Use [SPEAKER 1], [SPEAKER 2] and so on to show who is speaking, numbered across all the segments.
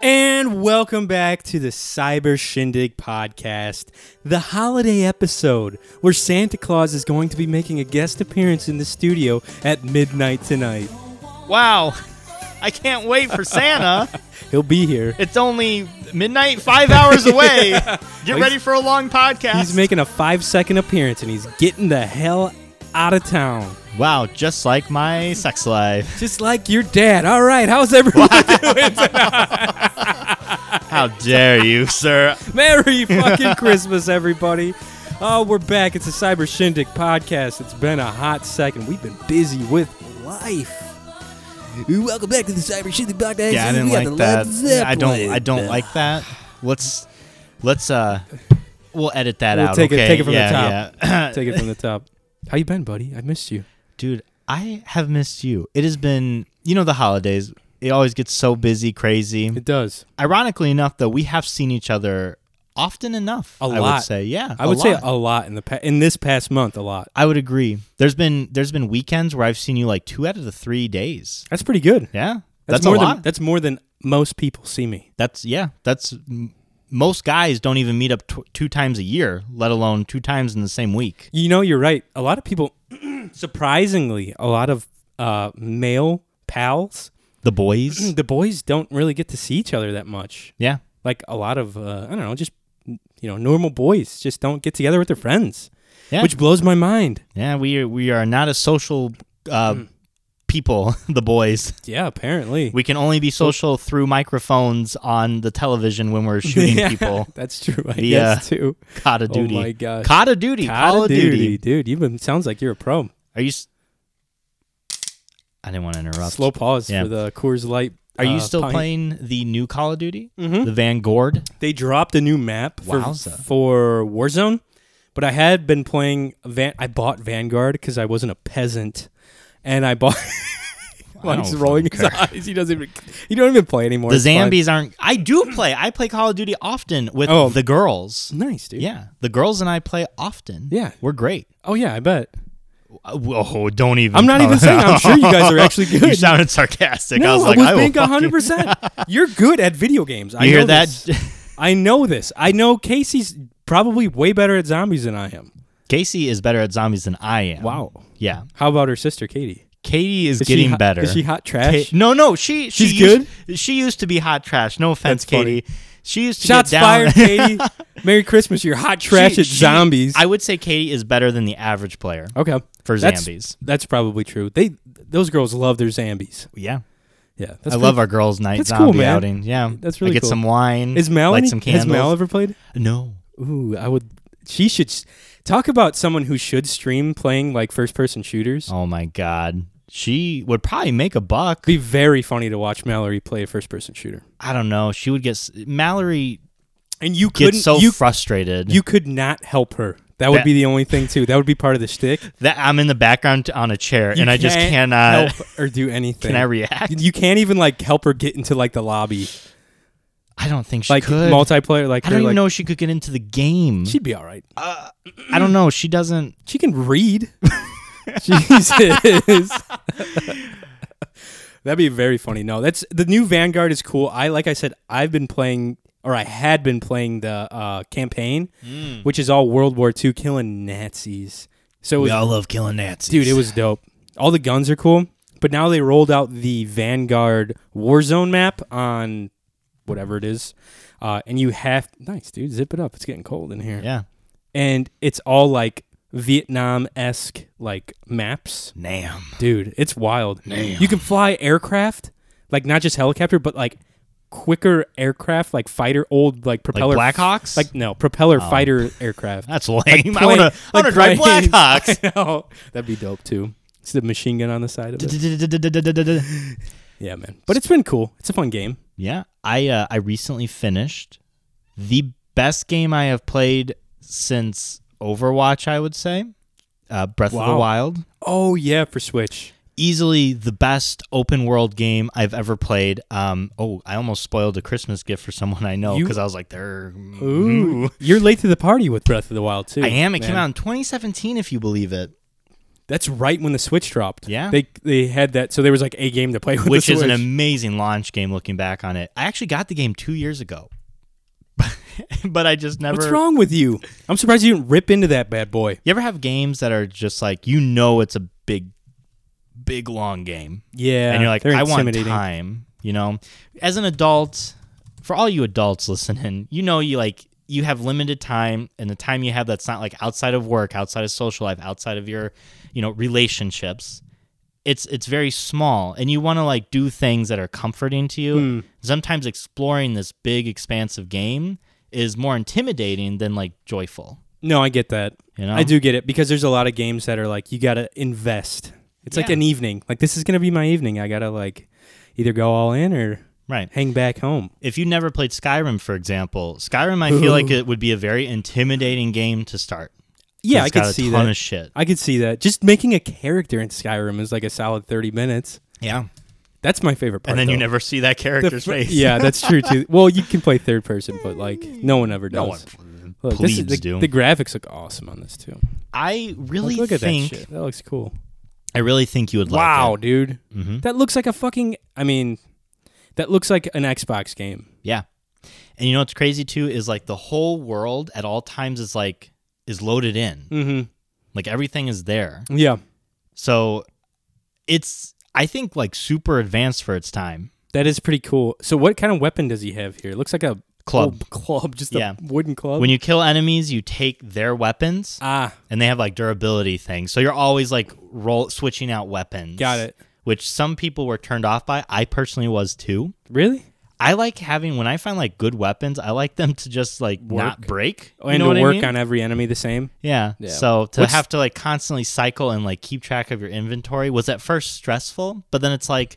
[SPEAKER 1] And welcome back to the Cyber Shindig podcast, the holiday episode where Santa Claus is going to be making a guest appearance in the studio at midnight tonight.
[SPEAKER 2] Wow. I can't wait for Santa.
[SPEAKER 1] He'll be here.
[SPEAKER 2] It's only midnight, five hours away. Get ready for a long podcast.
[SPEAKER 1] He's making a five second appearance and he's getting the hell out of town.
[SPEAKER 2] wow, just like my sex life.
[SPEAKER 1] Just like your dad. All right, how's everyone doing?
[SPEAKER 2] How dare you, sir?
[SPEAKER 1] Merry fucking Christmas, everybody. Oh, we're back. It's the Cyber Shindig podcast. It's been a hot second. We've been busy with life. Welcome back to the Cyber Shindig podcast.
[SPEAKER 2] Yeah, I didn't like that. I don't. I don't like that. Let's let's uh, we'll edit that
[SPEAKER 1] We'll
[SPEAKER 2] out.
[SPEAKER 1] take it-
[SPEAKER 2] okay?
[SPEAKER 1] take it from the
[SPEAKER 2] yeah,
[SPEAKER 1] top.
[SPEAKER 2] Yeah.
[SPEAKER 1] Take it from the top. How you been, buddy? I missed you.
[SPEAKER 2] dude. I have missed you. It has been, you know, the holidays. It always gets so busy, crazy.
[SPEAKER 1] It does.
[SPEAKER 2] Ironically enough, though, we have seen each other often enough.
[SPEAKER 1] A
[SPEAKER 2] I would
[SPEAKER 1] lot.
[SPEAKER 2] say, yeah.
[SPEAKER 1] I would say
[SPEAKER 2] lot.
[SPEAKER 1] a lot in the pa- in this past month. A lot.
[SPEAKER 2] I would agree. There's been there's been weekends where I've seen you like two out of the three days.
[SPEAKER 1] That's pretty good.
[SPEAKER 2] Yeah,
[SPEAKER 1] That's,
[SPEAKER 2] that's,
[SPEAKER 1] more
[SPEAKER 2] a lot.
[SPEAKER 1] than that's more than most people see me.
[SPEAKER 2] that's yeah. That's m- most guys don't even meet up tw two times a year, let alone two times in the same week.
[SPEAKER 1] You know, you're right. A lot of people, surprisingly, a lot of uh, male pals
[SPEAKER 2] The boys.
[SPEAKER 1] the boys don't really get to see each other that much.
[SPEAKER 2] yeah,
[SPEAKER 1] Like a lot of uh, I don't know, just you know, normal boys just don't get together with their friends,
[SPEAKER 2] Yeah.
[SPEAKER 1] which blows my mind.
[SPEAKER 2] yeah. We are, we are not a social uh,
[SPEAKER 1] Mm.
[SPEAKER 2] people. The boys.
[SPEAKER 1] Yeah, apparently.
[SPEAKER 2] We can only be social through microphones on the television when we're shooting
[SPEAKER 1] Yeah,
[SPEAKER 2] people.
[SPEAKER 1] That's true. I
[SPEAKER 2] The, uh,
[SPEAKER 1] guess too.
[SPEAKER 2] Call of
[SPEAKER 1] Oh
[SPEAKER 2] duty.
[SPEAKER 1] my gosh.
[SPEAKER 2] Call of duty. Call of duty.
[SPEAKER 1] dude. You've been sounds like you're a pro.
[SPEAKER 2] Are you? S- I didn't want to interrupt.
[SPEAKER 1] Slow pause
[SPEAKER 2] Yeah.
[SPEAKER 1] for the Coors Light.
[SPEAKER 2] Are you
[SPEAKER 1] uh,
[SPEAKER 2] still
[SPEAKER 1] pint.
[SPEAKER 2] playing the new Call of Duty?
[SPEAKER 1] Mhm.
[SPEAKER 2] The Vanguard?
[SPEAKER 1] They dropped a new map for,
[SPEAKER 2] Wowza.
[SPEAKER 1] for Warzone, but I had been playing Van. I bought Vanguard because I wasn't a peasant, and I bought. Well, he's
[SPEAKER 2] don't
[SPEAKER 1] rolling his eyes. He doesn't even. He don't even play anymore.
[SPEAKER 2] The
[SPEAKER 1] It's fine.
[SPEAKER 2] Zambies aren't. I do play. I play Call of Duty often with
[SPEAKER 1] Oh.
[SPEAKER 2] the girls.
[SPEAKER 1] Nice, dude.
[SPEAKER 2] Yeah, the girls and I play often.
[SPEAKER 1] Yeah.
[SPEAKER 2] we're great.
[SPEAKER 1] Oh yeah, I bet.
[SPEAKER 2] Oh, don't even.
[SPEAKER 1] I'm not even saying. I'm sure you guys are actually
[SPEAKER 2] you
[SPEAKER 1] good.
[SPEAKER 2] sounded sarcastic.
[SPEAKER 1] no,
[SPEAKER 2] I was like, I will
[SPEAKER 1] being
[SPEAKER 2] fucking-
[SPEAKER 1] 100. percent You're good at video games. I
[SPEAKER 2] You hear
[SPEAKER 1] know
[SPEAKER 2] that?
[SPEAKER 1] this. I know this. I know Casey's probably way better at zombies than I am.
[SPEAKER 2] Casey is better at zombies than I am.
[SPEAKER 1] Wow.
[SPEAKER 2] Yeah,
[SPEAKER 1] How about her sister Katie?
[SPEAKER 2] Katie is,
[SPEAKER 1] she
[SPEAKER 2] getting
[SPEAKER 1] hot-
[SPEAKER 2] better.
[SPEAKER 1] Is she hot trash?
[SPEAKER 2] Ka- no, no, she, she
[SPEAKER 1] She's
[SPEAKER 2] used, good. She used to be hot trash. No offense,
[SPEAKER 1] That's funny.
[SPEAKER 2] Katie. She used to
[SPEAKER 1] Shots
[SPEAKER 2] get down.
[SPEAKER 1] fired, Katie. Merry Christmas. You're hot trash
[SPEAKER 2] She-
[SPEAKER 1] at
[SPEAKER 2] she-
[SPEAKER 1] zombies.
[SPEAKER 2] I would say Katie is better than the average player
[SPEAKER 1] okay.
[SPEAKER 2] for
[SPEAKER 1] That's-
[SPEAKER 2] Zambies.
[SPEAKER 1] That's probably true. They those girls love their zambies.
[SPEAKER 2] Yeah.
[SPEAKER 1] Yeah,
[SPEAKER 2] I
[SPEAKER 1] that's
[SPEAKER 2] love our girls' night
[SPEAKER 1] that's cool,
[SPEAKER 2] zombie
[SPEAKER 1] man.
[SPEAKER 2] outing. Yeah.
[SPEAKER 1] That's really
[SPEAKER 2] I get
[SPEAKER 1] cool.
[SPEAKER 2] some wine.
[SPEAKER 1] Is Melanie?
[SPEAKER 2] Light some candles.
[SPEAKER 1] Has Mel ever played?
[SPEAKER 2] no.
[SPEAKER 1] Ooh, I would. She should s- talk about someone who should stream playing like first person shooters.
[SPEAKER 2] Oh my God. She would probably make a buck.
[SPEAKER 1] Be very funny to watch Mallory play a first person shooter.
[SPEAKER 2] I don't know. She would get. s- Mallory
[SPEAKER 1] And you couldn't.
[SPEAKER 2] gets so
[SPEAKER 1] you
[SPEAKER 2] frustrated.
[SPEAKER 1] you could not help her. That would
[SPEAKER 2] That-
[SPEAKER 1] be the only thing too. That would be part of the shtick. You
[SPEAKER 2] that I'm in the background t- on a chair and I just
[SPEAKER 1] can't
[SPEAKER 2] cannot.
[SPEAKER 1] help or do anything.
[SPEAKER 2] Can I react?
[SPEAKER 1] You can't even like help her get into like the lobby,
[SPEAKER 2] I don't think she
[SPEAKER 1] like
[SPEAKER 2] could.
[SPEAKER 1] multiplayer. Like
[SPEAKER 2] I don't
[SPEAKER 1] you're,
[SPEAKER 2] even
[SPEAKER 1] like,
[SPEAKER 2] know if she could get into the game.
[SPEAKER 1] She'd be all right.
[SPEAKER 2] I don't know. She doesn't.
[SPEAKER 1] She can read. Jesus. That'd be very funny. No, that's the new Vanguard is cool. I like I said, I've been playing or I had been playing the uh, campaign, which is all World War II killing Nazis. So it was,
[SPEAKER 2] all love killing Nazis.
[SPEAKER 1] dude, it was dope. All the guns are cool, but now they rolled out the Vanguard Warzone map on whatever it is, uh, and you have nice dude. Zip it up. It's getting cold in here
[SPEAKER 2] Yeah.
[SPEAKER 1] and it's all like Vietnam esque like maps.
[SPEAKER 2] Nam.
[SPEAKER 1] Dude, it's wild.
[SPEAKER 2] Damn.
[SPEAKER 1] You can fly aircraft, like not just helicopter, but like quicker aircraft, like fighter old like propeller
[SPEAKER 2] Blackhawks?
[SPEAKER 1] like no propeller fighter aircraft.
[SPEAKER 2] That's lame. I
[SPEAKER 1] plane-
[SPEAKER 2] want to. I
[SPEAKER 1] like
[SPEAKER 2] want to drive
[SPEAKER 1] planes.
[SPEAKER 2] Blackhawks.
[SPEAKER 1] I know. that'd be dope too. It's the machine gun on the side of it. Yeah, man. But it's been cool. It's a fun game.
[SPEAKER 2] yeah, I uh, I recently finished the best game I have played since Overwatch. I would say, uh, Breath of
[SPEAKER 1] Wow.
[SPEAKER 2] the Wild,
[SPEAKER 1] Oh yeah, for Switch.
[SPEAKER 2] easily the best open world game I've ever played. Um, oh, I almost spoiled a Christmas gift for someone I know
[SPEAKER 1] You-
[SPEAKER 2] because I was like, "There,
[SPEAKER 1] Ooh, you're late to the party with Breath of the Wild too.
[SPEAKER 2] I am." It came
[SPEAKER 1] man.
[SPEAKER 2] out in 2017, if you believe it.
[SPEAKER 1] That's right when the Switch dropped.
[SPEAKER 2] Yeah.
[SPEAKER 1] they they had that, so there was like a game to play with.
[SPEAKER 2] which
[SPEAKER 1] the
[SPEAKER 2] is an
[SPEAKER 1] Switch.
[SPEAKER 2] amazing launch game looking back on it. I actually got the game two years ago, but I just never.
[SPEAKER 1] What's wrong with you? I'm surprised you didn't rip into that bad boy.
[SPEAKER 2] You ever have games that are just like you know it's a big, big long game,
[SPEAKER 1] Yeah,
[SPEAKER 2] and you're like,
[SPEAKER 1] they're
[SPEAKER 2] I want
[SPEAKER 1] intimidating.
[SPEAKER 2] time. You know, as an adult, for all you adults listening, you know you like you have limited time, and the time you have that's not like outside of work, outside of social life, outside of your, you know, relationships. It's it's very small, and you want to like do things that are comforting to you.
[SPEAKER 1] Hmm.
[SPEAKER 2] Sometimes exploring this big, expansive game is more intimidating than like joyful.
[SPEAKER 1] No, I get that.
[SPEAKER 2] You know,
[SPEAKER 1] I do get it because there's a lot of games that are like you gotta invest. It's like
[SPEAKER 2] Yeah.
[SPEAKER 1] an evening. Like this is gonna be my evening. I gotta like either go all in or
[SPEAKER 2] right.
[SPEAKER 1] hang back home.
[SPEAKER 2] if you never played Skyrim, for example, Skyrim, I feel like it would be a very intimidating game to start.
[SPEAKER 1] Yeah, I
[SPEAKER 2] It's
[SPEAKER 1] could
[SPEAKER 2] got a
[SPEAKER 1] see
[SPEAKER 2] ton
[SPEAKER 1] that.
[SPEAKER 2] of shit.
[SPEAKER 1] I could see that. Just making a character in Skyrim is like a solid thirty minutes.
[SPEAKER 2] Yeah,
[SPEAKER 1] That's my favorite part.
[SPEAKER 2] and then you
[SPEAKER 1] though.
[SPEAKER 2] never see that
[SPEAKER 1] The
[SPEAKER 2] character's
[SPEAKER 1] fir-
[SPEAKER 2] face.
[SPEAKER 1] Yeah, that's true too. Well, you can play third person, but like no one ever does.
[SPEAKER 2] no one.
[SPEAKER 1] Look, this
[SPEAKER 2] Plebes
[SPEAKER 1] is, the,
[SPEAKER 2] do.
[SPEAKER 1] the graphics look awesome on this too.
[SPEAKER 2] I really
[SPEAKER 1] Like, look at
[SPEAKER 2] think.
[SPEAKER 1] that shit. That looks cool.
[SPEAKER 2] I really think you would
[SPEAKER 1] wow,
[SPEAKER 2] like it.
[SPEAKER 1] dude,
[SPEAKER 2] Mhm.
[SPEAKER 1] that looks like a fucking. I mean, that looks like an Xbox game.
[SPEAKER 2] Yeah, and you know what's crazy too is like the whole world at all times is like is loaded in.
[SPEAKER 1] Mm-hmm.
[SPEAKER 2] Like everything is there.
[SPEAKER 1] Yeah,
[SPEAKER 2] So it's I think like super advanced for its time.
[SPEAKER 1] that is pretty cool. So, what kind of weapon does he have here? It looks like a
[SPEAKER 2] Club.
[SPEAKER 1] old club, just
[SPEAKER 2] Yeah.
[SPEAKER 1] a wooden club.
[SPEAKER 2] When you kill enemies, you take their weapons.
[SPEAKER 1] ah,
[SPEAKER 2] and they have like durability things. So you're always like roll switching out weapons.
[SPEAKER 1] Got it.
[SPEAKER 2] Which some people were turned off by. I personally was too.
[SPEAKER 1] really?
[SPEAKER 2] I like having when I find like good weapons, I like them to just like not
[SPEAKER 1] Work.
[SPEAKER 2] break.
[SPEAKER 1] Oh,
[SPEAKER 2] you
[SPEAKER 1] and
[SPEAKER 2] know
[SPEAKER 1] to
[SPEAKER 2] what
[SPEAKER 1] work
[SPEAKER 2] I mean?
[SPEAKER 1] on every enemy the same.
[SPEAKER 2] Yeah.
[SPEAKER 1] Yeah.
[SPEAKER 2] So to
[SPEAKER 1] What's-
[SPEAKER 2] have to like constantly cycle and like keep track of your inventory was at first stressful, but then it's like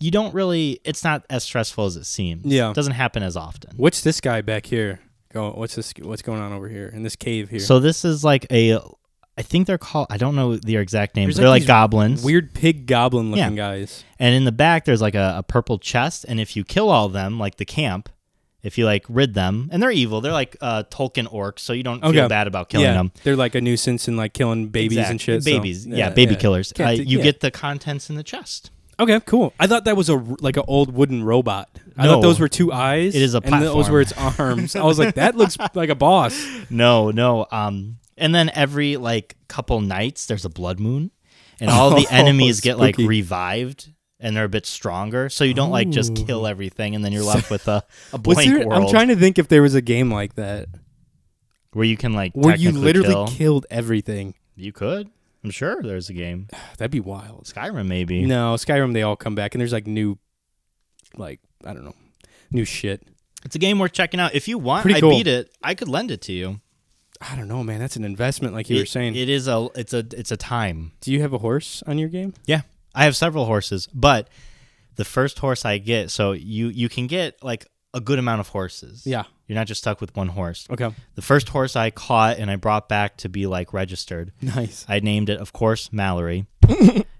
[SPEAKER 2] you don't really it's not as stressful as it seems.
[SPEAKER 1] Yeah.
[SPEAKER 2] It doesn't happen as often.
[SPEAKER 1] What's this guy back here? Go. What's this? What's going on over here in this cave here?
[SPEAKER 2] So this is like a I think they're called I don't know their exact names.
[SPEAKER 1] There's,
[SPEAKER 2] but They're
[SPEAKER 1] like,
[SPEAKER 2] like
[SPEAKER 1] these
[SPEAKER 2] goblins.
[SPEAKER 1] Weird pig goblin looking
[SPEAKER 2] Yeah.
[SPEAKER 1] guys.
[SPEAKER 2] And in the back, there's like a, a purple chest. And if you kill all of them, like the camp, if you like rid them, and they're evil, they're like uh, Tolkien orcs, so you don't
[SPEAKER 1] Okay.
[SPEAKER 2] feel bad about killing
[SPEAKER 1] yeah,
[SPEAKER 2] them.
[SPEAKER 1] they're like a nuisance and like killing babies and
[SPEAKER 2] Exactly.
[SPEAKER 1] shit. so-
[SPEAKER 2] Babies, yeah, baby killers.
[SPEAKER 1] Can't
[SPEAKER 2] Uh,
[SPEAKER 1] do-
[SPEAKER 2] you
[SPEAKER 1] yeah.
[SPEAKER 2] get the contents in the chest.
[SPEAKER 1] Okay, cool. I thought that was a r- like an old wooden robot. I thought
[SPEAKER 2] No.
[SPEAKER 1] those were two eyes.
[SPEAKER 2] It is a
[SPEAKER 1] and those
[SPEAKER 2] platform.
[SPEAKER 1] were its arms. I was like, that looks like a boss.
[SPEAKER 2] No, no. Um, and then every like couple nights, there's a blood moon, and all the
[SPEAKER 1] Oh,
[SPEAKER 2] enemies get like
[SPEAKER 1] spooky.
[SPEAKER 2] revived. And they're a bit stronger, so you don't like just kill everything, and then you're left with a, a
[SPEAKER 1] Oh. Was
[SPEAKER 2] blank
[SPEAKER 1] there-
[SPEAKER 2] world
[SPEAKER 1] I'm trying to think if there was a game like that
[SPEAKER 2] where you can like
[SPEAKER 1] where you
[SPEAKER 2] technically
[SPEAKER 1] literally
[SPEAKER 2] kill.
[SPEAKER 1] killed everything.
[SPEAKER 2] You could. I'm sure there's a game.
[SPEAKER 1] That'd be wild.
[SPEAKER 2] Skyrim, maybe.
[SPEAKER 1] No, Skyrim. They all come back and there's like new, like I don't know, new shit.
[SPEAKER 2] It's a game worth checking out. If you want,
[SPEAKER 1] Pretty
[SPEAKER 2] I
[SPEAKER 1] cool.
[SPEAKER 2] beat it. I could lend it to you.
[SPEAKER 1] I don't know, man. That's an investment, like you were
[SPEAKER 2] It-
[SPEAKER 1] saying.
[SPEAKER 2] it is a it's a it's a time.
[SPEAKER 1] Do you have a horse on your game?
[SPEAKER 2] Yeah. I have several horses, but the first horse I get, so you you can get like a good amount of horses.
[SPEAKER 1] Yeah.
[SPEAKER 2] You're not just stuck with one horse.
[SPEAKER 1] Okay.
[SPEAKER 2] The first horse I caught and I brought back to be like registered.
[SPEAKER 1] Nice.
[SPEAKER 2] I named it, of course, Mallory.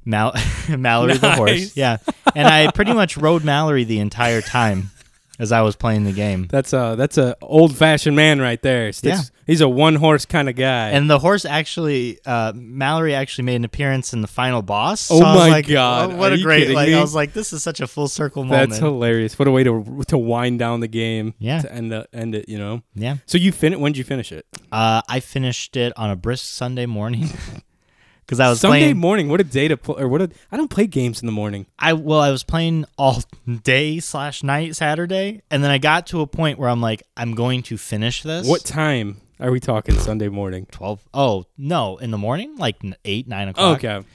[SPEAKER 2] Mal- Mallory the horse.
[SPEAKER 1] Nice.
[SPEAKER 2] Yeah. And I pretty much rode Mallory the entire time as I was playing the game.
[SPEAKER 1] That's a that's a old fashioned man right there. Sticks-
[SPEAKER 2] Yeah.
[SPEAKER 1] He's a one horse kind of guy.
[SPEAKER 2] And the horse actually, uh, Mallory actually made an appearance in the final boss.
[SPEAKER 1] Oh
[SPEAKER 2] So I was
[SPEAKER 1] my
[SPEAKER 2] like,
[SPEAKER 1] God,
[SPEAKER 2] oh, what
[SPEAKER 1] are
[SPEAKER 2] a
[SPEAKER 1] you
[SPEAKER 2] great!
[SPEAKER 1] kidding
[SPEAKER 2] Like,
[SPEAKER 1] me?
[SPEAKER 2] I was like, this is such a full circle moment.
[SPEAKER 1] that's hilarious. What a way to to wind down the game.
[SPEAKER 2] Yeah.
[SPEAKER 1] To end the, end it, you know.
[SPEAKER 2] yeah,
[SPEAKER 1] So you fin when did you finish it?
[SPEAKER 2] uh, I finished it on a brisk Sunday morning because I was
[SPEAKER 1] Sunday
[SPEAKER 2] playing.
[SPEAKER 1] morning. What a day to play. Or what a I don't play games in the morning.
[SPEAKER 2] I well, I was playing all day slash night Saturday, and then I got to a point where I'm like, I'm going to finish this.
[SPEAKER 1] What time are we talking? Sunday morning.
[SPEAKER 2] Twelve? Oh no, in the morning, like n- eight, nine o'clock.
[SPEAKER 1] okay.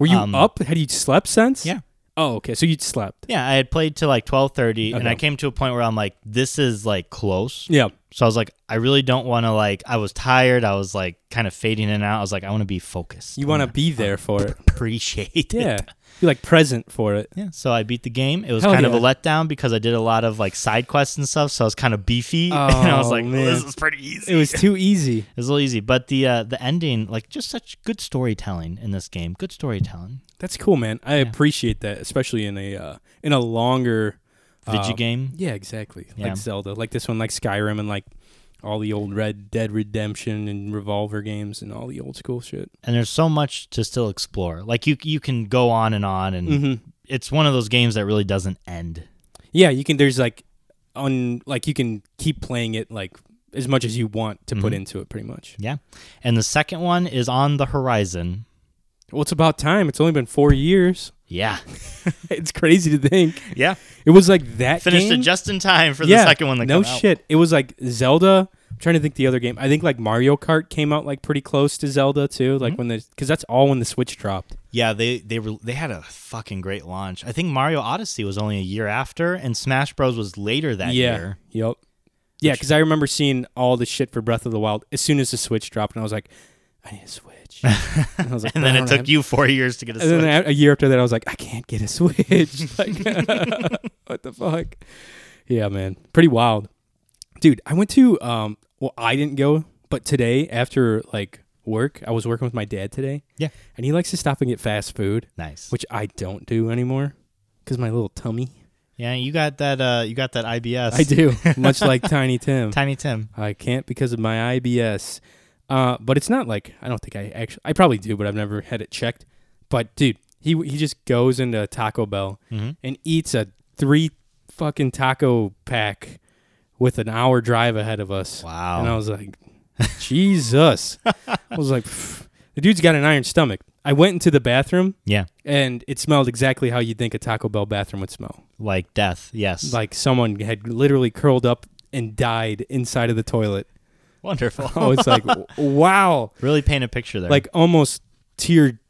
[SPEAKER 1] Were you
[SPEAKER 2] Um,
[SPEAKER 1] up? Had you slept since?
[SPEAKER 2] Yeah.
[SPEAKER 1] Oh, okay. So you slept.
[SPEAKER 2] Yeah, I had played till like twelve thirty, and
[SPEAKER 1] Okay.
[SPEAKER 2] I came to a point where I'm like, this is like close.
[SPEAKER 1] Yeah.
[SPEAKER 2] So I was like, I really don't want to like. I was tired. I was like, kind of fading in and out. I was like, I want to be focused.
[SPEAKER 1] You
[SPEAKER 2] I
[SPEAKER 1] want to
[SPEAKER 2] wanna
[SPEAKER 1] be there for it.
[SPEAKER 2] appreciate
[SPEAKER 1] Yeah.
[SPEAKER 2] it.
[SPEAKER 1] You're like present for it.
[SPEAKER 2] Yeah. So I beat the game. It was
[SPEAKER 1] Hell
[SPEAKER 2] kind of
[SPEAKER 1] yeah.
[SPEAKER 2] a letdown because I did a lot of like side quests and stuff. So I was kind of beefy, and I was
[SPEAKER 1] Oh,
[SPEAKER 2] like, well,
[SPEAKER 1] man.
[SPEAKER 2] this is pretty easy.
[SPEAKER 1] It was too easy.
[SPEAKER 2] It was a little easy, but the uh, the ending, like, just such good storytelling in this game. Good storytelling.
[SPEAKER 1] That's cool, man. I appreciate that, especially in a uh, in a longer
[SPEAKER 2] Did
[SPEAKER 1] uh,
[SPEAKER 2] you game?
[SPEAKER 1] Yeah, exactly.
[SPEAKER 2] Yeah.
[SPEAKER 1] Like Zelda, like this one, like Skyrim, and like all the old Red Dead Redemption and Revolver games and all the old school shit.
[SPEAKER 2] and there's so much to still explore. Like you you can go on and on and
[SPEAKER 1] Mm-hmm.
[SPEAKER 2] it's one of those games that really doesn't end.
[SPEAKER 1] Yeah, you can. There's like, on like you can keep playing it like as much as you want to put
[SPEAKER 2] Mhm.
[SPEAKER 1] into it, pretty much.
[SPEAKER 2] Yeah. And the second one is on the horizon.
[SPEAKER 1] Well, it's about time. It's only been four years.
[SPEAKER 2] Yeah.
[SPEAKER 1] it's crazy to think
[SPEAKER 2] Yeah.
[SPEAKER 1] it was like that.
[SPEAKER 2] Finished
[SPEAKER 1] game?
[SPEAKER 2] it just in time for the second one that
[SPEAKER 1] no
[SPEAKER 2] come out.
[SPEAKER 1] shit. It was like Zelda. I'm trying to think the other game. I think like Mario Kart came out like pretty close to Zelda too.
[SPEAKER 2] Mm-hmm.
[SPEAKER 1] Like when the because that's all when the Switch dropped.
[SPEAKER 2] Yeah, they they were they had a fucking great launch. I think Mario Odyssey was only a year after and Smash Bros was later that
[SPEAKER 1] yeah.
[SPEAKER 2] year.
[SPEAKER 1] Yep. Yeah, because I remember seeing all the shit for Breath of the Wild as soon as the Switch dropped, and I was like, I need a Switch. and I was like,
[SPEAKER 2] And then
[SPEAKER 1] "I
[SPEAKER 2] it
[SPEAKER 1] don't
[SPEAKER 2] took
[SPEAKER 1] have-"
[SPEAKER 2] you 4 years to get a
[SPEAKER 1] And
[SPEAKER 2] Switch.
[SPEAKER 1] then a a year after that, I was like, I can't get a Switch. like, what the fuck? Yeah, man, pretty wild, dude. I went to um, well, I didn't go, but today after like work, I was working with my dad today.
[SPEAKER 2] Yeah.
[SPEAKER 1] and he likes to stop and get fast food,
[SPEAKER 2] Nice.
[SPEAKER 1] which I don't do anymore because my little tummy.
[SPEAKER 2] Yeah, you got that uh you got that IBS.
[SPEAKER 1] I do, much like Tiny Tim.
[SPEAKER 2] Tiny Tim.
[SPEAKER 1] I can't because of my IBS. Uh, but it's not like I don't think I actually I probably do, but I've never had it checked. But dude, he he just goes into Taco Bell
[SPEAKER 2] Mhm.
[SPEAKER 1] and eats a three fucking taco pack with an hour drive ahead of us.
[SPEAKER 2] Wow.
[SPEAKER 1] And I was like, Jesus. I was like, "Pff, the dude's got an iron stomach. I went into the bathroom
[SPEAKER 2] yeah.
[SPEAKER 1] and it smelled exactly how you'd think a Taco Bell bathroom would smell.
[SPEAKER 2] Like death. Yes.
[SPEAKER 1] Like someone had literally curled up and died inside of the toilet.
[SPEAKER 2] Wonderful.
[SPEAKER 1] Oh, it's like w- wow,
[SPEAKER 2] Really paint a picture there.
[SPEAKER 1] like almost tear,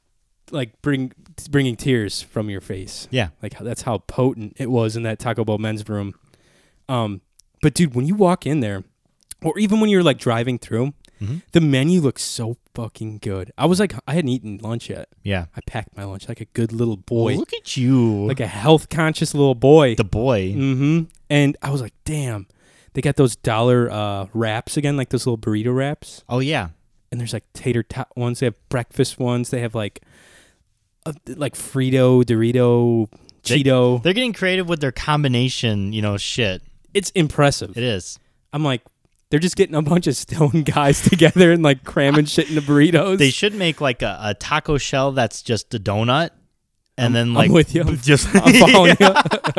[SPEAKER 1] like bring bringing tears from your face.
[SPEAKER 2] yeah.
[SPEAKER 1] Like that's how potent it was in that Taco Bell men's room. Um, but dude, when you walk in there, or even when you're like driving through,
[SPEAKER 2] Mhm.
[SPEAKER 1] the menu looks so fucking good. I was like, I hadn't eaten lunch yet.
[SPEAKER 2] Yeah.
[SPEAKER 1] I packed my lunch like a good little boy,
[SPEAKER 2] Look at you.
[SPEAKER 1] like a health conscious little boy.
[SPEAKER 2] the boy.
[SPEAKER 1] mm-hmm. And I was like, damn, they got those dollar uh, wraps again, like those little burrito wraps
[SPEAKER 2] Oh yeah.
[SPEAKER 1] and there's like tater tot ones. They have breakfast ones. They have like, uh, like Frito, Dorito,
[SPEAKER 2] They-
[SPEAKER 1] Cheeto.
[SPEAKER 2] They're getting creative with their combination, you know, shit.
[SPEAKER 1] it's impressive.
[SPEAKER 2] It is.
[SPEAKER 1] I'm like, they're just getting a bunch of stone guys together and like cramming shit into burritos.
[SPEAKER 2] They should make like a, a taco shell that's just a donut and then
[SPEAKER 1] I'm
[SPEAKER 2] like
[SPEAKER 1] with you.
[SPEAKER 2] just
[SPEAKER 1] I'm following you.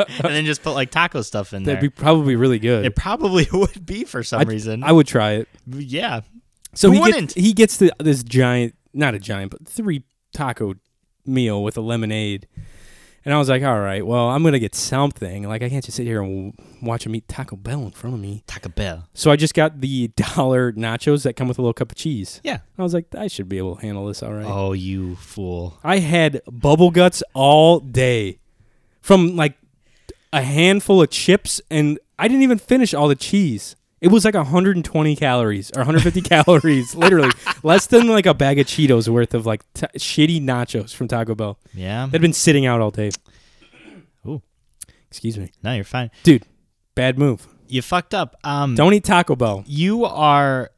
[SPEAKER 2] and then just put like taco stuff in
[SPEAKER 1] That'd
[SPEAKER 2] there.
[SPEAKER 1] be probably really good.
[SPEAKER 2] it probably would be for some reason.
[SPEAKER 1] I would try it.
[SPEAKER 2] yeah.
[SPEAKER 1] So
[SPEAKER 2] Who
[SPEAKER 1] he gets,
[SPEAKER 2] wouldn't?
[SPEAKER 1] he gets the, this giant, not a giant, but three taco meal with a lemonade. And I was like, all right, well, I'm going to get something. Like, I can't just sit here and w- watch him eat Taco Bell in front of me.
[SPEAKER 2] Taco Bell.
[SPEAKER 1] So I just got the dollar nachos that come with a little cup of cheese.
[SPEAKER 2] Yeah.
[SPEAKER 1] I was like, I should be able to handle this all right.
[SPEAKER 2] Oh, you fool.
[SPEAKER 1] I had bubble guts all day from like a handful of chips, and I didn't even finish all the cheese. It was like 120 calories or 150 calories, literally less than like a bag of Cheetos worth of like t- shitty nachos from Taco Bell
[SPEAKER 2] Yeah.
[SPEAKER 1] that had been sitting out all day.
[SPEAKER 2] Ooh.
[SPEAKER 1] excuse me,
[SPEAKER 2] No, you're fine.
[SPEAKER 1] dude. Bad move.
[SPEAKER 2] You fucked up. Um
[SPEAKER 1] Don't eat Taco Bell.
[SPEAKER 2] you are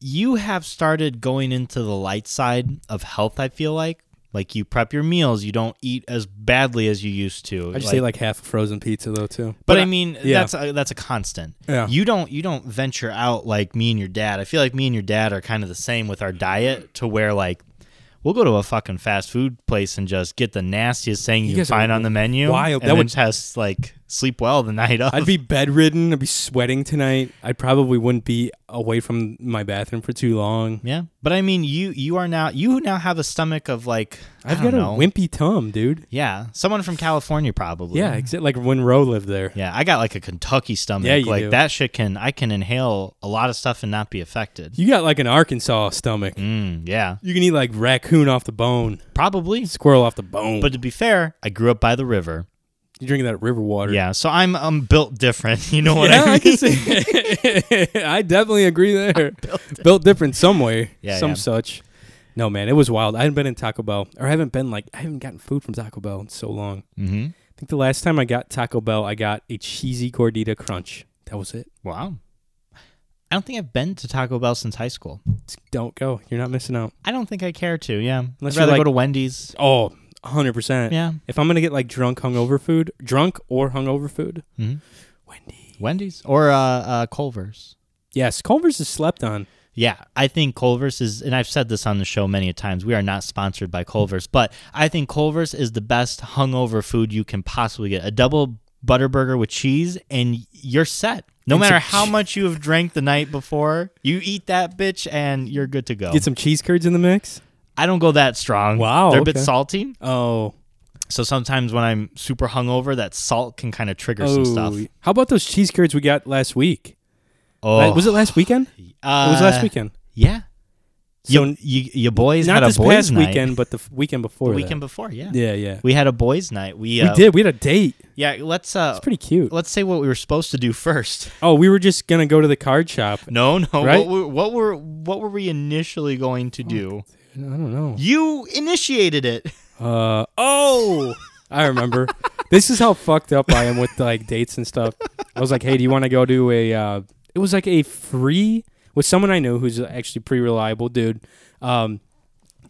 [SPEAKER 2] you have started going into the light side of health i feel like like you prep your meals you don't eat as badly as you used to
[SPEAKER 1] I just ate like half a frozen pizza though too.
[SPEAKER 2] but i mean
[SPEAKER 1] yeah.
[SPEAKER 2] that's a, that's a constant
[SPEAKER 1] Yeah.
[SPEAKER 2] you don't you don't venture out like me and your dad i feel like me and your dad are kind of the same with our diet to where like We'll go to a fucking fast food place and just get the nastiest thing you, can
[SPEAKER 1] guys are
[SPEAKER 2] find on the menu.
[SPEAKER 1] wild.
[SPEAKER 2] And
[SPEAKER 1] That
[SPEAKER 2] that
[SPEAKER 1] would-
[SPEAKER 2] would test like sleep well the night of.
[SPEAKER 1] I'd be bedridden. I'd be sweating tonight. I probably wouldn't be away from my bathroom for too long.
[SPEAKER 2] Yeah, but I mean, you you are now you now have a stomach of like I
[SPEAKER 1] I've
[SPEAKER 2] don't
[SPEAKER 1] got
[SPEAKER 2] know.
[SPEAKER 1] a wimpy tum, dude.
[SPEAKER 2] Yeah, someone from California probably.
[SPEAKER 1] Yeah, except like when Roe lived there.
[SPEAKER 2] yeah. I got like a Kentucky stomach.
[SPEAKER 1] Yeah, you
[SPEAKER 2] like
[SPEAKER 1] do.
[SPEAKER 2] that shit can I can inhale a lot of stuff and not be affected.
[SPEAKER 1] You got like an Arkansas stomach.
[SPEAKER 2] Mm, yeah,
[SPEAKER 1] You can eat like raccoon off the bone,
[SPEAKER 2] probably.
[SPEAKER 1] squirrel off the bone.
[SPEAKER 2] But to be fair, I grew up by the river.
[SPEAKER 1] you drink that river water.
[SPEAKER 2] Yeah, so I'm I'm built different. You know what
[SPEAKER 1] Yeah,
[SPEAKER 2] I mean?
[SPEAKER 1] I can see. I definitely agree there. Built, different some way,
[SPEAKER 2] Yeah,
[SPEAKER 1] some
[SPEAKER 2] yeah.
[SPEAKER 1] such. No man, it was wild. I hadn't been in Taco Bell, or I haven't been like I haven't gotten food from Taco Bell in so long.
[SPEAKER 2] mm-hmm.
[SPEAKER 1] I think the last time I got Taco Bell, I got a cheesy gordita crunch. That was it.
[SPEAKER 2] Wow. I don't think I've been to Taco Bell since high school.
[SPEAKER 1] It's- don't go. You're not missing out.
[SPEAKER 2] I don't think I care to. Yeah,
[SPEAKER 1] Unless
[SPEAKER 2] I'd
[SPEAKER 1] you're
[SPEAKER 2] rather
[SPEAKER 1] like-
[SPEAKER 2] go to Wendy's.
[SPEAKER 1] Oh, 100%.
[SPEAKER 2] Yeah,
[SPEAKER 1] If I'm going to get like drunk hungover food, drunk or hungover food,
[SPEAKER 2] Mhm.
[SPEAKER 1] Wendy.
[SPEAKER 2] Wendy's or uh, uh, Culver's.
[SPEAKER 1] Yes, Culver's is slept on.
[SPEAKER 2] Yeah, I think Culver's is, and I've said this on the show many times. We are not sponsored by Culver's, but I think Culver's is the best hungover food you can possibly get. A double butterburger with cheese, and you're set. No
[SPEAKER 1] And some
[SPEAKER 2] matter how
[SPEAKER 1] che-
[SPEAKER 2] much you have drank the night before, you eat that bitch, and you're good to go.
[SPEAKER 1] Get some cheese curds in the mix.
[SPEAKER 2] I don't go that strong.
[SPEAKER 1] Wow,
[SPEAKER 2] they're a
[SPEAKER 1] okay.
[SPEAKER 2] bit salty,
[SPEAKER 1] Oh,
[SPEAKER 2] so sometimes when I'm super hungover, that salt can kind of trigger
[SPEAKER 1] oh.
[SPEAKER 2] some stuff.
[SPEAKER 1] How about those cheese curds we got last week?
[SPEAKER 2] Oh,
[SPEAKER 1] Was it last weekend?
[SPEAKER 2] uh,
[SPEAKER 1] it was last weekend.
[SPEAKER 2] Yeah,
[SPEAKER 1] So
[SPEAKER 2] you, you, your boys
[SPEAKER 1] not
[SPEAKER 2] had a
[SPEAKER 1] this
[SPEAKER 2] boys
[SPEAKER 1] past
[SPEAKER 2] night.
[SPEAKER 1] weekend, but the f- weekend before.
[SPEAKER 2] the
[SPEAKER 1] that.
[SPEAKER 2] weekend before. Yeah.
[SPEAKER 1] Yeah, yeah.
[SPEAKER 2] We had a boys' night. We,
[SPEAKER 1] We
[SPEAKER 2] uh,
[SPEAKER 1] did. We had a date.
[SPEAKER 2] Yeah, let's uh,
[SPEAKER 1] It's pretty cute.
[SPEAKER 2] let's say what we were supposed to do first.
[SPEAKER 1] Oh, we were just gonna go to the card shop.
[SPEAKER 2] No, no.
[SPEAKER 1] Right?
[SPEAKER 2] What, were, what were what were we initially going
[SPEAKER 1] Oh,
[SPEAKER 2] to do?
[SPEAKER 1] I don't know.
[SPEAKER 2] You initiated it.
[SPEAKER 1] Uh oh, I remember. this is how fucked up I am with like dates and stuff. I was like, hey, do you want to go do a? Uh, it was like a free with someone I know who's actually pretty reliable dude. Um,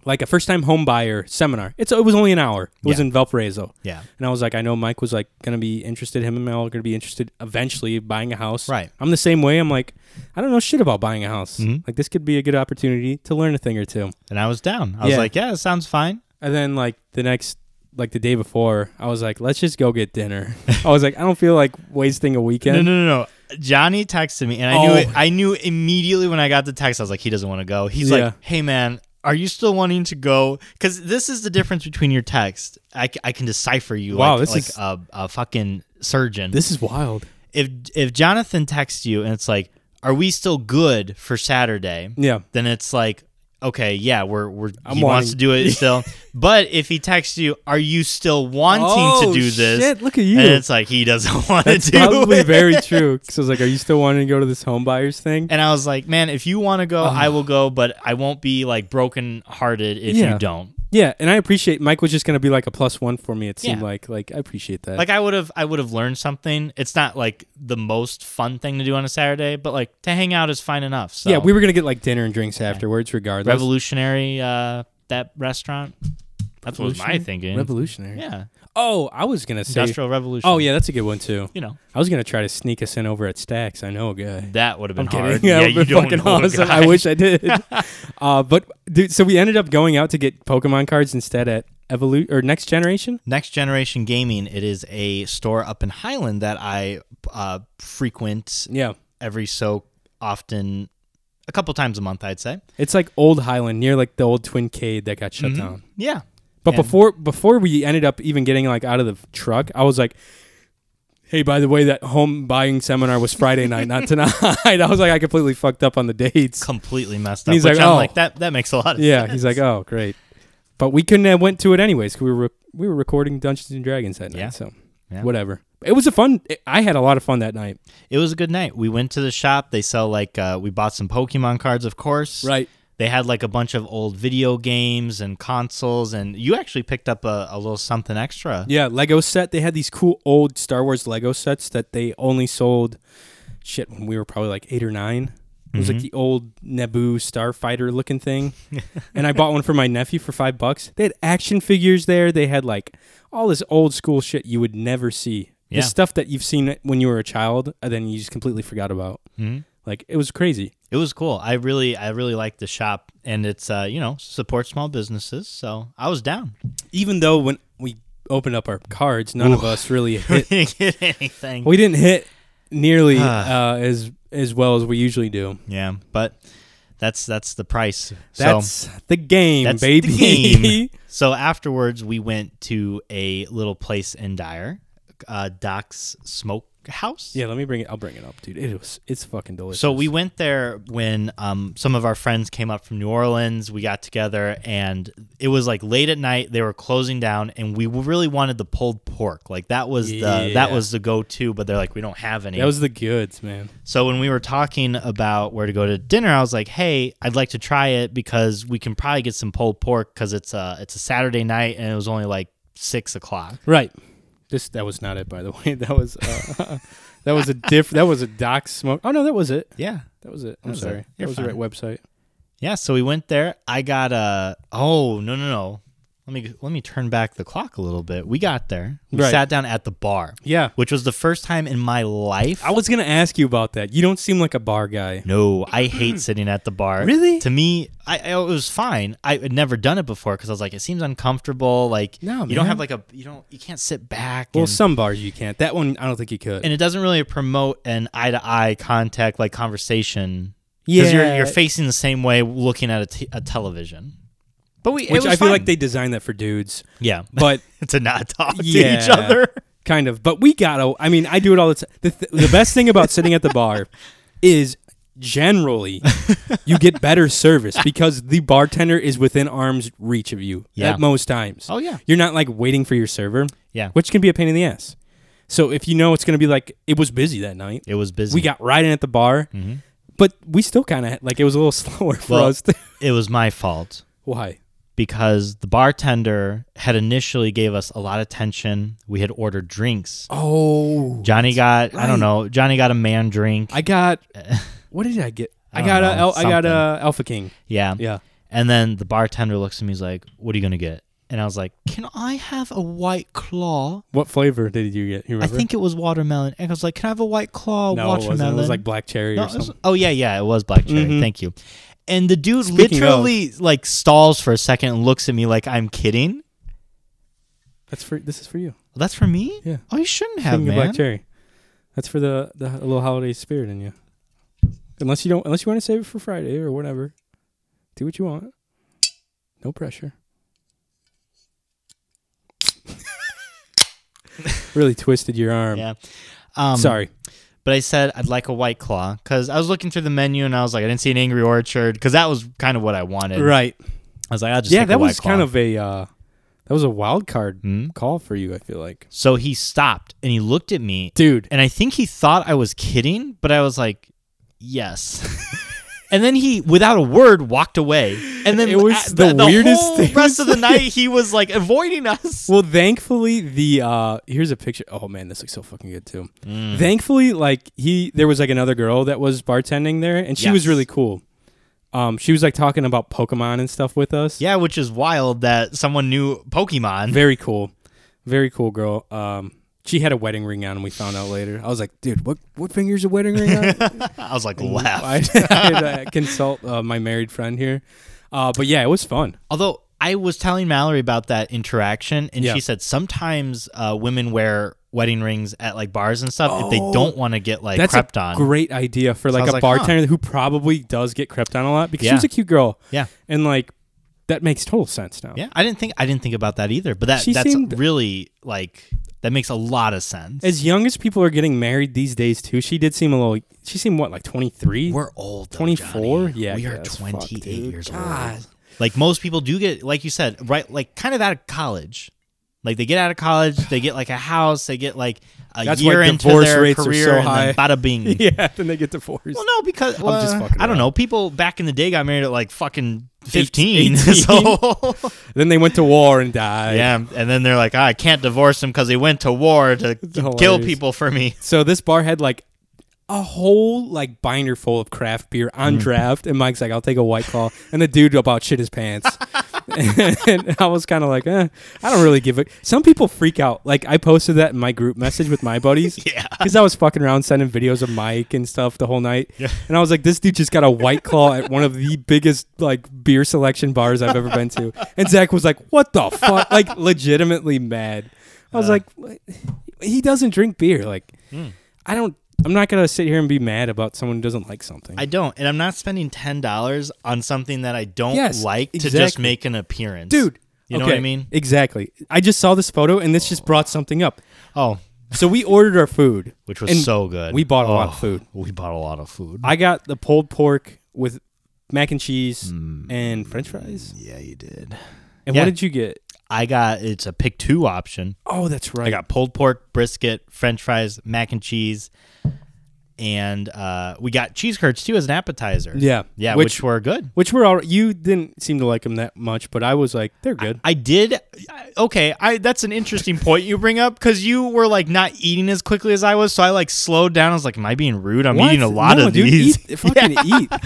[SPEAKER 1] like a first time home buyer seminar. It's it was only an hour. It was
[SPEAKER 2] Yeah.
[SPEAKER 1] in Valparaiso.
[SPEAKER 2] Yeah.
[SPEAKER 1] And I was like, I know Mike was like gonna be interested. Him and Mel are gonna be interested eventually buying a house.
[SPEAKER 2] Right.
[SPEAKER 1] I'm the same way. I'm like, I don't know shit about buying a house.
[SPEAKER 2] Mhm.
[SPEAKER 1] Like this could be a good opportunity to learn a thing or two.
[SPEAKER 2] And I was down. I
[SPEAKER 1] Yeah.
[SPEAKER 2] was like, yeah, it sounds fine.
[SPEAKER 1] And then like the next like the day before, I was like, let's just go get dinner. I was like, I don't feel like wasting a weekend.
[SPEAKER 2] No, no, no, no. Johnny texted me, and I
[SPEAKER 1] Oh.
[SPEAKER 2] knew I knew immediately when I got the text. I was like, he doesn't want to go. He's
[SPEAKER 1] Yeah.
[SPEAKER 2] like, hey man, are you still wanting to go? Because this is the difference between your text. I, c- I can decipher you
[SPEAKER 1] Wow,
[SPEAKER 2] like
[SPEAKER 1] this
[SPEAKER 2] like
[SPEAKER 1] is-
[SPEAKER 2] a, a fucking surgeon.
[SPEAKER 1] This is wild.
[SPEAKER 2] if if Jonathan texts you and it's like, "Are we still good for Saturday?"
[SPEAKER 1] Yeah.
[SPEAKER 2] Then it's like, "Okay, yeah, we're we're
[SPEAKER 1] I'm wanting-
[SPEAKER 2] he wants to do it still." but if he texts you, "Are you still wanting
[SPEAKER 1] Oh,
[SPEAKER 2] to do this?"
[SPEAKER 1] shit, look at you.
[SPEAKER 2] And it's like he doesn't want to
[SPEAKER 1] That's
[SPEAKER 2] do
[SPEAKER 1] probably
[SPEAKER 2] it.
[SPEAKER 1] very true. So I was like, are you still wanting to go to this home buyers thing?
[SPEAKER 2] and I was like, "Man, if you want to go, I will go, but I won't be like broken hearted if
[SPEAKER 1] Yeah.
[SPEAKER 2] you don't."
[SPEAKER 1] Yeah, and I appreciate Mike was just gonna be like a plus one for me. It seemed
[SPEAKER 2] Yeah.
[SPEAKER 1] like like I appreciate that.
[SPEAKER 2] Like I would have I would have learned something. It's not like the most fun thing to do on a Saturday, but like to hang out is fine enough. So
[SPEAKER 1] yeah, we were gonna get like dinner and drinks afterwards, regardless.
[SPEAKER 2] revolutionary uh that restaurant that's what was my
[SPEAKER 1] Revolutionary?
[SPEAKER 2] thinking
[SPEAKER 1] Revolutionary.
[SPEAKER 2] yeah
[SPEAKER 1] Oh, I was gonna say.
[SPEAKER 2] industrial revolution
[SPEAKER 1] Oh yeah, that's a good one too.
[SPEAKER 2] you know
[SPEAKER 1] I was gonna try to sneak us in over at Stacks. I know a guy.
[SPEAKER 2] that would have been
[SPEAKER 1] I'm kidding.
[SPEAKER 2] hard
[SPEAKER 1] Yeah,
[SPEAKER 2] yeah
[SPEAKER 1] it
[SPEAKER 2] you
[SPEAKER 1] would've been fucking
[SPEAKER 2] don't know a
[SPEAKER 1] awesome.
[SPEAKER 2] guy.
[SPEAKER 1] I wish I did. uh, but dude, so we ended up going out to get Pokemon cards instead at Evolu or Next Generation.
[SPEAKER 2] next generation gaming it is a store up in highland that i uh frequent
[SPEAKER 1] Yeah,
[SPEAKER 2] every so often a couple times a month i'd say
[SPEAKER 1] it's like old Highland near like the old Twincade that got shut down.
[SPEAKER 2] yeah
[SPEAKER 1] But
[SPEAKER 2] Mm-hmm. And-
[SPEAKER 1] before before we ended up even getting like out of the truck, I was like. Hey, by the way, that home buying seminar was Friday night, not tonight. I was like, I completely fucked up on the dates.
[SPEAKER 2] completely messed
[SPEAKER 1] And
[SPEAKER 2] up
[SPEAKER 1] he's
[SPEAKER 2] which
[SPEAKER 1] like,
[SPEAKER 2] i'm
[SPEAKER 1] "Oh."
[SPEAKER 2] like that that makes a lot of
[SPEAKER 1] Yeah,
[SPEAKER 2] sense
[SPEAKER 1] he's like, oh, great. But we couldn't have went to it anyways because we were re- we were recording Dungeons and Dragons that night.
[SPEAKER 2] Yeah.
[SPEAKER 1] So
[SPEAKER 2] Yeah.
[SPEAKER 1] whatever. It was a fun. I had a lot of fun that night.
[SPEAKER 2] it was a good night we went to the shop they sell like uh we bought some pokemon cards of course
[SPEAKER 1] Right.
[SPEAKER 2] they had like a bunch of old video games and consoles and you actually picked up a, a little something extra
[SPEAKER 1] Yeah, Lego set. They had these cool old Star Wars Lego sets that they only sold shit when we were probably like eight or nine. It was like the old Naboo starfighter looking thing. and I bought one for my nephew for five bucks. They had action figures there. They had like all this old school shit you would never see.
[SPEAKER 2] Yeah.
[SPEAKER 1] The stuff that you've seen when you were a child and then you just completely forgot about.
[SPEAKER 2] Mhm.
[SPEAKER 1] Like it was crazy.
[SPEAKER 2] it was cool i really i really liked the shop and it's uh you know support small businesses so i was down
[SPEAKER 1] Even though when we opened up our cards, none of us really
[SPEAKER 2] we
[SPEAKER 1] hit
[SPEAKER 2] didn't get anything
[SPEAKER 1] we didn't hit nearly uh, as as well as we usually do.
[SPEAKER 2] yeah but that's that's the price
[SPEAKER 1] That's
[SPEAKER 2] so
[SPEAKER 1] the game,
[SPEAKER 2] that's
[SPEAKER 1] baby.
[SPEAKER 2] the game. so afterwards we went to a little place in dyer uh doc's smokehouse
[SPEAKER 1] yeah, let me bring it. I'll bring it up, dude. It was it's fucking delicious.
[SPEAKER 2] So we went there when um, some of our friends came up from New Orleans. We got together, and it was like late at night. They were closing down, and we really wanted the pulled pork. Like that was the
[SPEAKER 1] Yeah.
[SPEAKER 2] that was the go to. But they're like, we don't have any.
[SPEAKER 1] that was the goods, man.
[SPEAKER 2] so when we were talking about where to go to dinner, I was like, hey, I'd like to try it because we can probably get some pulled pork because it's a it's a Saturday night, and it was only like six o'clock.
[SPEAKER 1] Right. This that was not it, by the way. That was uh, that was a diff. That was a doc smoke. Oh no, that was it.
[SPEAKER 2] Yeah.
[SPEAKER 1] That was it. I'm
[SPEAKER 2] was it.
[SPEAKER 1] sorry. That
[SPEAKER 2] You're
[SPEAKER 1] was the right website.
[SPEAKER 2] Yeah, so we went there. I got a oh uh, no no no. let me let me turn back the clock a little bit. We got there. We
[SPEAKER 1] Right.
[SPEAKER 2] sat down at the bar.
[SPEAKER 1] Yeah.
[SPEAKER 2] Which was the first time in my life.
[SPEAKER 1] I was gonna ask you about that. You don't seem like a bar guy.
[SPEAKER 2] no, I hate sitting at the bar.
[SPEAKER 1] Really?
[SPEAKER 2] To me, I, I- it was fine. I had never done it before because I was like, it seems uncomfortable. Like,
[SPEAKER 1] No,
[SPEAKER 2] you don't
[SPEAKER 1] man.
[SPEAKER 2] have like a you don't you can't sit back.
[SPEAKER 1] Well,
[SPEAKER 2] and-
[SPEAKER 1] some bars you can't. That one, I don't think you could.
[SPEAKER 2] and it doesn't really promote an eye to eye contact like conversation
[SPEAKER 1] yeah,
[SPEAKER 2] because you're, you're facing the same way looking at a, t- a television but we it
[SPEAKER 1] which
[SPEAKER 2] was
[SPEAKER 1] I feel
[SPEAKER 2] fine.
[SPEAKER 1] like they designed that for dudes,
[SPEAKER 2] yeah
[SPEAKER 1] but
[SPEAKER 2] to not talk
[SPEAKER 1] Yeah.
[SPEAKER 2] to each other
[SPEAKER 1] kind of. But we gotta. I mean, I do it all the time. The, th- the best thing about sitting at the bar is generally you get better service because the bartender is within arm's reach of you
[SPEAKER 2] Yeah.
[SPEAKER 1] at most times.
[SPEAKER 2] oh yeah
[SPEAKER 1] You're not like waiting for your server,
[SPEAKER 2] yeah
[SPEAKER 1] which can be a pain in the ass. So if you know it's gonna be like it was busy that night,
[SPEAKER 2] it was busy Mm-hmm.
[SPEAKER 1] we got right in at the bar, but we still kind of like it was a little slower for
[SPEAKER 2] Well-
[SPEAKER 1] us. To,
[SPEAKER 2] it was my fault
[SPEAKER 1] why?
[SPEAKER 2] because the bartender had initially gave us a lot of tension we had ordered drinks
[SPEAKER 1] Oh,
[SPEAKER 2] johnny got i
[SPEAKER 1] Right.
[SPEAKER 2] don't know johnny got a man drink
[SPEAKER 1] I got. What did I get? I,
[SPEAKER 2] don't
[SPEAKER 1] got a,
[SPEAKER 2] know,
[SPEAKER 1] El- I got a
[SPEAKER 2] something.
[SPEAKER 1] Alpha King.
[SPEAKER 2] yeah
[SPEAKER 1] Yeah.
[SPEAKER 2] And then the bartender looks at me, he's like, What are you going to get? And I was like, Can I have a white claw?
[SPEAKER 1] What flavor did you get? You
[SPEAKER 2] I
[SPEAKER 1] remember?
[SPEAKER 2] think it was watermelon. And I was like, Can I have a white claw
[SPEAKER 1] no, it
[SPEAKER 2] watermelon?
[SPEAKER 1] wasn't. It was like black cherry or
[SPEAKER 2] No, it was-
[SPEAKER 1] something.
[SPEAKER 2] oh, yeah, yeah, it was black cherry.
[SPEAKER 1] Mhm.
[SPEAKER 2] Thank you. And the dude
[SPEAKER 1] Speaking
[SPEAKER 2] literally like stalls for a second and looks at me like I'm kidding. Well,
[SPEAKER 1] That's for this is for you.
[SPEAKER 2] that's for me?
[SPEAKER 1] Yeah.
[SPEAKER 2] Oh, you shouldn't have,
[SPEAKER 1] Speaking of
[SPEAKER 2] man.
[SPEAKER 1] black cherry, that's for the the little holiday spirit in you. Unless you don't, unless you want to save it for Friday or whatever, do what you want. No pressure. really twisted your arm.
[SPEAKER 2] Yeah. Um,
[SPEAKER 1] Sorry.
[SPEAKER 2] But I said I'd like a white claw because I was looking through the menu and I was like, I didn't see an Angry Orchard because that was kind of what I wanted.
[SPEAKER 1] Right.
[SPEAKER 2] I was like, I'll just
[SPEAKER 1] yeah,
[SPEAKER 2] take a
[SPEAKER 1] that
[SPEAKER 2] White
[SPEAKER 1] was
[SPEAKER 2] Claw.
[SPEAKER 1] kind of a uh, that was a wild card
[SPEAKER 2] Hmm?
[SPEAKER 1] call for you. I feel like,
[SPEAKER 2] So he stopped and he looked at me
[SPEAKER 1] dude.
[SPEAKER 2] and I think he thought I was kidding, but I was like, yes. and then he, without a word, walked away. And then
[SPEAKER 1] It was
[SPEAKER 2] a-
[SPEAKER 1] the weirdest
[SPEAKER 2] whole
[SPEAKER 1] thing.
[SPEAKER 2] rest of the night, he was like avoiding us.
[SPEAKER 1] Well, thankfully, the uh here's a picture. Oh man, this looks so fucking good too.
[SPEAKER 2] Mm.
[SPEAKER 1] Thankfully, like he, there was like another girl that was bartending there, and she was
[SPEAKER 2] Yes.
[SPEAKER 1] really cool. Um, she was like talking about Pokemon and stuff with us.
[SPEAKER 2] Yeah, which is wild that someone knew Pokemon.
[SPEAKER 1] very cool, very cool girl. Um, she had a wedding ring on, and we found out later. I was like, dude, what what finger's a wedding ring on?
[SPEAKER 2] I was like, laugh.
[SPEAKER 1] I had to consult uh, my married friend here. Uh, but yeah, it was fun.
[SPEAKER 2] Although I was telling Mallory about that interaction, and
[SPEAKER 1] Yeah.
[SPEAKER 2] she said sometimes uh, women wear wedding rings at like bars and stuff if they
[SPEAKER 1] Oh,
[SPEAKER 2] don't want to get like
[SPEAKER 1] That's
[SPEAKER 2] crept
[SPEAKER 1] a
[SPEAKER 2] on.
[SPEAKER 1] great idea for like
[SPEAKER 2] was
[SPEAKER 1] a
[SPEAKER 2] like, huh.
[SPEAKER 1] bartender who probably does get crept on a lot because
[SPEAKER 2] Yeah.
[SPEAKER 1] she was a cute girl.
[SPEAKER 2] Yeah.
[SPEAKER 1] and like that makes total sense now.
[SPEAKER 2] Yeah, I didn't think I didn't think about that either. But that
[SPEAKER 1] She
[SPEAKER 2] that's
[SPEAKER 1] seemed-
[SPEAKER 2] really like that makes a lot of sense.
[SPEAKER 1] As young as people are getting married these days too, she did seem a little. She seemed what like twenty three.
[SPEAKER 2] We're old. though,
[SPEAKER 1] 24?
[SPEAKER 2] Johnny.
[SPEAKER 1] Yeah,
[SPEAKER 2] we
[SPEAKER 1] yeah,
[SPEAKER 2] are
[SPEAKER 1] that's fucked,
[SPEAKER 2] 28
[SPEAKER 1] dude.
[SPEAKER 2] years
[SPEAKER 1] God.
[SPEAKER 2] old. Like most people do get, like you said, right? Like kind of out of college. Like they get out of college, they get like a house, they get like a
[SPEAKER 1] That's why
[SPEAKER 2] year into
[SPEAKER 1] divorce
[SPEAKER 2] their
[SPEAKER 1] rates are
[SPEAKER 2] career,
[SPEAKER 1] so
[SPEAKER 2] and
[SPEAKER 1] high.
[SPEAKER 2] then bada bing.
[SPEAKER 1] Yeah, then they get divorced.
[SPEAKER 2] Well, no, because
[SPEAKER 1] I'm just
[SPEAKER 2] well,
[SPEAKER 1] fucking
[SPEAKER 2] I don't
[SPEAKER 1] around.
[SPEAKER 2] know. People back in the day got married at like fucking fifteen. So
[SPEAKER 1] Then they went to war and died.
[SPEAKER 2] yeah, and then they're like, "Ah, I can't divorce him because he went to war to kill
[SPEAKER 1] hilarious.
[SPEAKER 2] people for me.
[SPEAKER 1] So this bar had like a whole like binder full of craft beer on
[SPEAKER 2] Mm.
[SPEAKER 1] draft, and Mike's like, "I'll take a white claw," and the dude about shit his pants. and I was kind of like, eh, I don't really give a. Some people freak out. Like I posted that in my group message with my buddies.
[SPEAKER 2] Yeah.
[SPEAKER 1] Because I was fucking around sending videos of Mike and stuff the whole night.
[SPEAKER 2] Yeah.
[SPEAKER 1] And I was like, this dude just got a white claw at one of the biggest like beer selection bars I've ever been to. And Zach was like, what the fuck? Like legitimately mad. I
[SPEAKER 2] Uh.
[SPEAKER 1] was like, "What?" he doesn't drink beer. Like,
[SPEAKER 2] Hmm.
[SPEAKER 1] I don't. I'm not gonna sit here and be mad about someone who doesn't like something.
[SPEAKER 2] I don't, and I'm not spending ten dollars on something that I don't
[SPEAKER 1] Yes,
[SPEAKER 2] like to just
[SPEAKER 1] exactly.
[SPEAKER 2] make an appearance,
[SPEAKER 1] dude.
[SPEAKER 2] You know what I
[SPEAKER 1] okay,
[SPEAKER 2] mean?
[SPEAKER 1] Exactly. I just saw this photo and this just brought something up.
[SPEAKER 2] Oh,
[SPEAKER 1] So we ordered our food,
[SPEAKER 2] which was
[SPEAKER 1] and
[SPEAKER 2] so good.
[SPEAKER 1] We bought a lot
[SPEAKER 2] Oh,
[SPEAKER 1] of food.
[SPEAKER 2] We bought a lot of food.
[SPEAKER 1] I got the pulled pork with mac and cheese and French fries.
[SPEAKER 2] yeah, you did.
[SPEAKER 1] And
[SPEAKER 2] Mm. Yeah.
[SPEAKER 1] what did you get?
[SPEAKER 2] I got it's a pick two option.
[SPEAKER 1] Oh, that's right.
[SPEAKER 2] I got pulled pork, brisket, French fries, mac and cheese, and uh, we got cheese curds too as an appetizer.
[SPEAKER 1] yeah,
[SPEAKER 2] yeah,
[SPEAKER 1] Which
[SPEAKER 2] which, were good.
[SPEAKER 1] which were all. You didn't seem to like them that much, but I was like, they're good.
[SPEAKER 2] I did. I- Okay, I that's an interesting point you bring up because you were like not eating as quickly as I was, so I like slowed down. I was like, "Am I being rude? I'm
[SPEAKER 1] What?
[SPEAKER 2] eating a lot
[SPEAKER 1] No,
[SPEAKER 2] of
[SPEAKER 1] dude,
[SPEAKER 2] these."
[SPEAKER 1] Eat, fucking eat.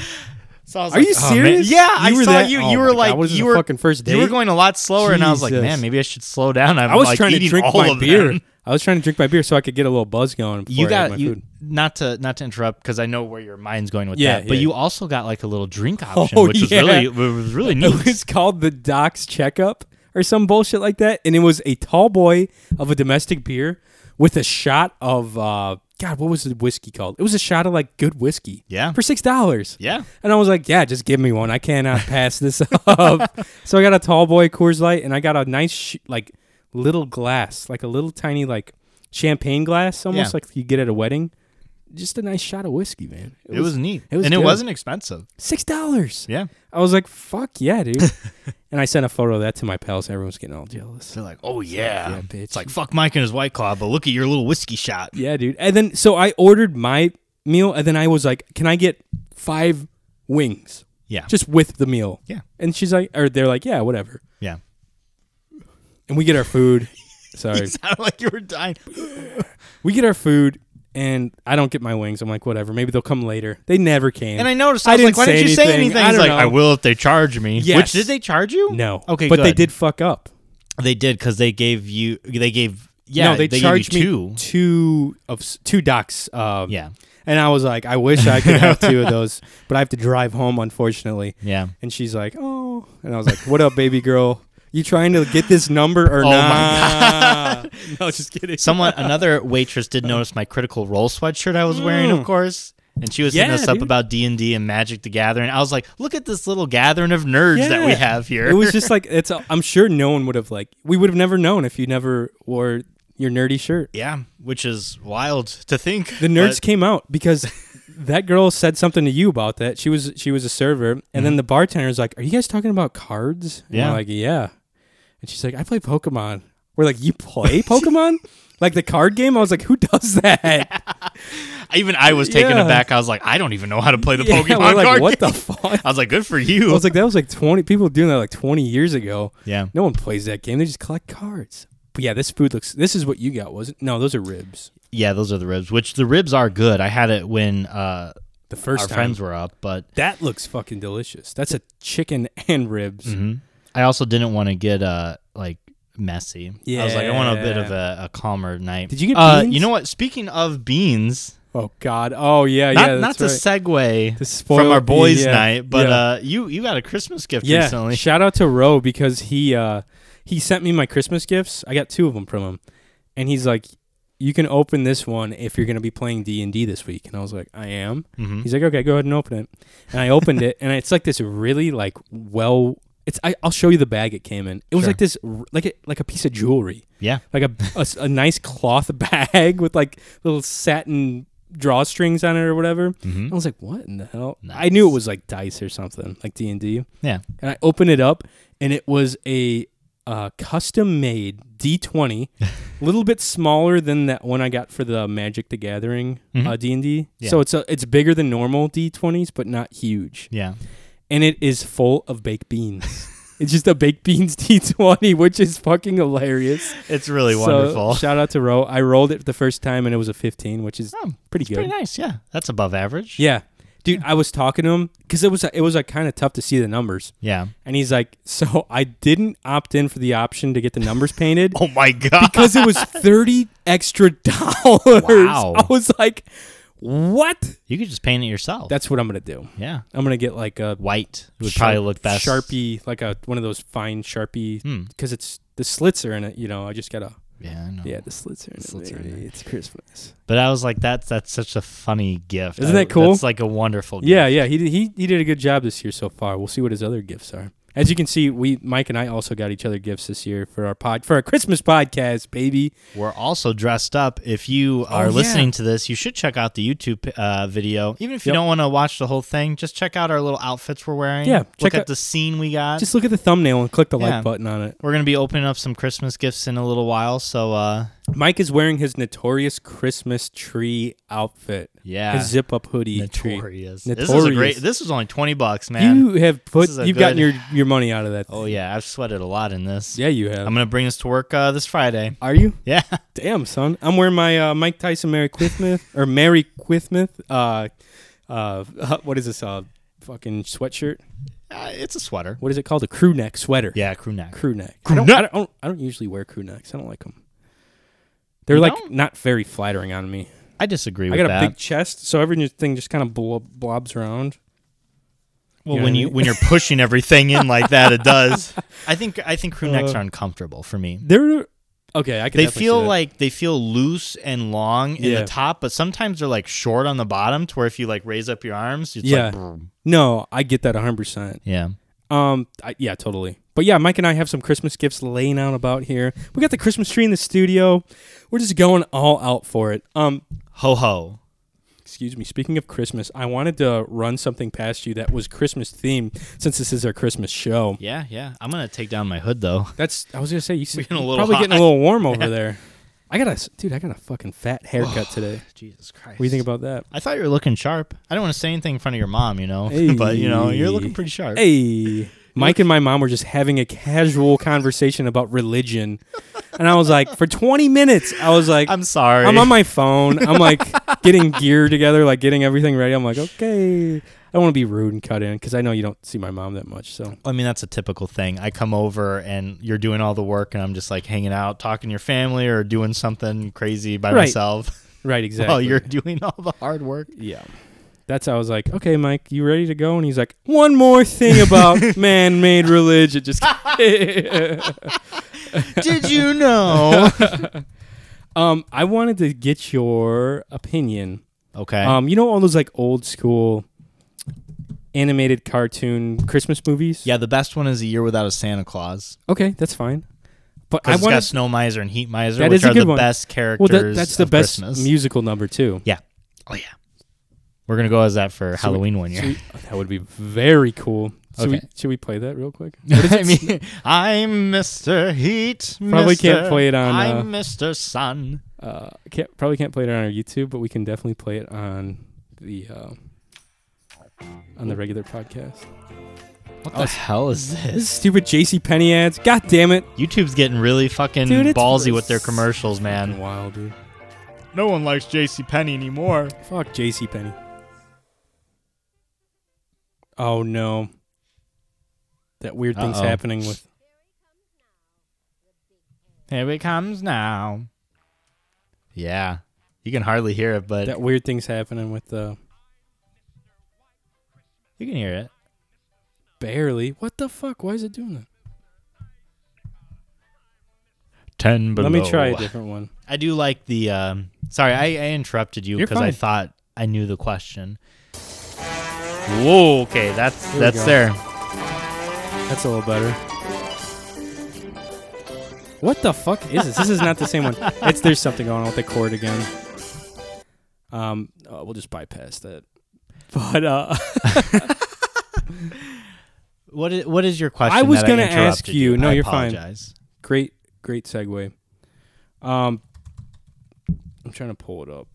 [SPEAKER 2] So I was
[SPEAKER 1] Are
[SPEAKER 2] like,
[SPEAKER 1] you
[SPEAKER 2] "Oh, man."
[SPEAKER 1] serious?
[SPEAKER 2] Yeah,
[SPEAKER 1] You
[SPEAKER 2] I
[SPEAKER 1] were
[SPEAKER 2] saw
[SPEAKER 1] that-
[SPEAKER 2] you.
[SPEAKER 1] oh
[SPEAKER 2] you
[SPEAKER 1] my
[SPEAKER 2] were
[SPEAKER 1] God,
[SPEAKER 2] like,
[SPEAKER 1] was this
[SPEAKER 2] you
[SPEAKER 1] a
[SPEAKER 2] were
[SPEAKER 1] fucking first
[SPEAKER 2] You were
[SPEAKER 1] date?
[SPEAKER 2] going a lot slower, and I was like,
[SPEAKER 1] Jesus.
[SPEAKER 2] man, maybe I should slow down. I'm
[SPEAKER 1] I was
[SPEAKER 2] like
[SPEAKER 1] trying to
[SPEAKER 2] eating
[SPEAKER 1] drink
[SPEAKER 2] all
[SPEAKER 1] my
[SPEAKER 2] of
[SPEAKER 1] beer.
[SPEAKER 2] them.
[SPEAKER 1] I was trying to drink my beer so I could get a little buzz going. Before
[SPEAKER 2] You
[SPEAKER 1] I had
[SPEAKER 2] got
[SPEAKER 1] my
[SPEAKER 2] you
[SPEAKER 1] food.
[SPEAKER 2] not to not to interrupt because I know where your mind's going with
[SPEAKER 1] Yeah,
[SPEAKER 2] that, but
[SPEAKER 1] yeah.
[SPEAKER 2] you also got like a little drink option,
[SPEAKER 1] Oh,
[SPEAKER 2] which was
[SPEAKER 1] yeah.
[SPEAKER 2] really it was really
[SPEAKER 1] It
[SPEAKER 2] neat.
[SPEAKER 1] was called the Doc's Checkup or some bullshit like that, and it was a tall boy of a domestic beer with a shot of uh, God, what was the whiskey called? It was a shot of like good whiskey.
[SPEAKER 2] Yeah.
[SPEAKER 1] for six dollars.
[SPEAKER 2] yeah,
[SPEAKER 1] And I was like, yeah, just give me one. I cannot pass this up. so I got a tall boy Coors Light, and I got a nice sh- like little glass, like a little tiny like champagne glass, almost
[SPEAKER 2] Yeah.
[SPEAKER 1] like you get at a wedding. Just a nice shot of whiskey, man.
[SPEAKER 2] it was neat,
[SPEAKER 1] it was
[SPEAKER 2] and it
[SPEAKER 1] good.
[SPEAKER 2] wasn't expensive.
[SPEAKER 1] six dollars.
[SPEAKER 2] Yeah,
[SPEAKER 1] I was like, fuck yeah, dude. and I sent a photo of that to my pals. Everyone's getting all jealous.
[SPEAKER 2] they're like, oh yeah,
[SPEAKER 1] Yeah, bitch.
[SPEAKER 2] it's like fuck Mike and his white claw, but look at your little whiskey shot.
[SPEAKER 1] Yeah, dude. And then, so I ordered my meal, and then I was like, can I get five wings
[SPEAKER 2] Yeah,
[SPEAKER 1] just with the meal?
[SPEAKER 2] Yeah.
[SPEAKER 1] And she's like, or they're like, yeah, whatever.
[SPEAKER 2] yeah.
[SPEAKER 1] And we get our food. Sorry.
[SPEAKER 2] Sounded like you were dying.
[SPEAKER 1] we get our food, and I don't get my wings. I'm like, whatever. Maybe they'll come later. They never came.
[SPEAKER 2] And I noticed. I, was
[SPEAKER 1] didn't
[SPEAKER 2] like, why didn't you say anything?
[SPEAKER 1] I
[SPEAKER 2] He's
[SPEAKER 1] don't
[SPEAKER 2] like,
[SPEAKER 1] know.
[SPEAKER 2] I will if they charge me. Which
[SPEAKER 1] Yes.
[SPEAKER 2] did they charge you?
[SPEAKER 1] No.
[SPEAKER 2] Okay,
[SPEAKER 1] But they
[SPEAKER 2] good.
[SPEAKER 1] did fuck up.
[SPEAKER 2] They did because they gave you. They gave. Yeah,
[SPEAKER 1] no, they,
[SPEAKER 2] they
[SPEAKER 1] charged
[SPEAKER 2] gave you
[SPEAKER 1] me
[SPEAKER 2] two.
[SPEAKER 1] two of s- two docs. Um,
[SPEAKER 2] Yeah.
[SPEAKER 1] and I was like, I wish I could have two of those, but I have to drive home, unfortunately.
[SPEAKER 2] Yeah.
[SPEAKER 1] And she's like, oh, and I was like, what up, baby girl? You trying to get this number or
[SPEAKER 2] Oh
[SPEAKER 1] not?
[SPEAKER 2] my
[SPEAKER 1] god! no, just kidding.
[SPEAKER 2] Someone, another waitress did notice my critical role sweatshirt I was wearing, of course. And she was hitting
[SPEAKER 1] Mm. Yeah,
[SPEAKER 2] us up
[SPEAKER 1] dude.
[SPEAKER 2] about D and D and Magic the Gathering. I was like, "Look at this little gathering of nerds that we
[SPEAKER 1] Yeah.
[SPEAKER 2] have here."
[SPEAKER 1] It was just like it's. i I'm sure no one would have like. We would have never known if you never wore your nerdy shirt.
[SPEAKER 2] yeah, which is wild to think.
[SPEAKER 1] The nerds
[SPEAKER 2] but-
[SPEAKER 1] came out because that girl said something to you about that. She was she was a server, and then the bartender was like, "Are you guys talking about cards?" And
[SPEAKER 2] Mm-hmm. Yeah.
[SPEAKER 1] we're like, "Yeah." And she's like, "I play Pokemon." We're like, "You play Pokemon?" Like the card game, I was like, "Who does that?"
[SPEAKER 2] even I was taken
[SPEAKER 1] Yeah.
[SPEAKER 2] aback. I was like, "I don't even know how to play the
[SPEAKER 1] Yeah,
[SPEAKER 2] Pokemon
[SPEAKER 1] we're like,
[SPEAKER 2] card
[SPEAKER 1] "What
[SPEAKER 2] game."
[SPEAKER 1] the fuck?"
[SPEAKER 2] I was like, "Good for you."
[SPEAKER 1] I was like, "That was like 20 people doing that like 20 years ago.
[SPEAKER 2] "Yeah,
[SPEAKER 1] No one plays that game. They just collect cards." But yeah, this food looks. This is what you got, was it? No, those are ribs.
[SPEAKER 2] yeah, those are the ribs." Which the ribs are good. I had it when uh,
[SPEAKER 1] The first
[SPEAKER 2] our
[SPEAKER 1] time.
[SPEAKER 2] friends were up, but
[SPEAKER 1] That looks fucking delicious. That's a chicken and ribs.
[SPEAKER 2] Mm-hmm. I also didn't want to get uh like messy. I was like, I want a bit of a, a calmer night.
[SPEAKER 1] Did you get
[SPEAKER 2] Uh,
[SPEAKER 1] beans?
[SPEAKER 2] you know what? Speaking of beans,
[SPEAKER 1] Oh God. Oh yeah.
[SPEAKER 2] not,
[SPEAKER 1] yeah.
[SPEAKER 2] not
[SPEAKER 1] That's
[SPEAKER 2] to
[SPEAKER 1] right.
[SPEAKER 2] segue
[SPEAKER 1] To spoil
[SPEAKER 2] from our
[SPEAKER 1] the,
[SPEAKER 2] boys'
[SPEAKER 1] yeah,
[SPEAKER 2] night, but
[SPEAKER 1] yeah.
[SPEAKER 2] uh, you you got a Christmas gift
[SPEAKER 1] yeah.
[SPEAKER 2] recently.
[SPEAKER 1] Shout out to Roe because he uh he sent me my Christmas gifts. I got two of them from him, and he's like, "You can open this one if you're gonna be playing D and D this week." And I was like, "I am."
[SPEAKER 2] Mhm.
[SPEAKER 1] He's like, "Okay, go ahead and open it." And I opened it, and it's like this really like well. It's I, I'll show you the bag it came in. It was
[SPEAKER 2] Sure.
[SPEAKER 1] like this r- like a, like a piece of jewelry.
[SPEAKER 2] Yeah,
[SPEAKER 1] like a, a s- a nice cloth bag with like little satin drawstrings on it or whatever. I
[SPEAKER 2] Mm-hmm.
[SPEAKER 1] was like, what in the hell? I knew it
[SPEAKER 2] Nice.
[SPEAKER 1] was like dice or something, like D and D.
[SPEAKER 2] yeah.
[SPEAKER 1] And I opened it up, and it was a uh, custom made D twenty, little bit smaller than that one I got for the Magic the Gathering uh, D and D.
[SPEAKER 2] Mm-hmm. Yeah.
[SPEAKER 1] So it's a, it's bigger than normal D twenties, but not huge
[SPEAKER 2] Yeah,
[SPEAKER 1] and it is full of baked beans. it's just a baked beans T20, which is fucking hilarious.
[SPEAKER 2] it's really
[SPEAKER 1] So,
[SPEAKER 2] wonderful.
[SPEAKER 1] Shout out to Ro. I rolled it the first time and it was a 15, which is
[SPEAKER 2] Oh,
[SPEAKER 1] pretty
[SPEAKER 2] it's
[SPEAKER 1] good.
[SPEAKER 2] pretty nice. Yeah, that's above average.
[SPEAKER 1] Yeah. Dude, I was talking to him because it was it was like kind of tough to see the numbers,
[SPEAKER 2] yeah.
[SPEAKER 1] and he's like, "So I didn't opt in for the option to get the numbers painted
[SPEAKER 2] Oh my god.
[SPEAKER 1] because it was thirty extra dollars."
[SPEAKER 2] Wow.
[SPEAKER 1] I was like, "What?"
[SPEAKER 2] you could just paint it yourself.
[SPEAKER 1] That's what I'm gonna do.
[SPEAKER 2] yeah,
[SPEAKER 1] I'm gonna get like a
[SPEAKER 2] white would
[SPEAKER 1] sharp-
[SPEAKER 2] probably look best.
[SPEAKER 1] Sharpie, like a one of those fine Sharpie,
[SPEAKER 2] Hmm.
[SPEAKER 1] because it's the slits are in it. You know, I just gotta
[SPEAKER 2] Yeah, I know.
[SPEAKER 1] yeah, the slits are in
[SPEAKER 2] slits
[SPEAKER 1] it.
[SPEAKER 2] are Oh. in
[SPEAKER 1] baby. It's Christmas.
[SPEAKER 2] But I was like, that's that's such a funny gift.
[SPEAKER 1] Isn't
[SPEAKER 2] I-
[SPEAKER 1] that cool?
[SPEAKER 2] That's like a wonderful. gift.
[SPEAKER 1] Yeah, yeah. He did, he he did a good job this year so far. We'll see what his other gifts are. As you can see, we Mike and I also got each other gifts this year for our pod for our Christmas podcast, baby.
[SPEAKER 2] We're also dressed up. If you are
[SPEAKER 1] Oh, yeah.
[SPEAKER 2] listening to this, you should check out the YouTube uh, video. Even if you
[SPEAKER 1] Yep.
[SPEAKER 2] don't want to watch the whole thing, just check out our little outfits we're wearing.
[SPEAKER 1] Yeah,
[SPEAKER 2] look
[SPEAKER 1] check
[SPEAKER 2] at
[SPEAKER 1] out-
[SPEAKER 2] the scene we got.
[SPEAKER 1] Just look at the thumbnail and click the
[SPEAKER 2] Yeah.
[SPEAKER 1] like button on it.
[SPEAKER 2] we're gonna be opening up some Christmas gifts in a little while. So uh,
[SPEAKER 1] Mike is wearing his notorious Christmas tree outfit.
[SPEAKER 2] yeah,
[SPEAKER 1] His zip up hoodie tree.
[SPEAKER 2] notorious. This is a great.
[SPEAKER 1] Notorious.
[SPEAKER 2] This was only twenty bucks, man.
[SPEAKER 1] You have put
[SPEAKER 2] is a
[SPEAKER 1] you've gotten your,
[SPEAKER 2] good-
[SPEAKER 1] your money out of that.
[SPEAKER 2] oh yeah, I've sweated a lot in this.
[SPEAKER 1] Yeah, you have.
[SPEAKER 2] I'm gonna bring this to work uh, this Friday.
[SPEAKER 1] Are you?
[SPEAKER 2] Yeah,
[SPEAKER 1] Damn, son. I'm wearing my uh, Mike Tyson Mary Quithmith or Mary Quithmith. Uh, uh, what is this? Uh, fucking sweatshirt.
[SPEAKER 2] Uh, it's a sweater.
[SPEAKER 1] What is it called? A crew neck sweater.
[SPEAKER 2] Yeah, crew neck.
[SPEAKER 1] Crew neck.
[SPEAKER 2] Crew
[SPEAKER 1] I don't,
[SPEAKER 2] neck.
[SPEAKER 1] I don't, I don't, I don't usually wear crew necks. I don't like them. They're
[SPEAKER 2] You
[SPEAKER 1] like
[SPEAKER 2] don't?
[SPEAKER 1] not very flattering on me.
[SPEAKER 2] I disagree
[SPEAKER 1] I
[SPEAKER 2] with
[SPEAKER 1] got
[SPEAKER 2] that.
[SPEAKER 1] a big chest, so everything just kind of blob, blobs around.
[SPEAKER 2] well,
[SPEAKER 1] you know
[SPEAKER 2] when
[SPEAKER 1] what I
[SPEAKER 2] you
[SPEAKER 1] mean?
[SPEAKER 2] when you're pushing everything in like that, it does. I think I think crew necks are uncomfortable for me.
[SPEAKER 1] They're okay. I can.
[SPEAKER 2] They
[SPEAKER 1] Uh, definitely see
[SPEAKER 2] feel
[SPEAKER 1] that.
[SPEAKER 2] like they feel loose and long in
[SPEAKER 1] Yeah.
[SPEAKER 2] the top, but sometimes they're like short on the bottom to where if you like raise up your arms, it's
[SPEAKER 1] Yeah.
[SPEAKER 2] like brrr.
[SPEAKER 1] no. I get that hundred percent.
[SPEAKER 2] yeah.
[SPEAKER 1] Um. I, yeah. Totally. But yeah, Mike and I have some Christmas gifts laying out about here. We got the Christmas tree in the studio. We're just going all out for it. Um.
[SPEAKER 2] Ho ho.
[SPEAKER 1] Excuse me. Speaking of Christmas, I wanted to run something past you that was Christmas themed since this is our Christmas show.
[SPEAKER 2] Yeah, yeah. I'm gonna take down my hood though.
[SPEAKER 1] That's I was gonna say you said,
[SPEAKER 2] Getting a little
[SPEAKER 1] probably
[SPEAKER 2] hot.
[SPEAKER 1] getting a little warm over there. I got a dude. I got a fucking fat haircut today.
[SPEAKER 2] Jesus Christ.
[SPEAKER 1] What do you think about that?
[SPEAKER 2] I thought you were looking sharp. I don't want to say anything in front of your mom, you know. but you know, you're looking
[SPEAKER 1] Hey.
[SPEAKER 2] pretty sharp.
[SPEAKER 1] Hey, Mike and my mom were just having a casual conversation about religion, and I was like, for 20 minutes, I was like,
[SPEAKER 2] I'm sorry.
[SPEAKER 1] I'm on my phone. I'm like getting gear together, like getting everything ready. I'm like, okay. I don't want to be rude and cut in because I know you don't see my mom that much. So
[SPEAKER 2] I mean, that's a typical thing. I come over and you're doing all the work, and I'm just like hanging out, talking to your family, or doing something crazy by
[SPEAKER 1] Right.
[SPEAKER 2] myself
[SPEAKER 1] right, exactly.
[SPEAKER 2] while you're doing all the hard work.
[SPEAKER 1] yeah. That's how I was like, okay, Mike, you ready to go? And he's like, one more thing about man-made religion. Just kidding.
[SPEAKER 2] Did you know?
[SPEAKER 1] um, I wanted to get your opinion
[SPEAKER 2] okay.
[SPEAKER 1] Um, you know all those like old school animated cartoon Christmas movies?
[SPEAKER 2] yeah, the best one is a year without a Santa Claus.
[SPEAKER 1] Okay, that's fine. But I
[SPEAKER 2] Because it's
[SPEAKER 1] want
[SPEAKER 2] got Snow Miser and Heat Miser,
[SPEAKER 1] That
[SPEAKER 2] which
[SPEAKER 1] is a
[SPEAKER 2] are
[SPEAKER 1] good
[SPEAKER 2] the
[SPEAKER 1] one.
[SPEAKER 2] best characters.
[SPEAKER 1] well that, that's the
[SPEAKER 2] of
[SPEAKER 1] best
[SPEAKER 2] Christmas.
[SPEAKER 1] musical number too.
[SPEAKER 2] yeah. Oh yeah. We're gonna go as that for
[SPEAKER 1] So we-
[SPEAKER 2] Halloween one year.
[SPEAKER 1] so we- oh, that would be very cool. Should,
[SPEAKER 2] Okay.
[SPEAKER 1] we, should we play that real quick?
[SPEAKER 2] I mean, I'm Mr. Heat.
[SPEAKER 1] Probably can't
[SPEAKER 2] Mr.
[SPEAKER 1] play it on,
[SPEAKER 2] I'm
[SPEAKER 1] uh,
[SPEAKER 2] Mr. Sun.
[SPEAKER 1] Uh, can't, probably can't play it on our YouTube, but we can definitely play it on the uh, on the regular podcast.
[SPEAKER 2] What the hell is this?
[SPEAKER 1] This stupid JC Penny ads. God damn it.
[SPEAKER 2] YouTube's getting really fucking
[SPEAKER 1] Dude, it's
[SPEAKER 2] ballsy
[SPEAKER 1] really
[SPEAKER 2] with their commercials, man.
[SPEAKER 1] Wild dude.
[SPEAKER 2] No one likes JC Penny anymore.
[SPEAKER 1] Fuck JC Penny. Oh no. That weird thing's
[SPEAKER 2] Uh-oh.
[SPEAKER 1] happening with
[SPEAKER 2] Here it comes now. Yeah. You can hardly hear it, but
[SPEAKER 1] that weird thing's happening with uh, the
[SPEAKER 2] you can hear it.
[SPEAKER 1] barely. What the fuck? Why is it doing that?
[SPEAKER 2] 10 below.
[SPEAKER 1] Let me try a different one.
[SPEAKER 2] I do like the. Um, sorry, I, I interrupted you
[SPEAKER 1] You're
[SPEAKER 2] because I
[SPEAKER 1] fine.
[SPEAKER 2] thought I knew the question. Whoa, okay, that's
[SPEAKER 1] we
[SPEAKER 2] that's
[SPEAKER 1] go.
[SPEAKER 2] there.
[SPEAKER 1] That's a little better. What the fuck is this? This is not the same one. It's there's something going on with the chord again. Um, uh, we'll just bypass that. But uh,
[SPEAKER 2] What is, what is your question?
[SPEAKER 1] I was
[SPEAKER 2] that
[SPEAKER 1] gonna
[SPEAKER 2] I interrupted
[SPEAKER 1] ask you. No,
[SPEAKER 2] I
[SPEAKER 1] you're fine.
[SPEAKER 2] apologize.
[SPEAKER 1] great great segue um i'm trying to pull it up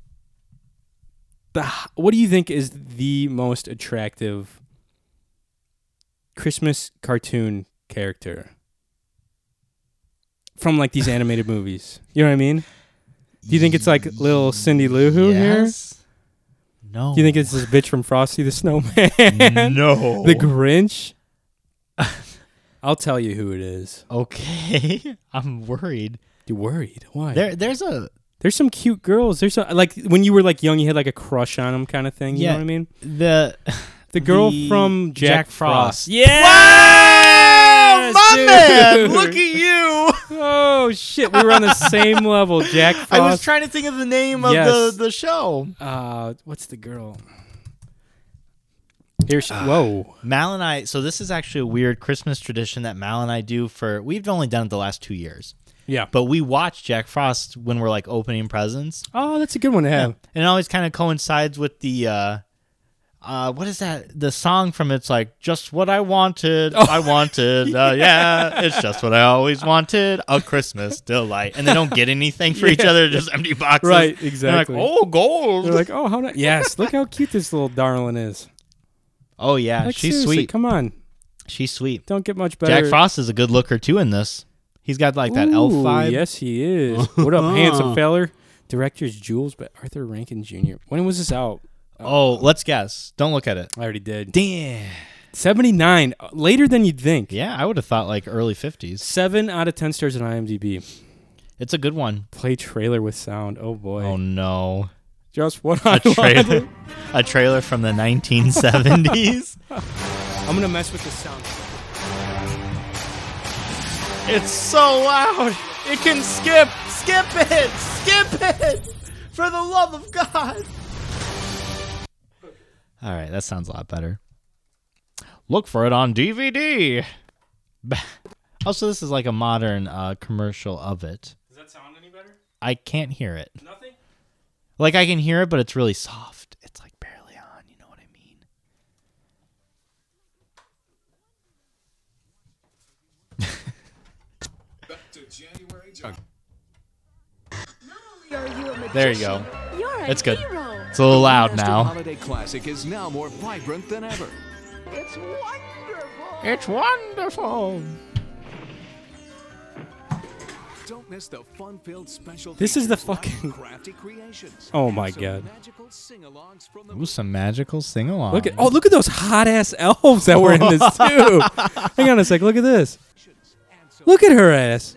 [SPEAKER 1] the h- what do you think is the most attractive christmas cartoon character from like these animated movies you know what i mean do you think it's like little cindy lou who here do
[SPEAKER 2] yes? No.
[SPEAKER 1] you think it's this bitch from frosty the snowman
[SPEAKER 2] no?
[SPEAKER 1] the grinch i'll tell you who it is
[SPEAKER 2] okay, I'm worried.
[SPEAKER 1] you worried why
[SPEAKER 2] There, there's a
[SPEAKER 1] There's some cute girls. There's some, like when you were like young, you had like a crush on them kind of thing. You
[SPEAKER 2] Yeah.
[SPEAKER 1] know what I mean?
[SPEAKER 2] the
[SPEAKER 1] The girl
[SPEAKER 2] The
[SPEAKER 1] from Jack,
[SPEAKER 2] Jack Frost.
[SPEAKER 1] Yeah.
[SPEAKER 2] Wow, Oh, my
[SPEAKER 1] Yes,
[SPEAKER 2] man! Look at
[SPEAKER 1] dude.
[SPEAKER 2] you.
[SPEAKER 1] Oh shit, we were on the same level. Jack Frost.
[SPEAKER 2] I was trying to think of the name of
[SPEAKER 1] Yes.
[SPEAKER 2] the the show.
[SPEAKER 1] uh, what's the girl? Uh, Here she. whoa.
[SPEAKER 2] Mal and I, so this is actually a weird Christmas tradition that Mal and I do for, we've only done it the last two years,
[SPEAKER 1] Yeah.
[SPEAKER 2] but we watch Jack Frost when we're like opening presents.
[SPEAKER 1] Oh, that's a good one to have.
[SPEAKER 2] And it always kind of coincides with the, uh, uh, what is that? The song from it's like just what I wanted.
[SPEAKER 1] Oh.
[SPEAKER 2] I wanted. Uh, yeah, it's just what I always wanted. A Christmas delight, and they don't get anything for each other. Just empty boxes.
[SPEAKER 1] Right,
[SPEAKER 2] They're
[SPEAKER 1] exactly.
[SPEAKER 2] like oh, gold.
[SPEAKER 1] They're like, oh, how nice. Yes, look how cute this little darling is.
[SPEAKER 2] oh yeah,
[SPEAKER 1] Like,
[SPEAKER 2] she's
[SPEAKER 1] seriously,
[SPEAKER 2] sweet.
[SPEAKER 1] Come on,
[SPEAKER 2] she's sweet.
[SPEAKER 1] don't get much better.
[SPEAKER 2] Jack Frost is a good looker too in this. He's got like that elf
[SPEAKER 1] Ooh,
[SPEAKER 2] vibe.
[SPEAKER 1] Yes, he is. what up, handsome feller? Directors Jules by Arthur Rankin Jr. When was this out?
[SPEAKER 2] Oh, let's guess. Don't look at it.
[SPEAKER 1] I already did.
[SPEAKER 2] Damn.
[SPEAKER 1] 79, uh, later than you'd think.
[SPEAKER 2] Yeah, I would have thought like early 50s.
[SPEAKER 1] 7 out of 10 stars on IMDb.
[SPEAKER 2] It's a good one.
[SPEAKER 1] Play trailer with sound. Oh boy.
[SPEAKER 2] Oh no.
[SPEAKER 1] Just what
[SPEAKER 2] A
[SPEAKER 1] I
[SPEAKER 2] trailer
[SPEAKER 1] wanted.
[SPEAKER 2] a trailer from the 1970s.
[SPEAKER 1] I'm going to mess with the sound.
[SPEAKER 2] it's so loud. It can skip. Skip it. Skip it. For the love of God. All right, that sounds a lot better. Look for it on DVD. Bah. Also, this is like a modern uh, commercial of it.
[SPEAKER 1] Does that sound any better?
[SPEAKER 2] I can't hear it.
[SPEAKER 1] Nothing?
[SPEAKER 2] Like I can hear it, but it's really soft. It's like barely on. You know what I mean?
[SPEAKER 3] Back to January Junk.
[SPEAKER 2] There you go.
[SPEAKER 4] You're a
[SPEAKER 2] It's good.
[SPEAKER 4] hero.
[SPEAKER 2] It's a little loud
[SPEAKER 3] Astor
[SPEAKER 2] now.
[SPEAKER 3] Holiday Classic is now more vibrant than ever.
[SPEAKER 4] It's wonderful.
[SPEAKER 2] It's wonderful.
[SPEAKER 3] Don't miss the fun-filled special.
[SPEAKER 1] This is the
[SPEAKER 3] features like
[SPEAKER 1] fucking-
[SPEAKER 3] crafty creations.
[SPEAKER 1] Oh
[SPEAKER 3] and
[SPEAKER 1] my
[SPEAKER 3] some
[SPEAKER 1] God.
[SPEAKER 3] Magical sing-alongs from the
[SPEAKER 2] Ooh, some magical sing along.
[SPEAKER 1] Look at oh look at those hot ass elves that were in this too. Hang on a sec. Look at this. Look at her ass.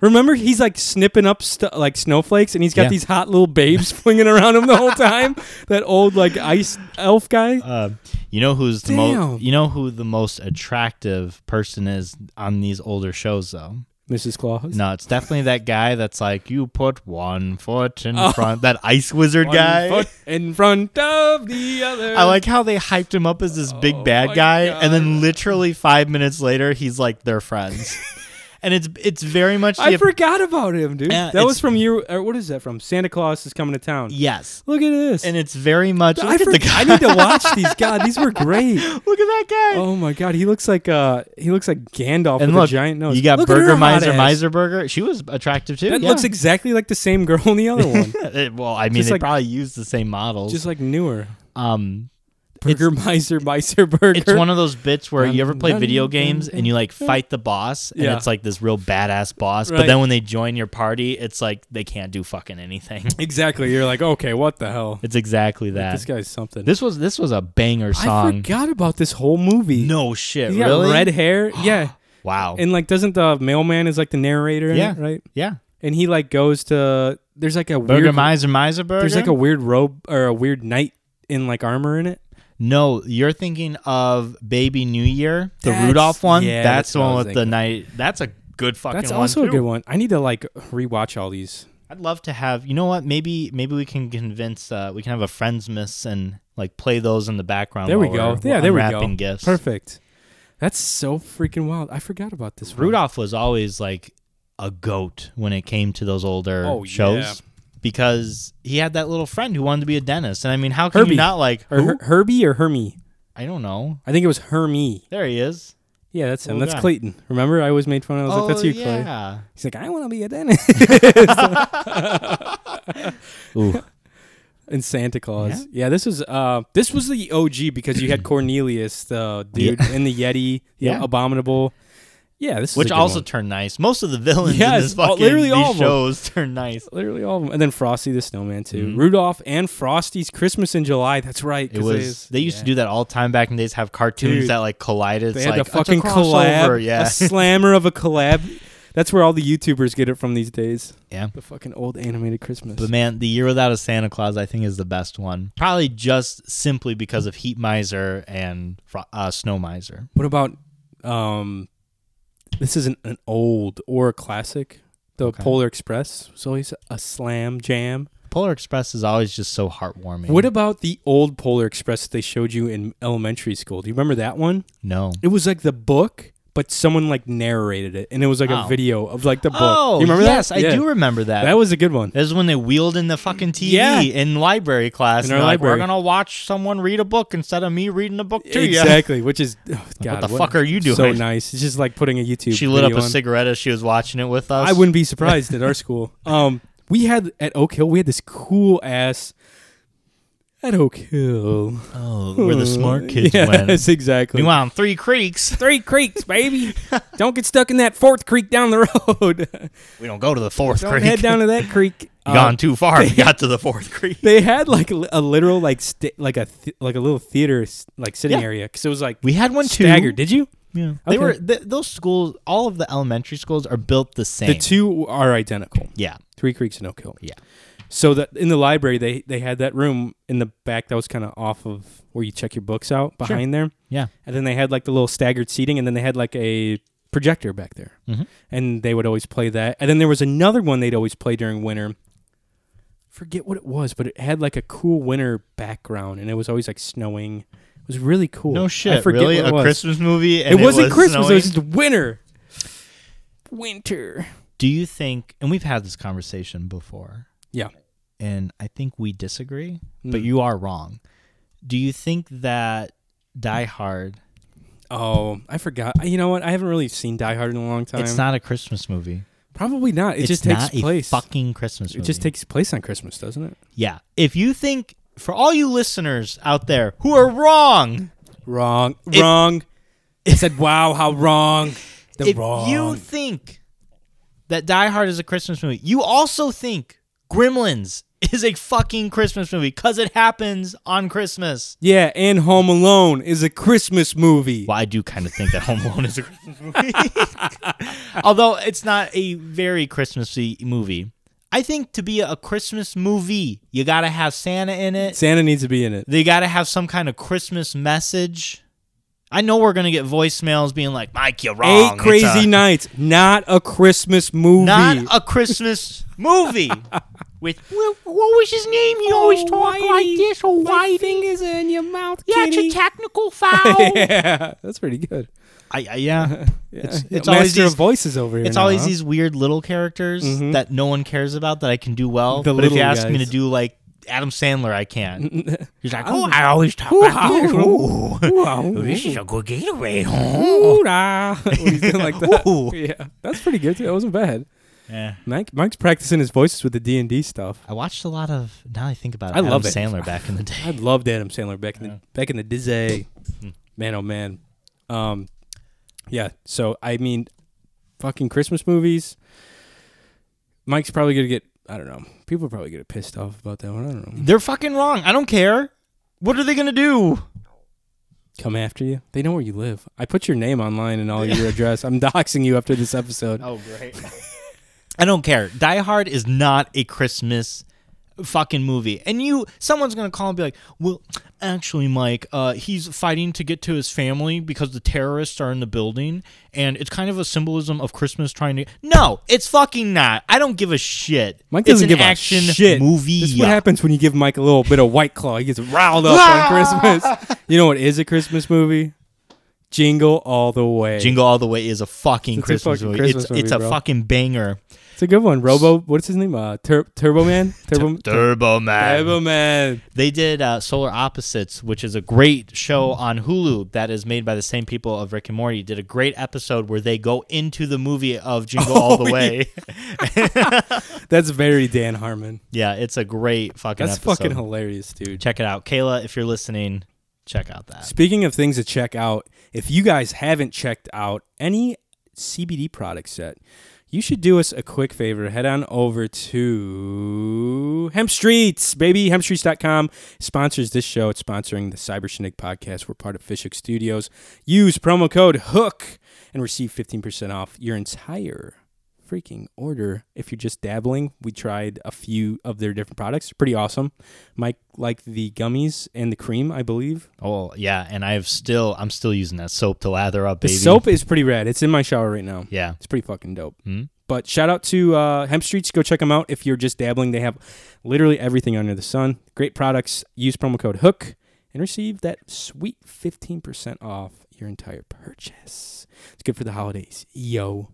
[SPEAKER 1] Remember, he's like snipping up stu- like snowflakes, and he's got
[SPEAKER 2] Yeah.
[SPEAKER 1] these hot little babes flinging around him the whole time. That old like ice elf guy.
[SPEAKER 2] Uh, you know who's the most?
[SPEAKER 1] Damn.
[SPEAKER 2] You know who the most attractive person is on these older shows, though.
[SPEAKER 1] Mrs. Claus.
[SPEAKER 2] No, it's definitely that guy that's like, you put one foot in front. That ice wizard guy.
[SPEAKER 1] Oh. One foot in front of the other.
[SPEAKER 2] I like how they hyped him up as this big bad
[SPEAKER 1] Oh my
[SPEAKER 2] guy, and then
[SPEAKER 1] God.
[SPEAKER 2] literally five minutes later, he's like their friends. and it's it's very much.
[SPEAKER 1] I
[SPEAKER 2] the-
[SPEAKER 1] forgot about him, dude.
[SPEAKER 2] Yeah,
[SPEAKER 1] that was
[SPEAKER 2] it's-
[SPEAKER 1] from your. Or what is that from? Santa Claus is coming to town.
[SPEAKER 2] Yes.
[SPEAKER 1] Look at this.
[SPEAKER 2] And it's very much.
[SPEAKER 1] I,
[SPEAKER 2] Look at the
[SPEAKER 1] forg-
[SPEAKER 2] guy.
[SPEAKER 1] I need to watch these. God, these were great.
[SPEAKER 2] Look at that guy.
[SPEAKER 1] Oh my god, he looks like uh he looks like Gandalf
[SPEAKER 2] and
[SPEAKER 1] with
[SPEAKER 2] look,
[SPEAKER 1] a giant nose.
[SPEAKER 2] you got
[SPEAKER 1] Look at her
[SPEAKER 2] Burger
[SPEAKER 1] hot
[SPEAKER 2] Miser
[SPEAKER 1] ass.
[SPEAKER 2] Miser Burger. She was attractive too.
[SPEAKER 1] That
[SPEAKER 2] yeah. Uh,
[SPEAKER 1] looks exactly like the same girl in the other one,
[SPEAKER 2] It- well, I mean,
[SPEAKER 1] Just
[SPEAKER 2] they
[SPEAKER 1] like-
[SPEAKER 2] probably use the same models.
[SPEAKER 1] just like newer.
[SPEAKER 2] um,
[SPEAKER 1] Burger Miser Miser Burger.
[SPEAKER 2] it's one of those bits where you ever play
[SPEAKER 1] Dun,
[SPEAKER 2] video
[SPEAKER 1] dun,
[SPEAKER 2] games and you like fight the boss, and
[SPEAKER 1] Yeah.
[SPEAKER 2] it's like this real badass boss. But
[SPEAKER 1] Right.
[SPEAKER 2] then when they join your party, it's like they can't do fucking anything.
[SPEAKER 1] exactly. You're like, okay, what the hell?
[SPEAKER 2] It's exactly that.
[SPEAKER 1] This guy's something.
[SPEAKER 2] this was this was a banger
[SPEAKER 1] I
[SPEAKER 2] song.
[SPEAKER 1] forgot about this whole movie.
[SPEAKER 2] No shit,
[SPEAKER 1] he got
[SPEAKER 2] really?
[SPEAKER 1] red hair. Yeah,
[SPEAKER 2] Wow.
[SPEAKER 1] and like, doesn't the mailman is like the narrator? in it,
[SPEAKER 2] yeah.
[SPEAKER 1] right.
[SPEAKER 2] Yeah.
[SPEAKER 1] And he like goes to there's like a
[SPEAKER 2] Burger
[SPEAKER 1] weird
[SPEAKER 2] Miser Miser Burger.
[SPEAKER 1] there's like a weird robe or a weird knight in like armor in it.
[SPEAKER 2] No, you're thinking of Baby New Year, the
[SPEAKER 1] That's-
[SPEAKER 2] Rudolph one.
[SPEAKER 1] yeah,
[SPEAKER 2] that's
[SPEAKER 1] that's
[SPEAKER 2] the
[SPEAKER 1] what I
[SPEAKER 2] one
[SPEAKER 1] was
[SPEAKER 2] with the night. That's a good fucking.
[SPEAKER 1] That's
[SPEAKER 2] one,
[SPEAKER 1] also a
[SPEAKER 2] too.
[SPEAKER 1] good one. I need to like rewatch all these.
[SPEAKER 2] I'd love to have. You know what? Maybe maybe we can convince. Uh, we can have a friends miss and like play those in the background.
[SPEAKER 1] There we
[SPEAKER 2] while
[SPEAKER 1] go.
[SPEAKER 2] we're
[SPEAKER 1] Yeah, there we go.
[SPEAKER 2] unwrapping gifts.
[SPEAKER 1] Perfect. That's so freaking wild. I forgot about this. one.
[SPEAKER 2] Rudolph was always like a goat when it came to those older
[SPEAKER 1] Oh,
[SPEAKER 2] shows
[SPEAKER 1] yeah.
[SPEAKER 2] because he had that little friend who wanted to be a dentist. And I mean, how can
[SPEAKER 1] Herbie.
[SPEAKER 2] you not like?
[SPEAKER 1] Or Her-
[SPEAKER 2] who?
[SPEAKER 1] Herbie or Hermie?
[SPEAKER 2] I don't know.
[SPEAKER 1] I think it was Hermie.
[SPEAKER 2] There he is.
[SPEAKER 1] Yeah, that's him.
[SPEAKER 2] Little
[SPEAKER 1] that's
[SPEAKER 2] guy.
[SPEAKER 1] Clayton. Remember, I always made fun. I was
[SPEAKER 2] oh
[SPEAKER 1] like, "That's you, Clay."
[SPEAKER 2] yeah.
[SPEAKER 1] He's like, "I want to be a dentist."
[SPEAKER 2] Ooh.
[SPEAKER 1] and Santa Claus. Yeah, this was uh, this was the OG because you had Cornelius, the dude, and the Yeti, yeah,
[SPEAKER 2] Yeah.
[SPEAKER 1] abominable. Yeah, this is a
[SPEAKER 2] Which
[SPEAKER 1] good
[SPEAKER 2] also
[SPEAKER 1] one.
[SPEAKER 2] turned nice. Most of the villains in
[SPEAKER 1] Yes,
[SPEAKER 2] this
[SPEAKER 1] all-
[SPEAKER 2] fucking
[SPEAKER 1] literally
[SPEAKER 2] these
[SPEAKER 1] all of them.
[SPEAKER 2] shows turned nice.
[SPEAKER 1] literally all of them, and then Frosty the Snowman too. Rudolph and Frosty's Christmas in July. That's right.
[SPEAKER 2] Mm-hmm. It
[SPEAKER 1] 'cause
[SPEAKER 2] was they used
[SPEAKER 1] yeah.
[SPEAKER 2] to do that all the time back in the days. Have cartoons
[SPEAKER 1] Dude,
[SPEAKER 2] that like collided.
[SPEAKER 1] They
[SPEAKER 2] It's
[SPEAKER 1] had
[SPEAKER 2] like
[SPEAKER 1] a
[SPEAKER 2] "It's
[SPEAKER 1] fucking
[SPEAKER 2] crossover."
[SPEAKER 1] collab,
[SPEAKER 2] Yeah,
[SPEAKER 1] a slammer of a collab. That's where all the YouTubers get it from these days.
[SPEAKER 2] yeah.
[SPEAKER 1] The fucking old animated Christmas.
[SPEAKER 2] But man, the year without a Santa Claus, I think, is the best one. Probably just simply because of Heat Miser and Fro- uh, Snow Miser.
[SPEAKER 1] what about um? This isn't an old or a classic. The
[SPEAKER 2] Okay.
[SPEAKER 1] Polar Express was always a slam jam.
[SPEAKER 2] Polar Express is always just so heartwarming.
[SPEAKER 1] What about the old Polar Express that they showed you in elementary school? Do you remember that one?
[SPEAKER 2] no.
[SPEAKER 1] It was like the book, but someone like narrated it, and it was like
[SPEAKER 2] Oh.
[SPEAKER 1] a video of like the book.
[SPEAKER 2] Oh,
[SPEAKER 1] you remember
[SPEAKER 2] yes,
[SPEAKER 1] that?
[SPEAKER 2] I
[SPEAKER 1] Yeah.
[SPEAKER 2] do remember that.
[SPEAKER 1] That was a good one.
[SPEAKER 2] This is when they wheeled in the fucking TV
[SPEAKER 1] Yeah.
[SPEAKER 2] in library class.
[SPEAKER 1] In
[SPEAKER 2] and
[SPEAKER 1] our
[SPEAKER 2] they're like,
[SPEAKER 1] library.
[SPEAKER 2] We're gonna watch someone read a book instead of me reading a book to you.
[SPEAKER 1] Exactly, which is oh, God.
[SPEAKER 2] the fuck are you
[SPEAKER 1] So
[SPEAKER 2] doing?
[SPEAKER 1] nice. It's just like putting a YouTube.
[SPEAKER 2] She lit up
[SPEAKER 1] video
[SPEAKER 2] a
[SPEAKER 1] on.
[SPEAKER 2] cigarette as she was watching it with us.
[SPEAKER 1] I wouldn't be surprised at our school. Um, we had at Oak Hill, we had this cool ass. At Oak Hill.
[SPEAKER 2] Oh, where the smart kids went.
[SPEAKER 1] yes, exactly.
[SPEAKER 2] Meanwhile, in Three Creeks,
[SPEAKER 1] Three creeks, baby. Don't get stuck in that fourth creek down the road.
[SPEAKER 2] we don't go to the 4th
[SPEAKER 1] Don't
[SPEAKER 2] creek.
[SPEAKER 1] head down to that creek. Uh,
[SPEAKER 2] Gone too far. We got to the fourth creek.
[SPEAKER 1] They had like a, a literal like sti like a th- like a little theater s- like sitting
[SPEAKER 2] Yeah.
[SPEAKER 1] area because it was like
[SPEAKER 2] We had one too.
[SPEAKER 1] staggered. Did you?
[SPEAKER 2] Yeah.
[SPEAKER 1] Okay.
[SPEAKER 2] They were th- those schools. All of the elementary schools are built the same.
[SPEAKER 1] The two are identical.
[SPEAKER 2] Yeah.
[SPEAKER 1] Three creeks and Oak Hill.
[SPEAKER 2] Yeah.
[SPEAKER 1] So that in the library they they had that room in the back that was kind of off of where you check your books out behind there.
[SPEAKER 2] Yeah.
[SPEAKER 1] And then they had like the little staggered seating, and then they had like a projector back there,
[SPEAKER 2] Mm-hmm.
[SPEAKER 1] and they would always play that. And then there was another one they'd always play during winter. Forget what it was, but it had like a cool winter background, and it was always like snowing. It was really cool.
[SPEAKER 2] No
[SPEAKER 1] I
[SPEAKER 2] shit.
[SPEAKER 1] forget
[SPEAKER 2] Really?
[SPEAKER 1] what it
[SPEAKER 2] A
[SPEAKER 1] was.
[SPEAKER 2] Christmas movie?
[SPEAKER 1] It
[SPEAKER 2] And
[SPEAKER 1] wasn't
[SPEAKER 2] was
[SPEAKER 1] Christmas. It
[SPEAKER 2] snowing?
[SPEAKER 1] was just winter. Winter.
[SPEAKER 2] Do you think? And we've had this conversation before,
[SPEAKER 1] Yeah.
[SPEAKER 2] and I think we disagree, but
[SPEAKER 1] Mm.
[SPEAKER 2] you are wrong. Do you think that Die Hard?
[SPEAKER 1] Oh, I forgot. You know what? I haven't really seen Die Hard in a long time.
[SPEAKER 2] It's not a Christmas movie.
[SPEAKER 1] Probably not. It
[SPEAKER 2] it's
[SPEAKER 1] just
[SPEAKER 2] not
[SPEAKER 1] takes
[SPEAKER 2] a
[SPEAKER 1] place.
[SPEAKER 2] fucking Christmas movie.
[SPEAKER 1] it just takes place on Christmas, doesn't it?
[SPEAKER 2] Yeah. If you think, for all you listeners out there who are wrong,
[SPEAKER 1] Wrong. wrong. It said, wow, how wrong. The
[SPEAKER 2] if
[SPEAKER 1] wrong.
[SPEAKER 2] you think that Die Hard is a Christmas movie, you also think Gremlins is a fucking Christmas movie because it happens on Christmas.
[SPEAKER 1] yeah, and Home Alone is a Christmas movie.
[SPEAKER 2] Well, I do kind of think that Home Alone is a Christmas movie, although it's not a very Christmassy movie. I think to be a Christmas movie, you gotta have Santa in it.
[SPEAKER 1] Santa needs to be in it.
[SPEAKER 2] They got to have some kind of Christmas message. I know we're gonna get voicemails being like, "Mike, you're wrong."
[SPEAKER 1] Eight
[SPEAKER 2] It's
[SPEAKER 1] Crazy
[SPEAKER 2] a-
[SPEAKER 1] Nights, not a Christmas movie.
[SPEAKER 2] not a Christmas movie." With well, what was his name? You
[SPEAKER 1] Oh,
[SPEAKER 2] always talk like this, or Whitey.
[SPEAKER 1] fingers are in your mouth,
[SPEAKER 2] Yeah, it's a technical foul.
[SPEAKER 1] yeah, that's pretty good.
[SPEAKER 2] I, I, yeah, it's,
[SPEAKER 1] Yeah,
[SPEAKER 2] it's always
[SPEAKER 1] Master
[SPEAKER 2] these.
[SPEAKER 1] of voices over here.
[SPEAKER 2] It's
[SPEAKER 1] now,
[SPEAKER 2] always
[SPEAKER 1] huh?
[SPEAKER 2] these weird little characters that no one cares about that I can do well.
[SPEAKER 1] Mm-hmm. The
[SPEAKER 2] but if you
[SPEAKER 1] little
[SPEAKER 2] ask me to
[SPEAKER 1] guys.
[SPEAKER 2] do like Adam Sandler, I can't. He's like, "Oh, I always talk
[SPEAKER 1] ah,
[SPEAKER 2] like this.
[SPEAKER 1] ooh,
[SPEAKER 2] Ooh,
[SPEAKER 1] ooh,
[SPEAKER 2] this is a good Gatorade, huh?"
[SPEAKER 1] ooh, da. He's doing like that.
[SPEAKER 2] Ooh.
[SPEAKER 1] Yeah, that's pretty good too. That wasn't bad.
[SPEAKER 2] Yeah.
[SPEAKER 1] Mike, Mike's practicing his voices with the D and D stuff.
[SPEAKER 2] I watched a lot of. Now I think about it.
[SPEAKER 1] I
[SPEAKER 2] Adam
[SPEAKER 1] love it.
[SPEAKER 2] Sandler back in the
[SPEAKER 1] I
[SPEAKER 2] day.
[SPEAKER 1] loved Adam Sandler back in the back in the dizzy. Man, oh man. Um, yeah. So I mean, fucking Christmas movies. Mike's probably gonna get. I don't know. People are probably gonna get pissed off about that one. I don't know.
[SPEAKER 2] They're fucking wrong. I don't care. What are they gonna do?
[SPEAKER 1] Come after you. They know where you live. I put your name online and all your address. I'm doxing you after this episode.
[SPEAKER 2] Oh great. I don't care. Die Hard is not a Christmas fucking movie. And you, someone's gonna call and be like, "Well, actually, Mike, uh, he's fighting to get to his family because the terrorists are in the building, and it's kind of a symbolism of Christmas trying to." No, it's fucking not. I don't give a shit.
[SPEAKER 1] Mike
[SPEAKER 2] it's
[SPEAKER 1] doesn't
[SPEAKER 2] an
[SPEAKER 1] give
[SPEAKER 2] action
[SPEAKER 1] a shit.
[SPEAKER 2] movie.
[SPEAKER 1] This is what happens when you give Mike a little bit of White Claw. He gets riled up on Christmas. You know what is a Christmas movie? Jingle all the way.
[SPEAKER 2] Jingle All the Way is a fucking
[SPEAKER 1] It's a
[SPEAKER 2] Christmas
[SPEAKER 1] fucking
[SPEAKER 2] movie.
[SPEAKER 1] Christmas
[SPEAKER 2] it's
[SPEAKER 1] movie,
[SPEAKER 2] it's a
[SPEAKER 1] bro.
[SPEAKER 2] fucking banger.
[SPEAKER 1] It's a good one. Robo. What's his name? Uh, Tur- Turbo Man. Turbo.
[SPEAKER 2] Turbo Man.
[SPEAKER 1] Turbo Man.
[SPEAKER 2] They did uh, Solar Opposites, which is a great show on Hulu that is made by the same people of Rick and Morty. Did a great episode where they go into the movie of Jingle All the Way.
[SPEAKER 1] That's very Dan Harmon.
[SPEAKER 2] Yeah. it's a great fucking
[SPEAKER 1] That's
[SPEAKER 2] episode.
[SPEAKER 1] fucking hilarious, dude.
[SPEAKER 2] Check it out. Kayla, if you're listening, check out that.
[SPEAKER 1] Speaking of things to check out, if you guys haven't checked out any CBD products yet, you should do us a quick favor. Head on over to Hemp Streets, baby. Hempstreets.com sponsors this show. It's sponsoring the Cyber Shindig podcast. We're part of Fishhook Studios. Use promo code HOOK and receive 15% off your entire freaking order. If you're just dabbling, we tried a few of their different products. Pretty awesome. Mike liked the gummies and the cream, I believe.
[SPEAKER 2] Oh yeah, and I have still I'm still using that soap to lather up,
[SPEAKER 1] The
[SPEAKER 2] baby.
[SPEAKER 1] soap is pretty rad. It's in my shower right now.
[SPEAKER 2] Yeah.
[SPEAKER 1] It's pretty fucking dope.
[SPEAKER 2] Mhm.
[SPEAKER 1] But shout out to uh, Hemp Streets. Go check them out if you're just dabbling. They have literally everything under the sun. Great products. Use promo code HOOK and receive that sweet 15% off your entire purchase. It's good for the holidays. Yo.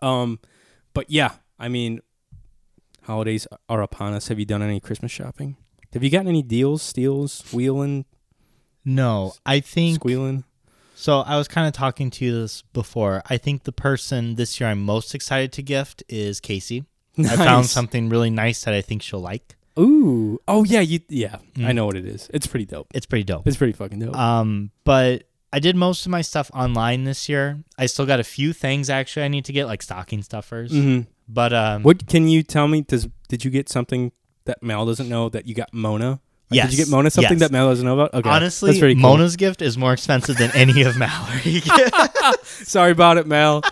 [SPEAKER 1] Um, But yeah, I mean, holidays are upon us. Have you done any Christmas shopping? Have you gotten any deals, steals, wheeling,
[SPEAKER 2] No, I think
[SPEAKER 1] squealing?
[SPEAKER 2] So I was kind of talking to you this before. I think the person this year I'm most excited to gift is Casey. I found
[SPEAKER 1] Nice.
[SPEAKER 2] something really nice that I think she'll like.
[SPEAKER 1] Ooh. Oh yeah, you yeah.
[SPEAKER 2] Mm.
[SPEAKER 1] I know what it is. It's pretty dope.
[SPEAKER 2] It's pretty dope.
[SPEAKER 1] It's pretty fucking dope.
[SPEAKER 2] Um, but I did most of my stuff online this year. I still got a few things actually I need to get, like stocking stuffers. But um,
[SPEAKER 1] what can you tell me? Does did you get something that Mel doesn't know that you got Mona? Like, Did you
[SPEAKER 2] Yes.
[SPEAKER 1] get Mona something
[SPEAKER 2] Yes.
[SPEAKER 1] that Mel doesn't know about? Okay.
[SPEAKER 2] honestly,
[SPEAKER 1] that's pretty cool.
[SPEAKER 2] Mona's gift is more expensive than any of Mallory.
[SPEAKER 1] Sorry about it, Mel.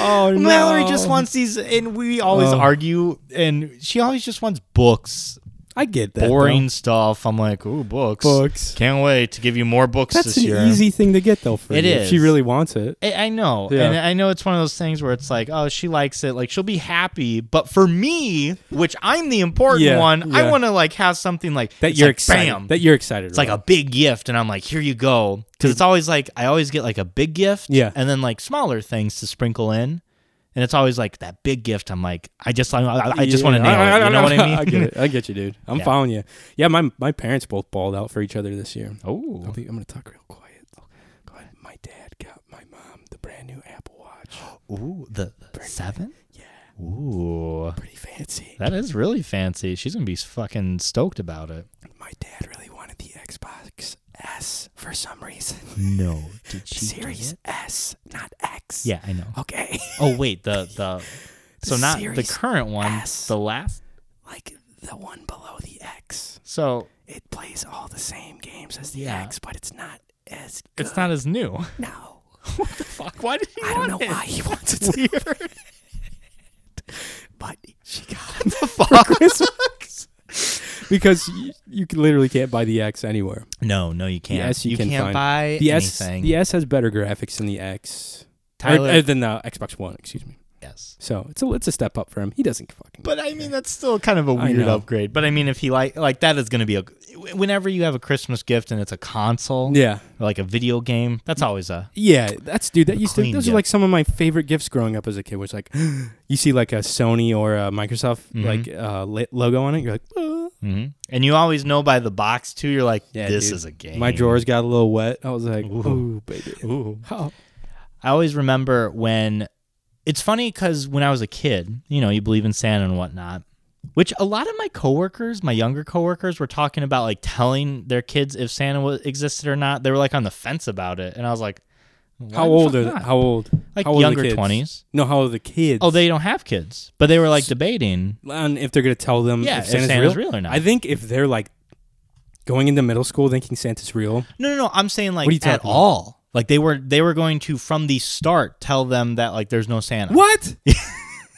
[SPEAKER 1] Oh no.
[SPEAKER 2] Mallory just wants these, and we always
[SPEAKER 1] Oh.
[SPEAKER 2] argue, and she always just wants books,
[SPEAKER 1] I get that. though.
[SPEAKER 2] boring stuff. I'm like, ooh, books,
[SPEAKER 1] Books.
[SPEAKER 2] Can't wait to give you more books
[SPEAKER 1] That's
[SPEAKER 2] this
[SPEAKER 1] an
[SPEAKER 2] year.
[SPEAKER 1] easy thing to get though for
[SPEAKER 2] It
[SPEAKER 1] you, If she
[SPEAKER 2] is.
[SPEAKER 1] really wants it.
[SPEAKER 2] I, I know,
[SPEAKER 1] Yeah.
[SPEAKER 2] and I know it's one of those things where it's like, oh, she likes it, like she'll be happy. But for me, which I'm the important
[SPEAKER 1] Yeah,
[SPEAKER 2] one, I
[SPEAKER 1] yeah.
[SPEAKER 2] want to like have something like
[SPEAKER 1] That
[SPEAKER 2] it's
[SPEAKER 1] you're
[SPEAKER 2] like,
[SPEAKER 1] excited.
[SPEAKER 2] Bam.
[SPEAKER 1] That you're excited.
[SPEAKER 2] it's like a big gift, and I'm like, here you go, because it's always like I always get like a big gift,
[SPEAKER 1] Yeah.
[SPEAKER 2] and then like smaller things to sprinkle in. And it's always like that big gift. I'm like, I just, I, I, I just want to nail it. You know what I mean?
[SPEAKER 1] I get it. I get you, dude. I'm
[SPEAKER 2] Yeah.
[SPEAKER 1] following you. Yeah, my my parents both balled out for each other this year.
[SPEAKER 2] Oh,
[SPEAKER 1] I'll be, I'm gonna talk real quiet. Go ahead. My dad got my mom the brand new Apple Watch.
[SPEAKER 2] Ooh, the, the seven?
[SPEAKER 1] Yeah.
[SPEAKER 2] Ooh.
[SPEAKER 1] Pretty fancy.
[SPEAKER 2] That is really fancy. She's going to be fucking stoked about it.
[SPEAKER 1] My dad really wanted the Xbox S for some reason.
[SPEAKER 2] No. Did she
[SPEAKER 1] Series S, not X.
[SPEAKER 2] Yeah, I know.
[SPEAKER 1] Okay.
[SPEAKER 2] Oh, wait. The, the, so not the
[SPEAKER 1] Series
[SPEAKER 2] current one,
[SPEAKER 1] S.
[SPEAKER 2] the last.
[SPEAKER 1] like the one below the X.
[SPEAKER 2] So
[SPEAKER 1] It plays all the same games as the
[SPEAKER 2] Yeah.
[SPEAKER 1] X, but it's not as good.
[SPEAKER 2] it's not as new.
[SPEAKER 1] no.
[SPEAKER 2] Fuck. Why did he
[SPEAKER 1] I don't know why he wants it. Weird. but she got it for Christmas. because you, you can- literally can't buy the X anywhere.
[SPEAKER 2] No, no, you can't.
[SPEAKER 1] Yes, you, can
[SPEAKER 2] can not
[SPEAKER 1] find-
[SPEAKER 2] buy
[SPEAKER 1] the
[SPEAKER 2] anything.
[SPEAKER 1] S. The S has better graphics than the X. Or-
[SPEAKER 2] Tyler-
[SPEAKER 1] uh, than the Xbox One, excuse me.
[SPEAKER 2] yes.
[SPEAKER 1] So it's a it's a step up for him. He doesn't fucking.
[SPEAKER 2] But I mean, that's still kind of a
[SPEAKER 1] I
[SPEAKER 2] weird
[SPEAKER 1] know.
[SPEAKER 2] upgrade. But I mean, if he like like that is going to be a whenever you have a Christmas gift and it's a console,
[SPEAKER 1] yeah,
[SPEAKER 2] or like a video game, that's always a
[SPEAKER 1] yeah, that's dude. That used to.
[SPEAKER 2] clean
[SPEAKER 1] Those are
[SPEAKER 2] gift.
[SPEAKER 1] like some of my favorite gifts growing up as a kid. Was like, you see like a Sony or a Microsoft
[SPEAKER 2] Mm-hmm.
[SPEAKER 1] like uh, li- logo on it. You're like, "Ah."
[SPEAKER 2] Mhm. and you always know by the box too. You're like,
[SPEAKER 1] Yeah,
[SPEAKER 2] this
[SPEAKER 1] dude.
[SPEAKER 2] is a game.
[SPEAKER 1] My drawers got a little wet. I was like, ooh, baby.
[SPEAKER 2] Ooh.
[SPEAKER 1] Oh.
[SPEAKER 2] I always remember when it's funny because when I was a kid, you know, you believe in Santa and whatnot, which a lot of my coworkers, my younger coworkers, were talking about like telling their kids if Santa wa- existed or not. They were like on the fence about it, and I was like, why
[SPEAKER 1] How
[SPEAKER 2] the
[SPEAKER 1] old
[SPEAKER 2] fuck
[SPEAKER 1] are
[SPEAKER 2] not?
[SPEAKER 1] they? How old?
[SPEAKER 2] Like
[SPEAKER 1] how old are the
[SPEAKER 2] younger
[SPEAKER 1] kids?
[SPEAKER 2] 20s.
[SPEAKER 1] No, how old are the kids?
[SPEAKER 2] Oh, they don't have kids, but they were like debating.
[SPEAKER 1] on if they're gonna tell them
[SPEAKER 2] Yeah,
[SPEAKER 1] if
[SPEAKER 2] if
[SPEAKER 1] Santa's,
[SPEAKER 2] Santa's
[SPEAKER 1] real.
[SPEAKER 2] real or not.
[SPEAKER 1] I think if they're like going into middle school thinking Santa's real,
[SPEAKER 2] No, no, no. I'm saying like
[SPEAKER 1] What are you
[SPEAKER 2] at
[SPEAKER 1] talking about?
[SPEAKER 2] all. Like they were they were going to from the start tell them that like there's no Santa.
[SPEAKER 1] what?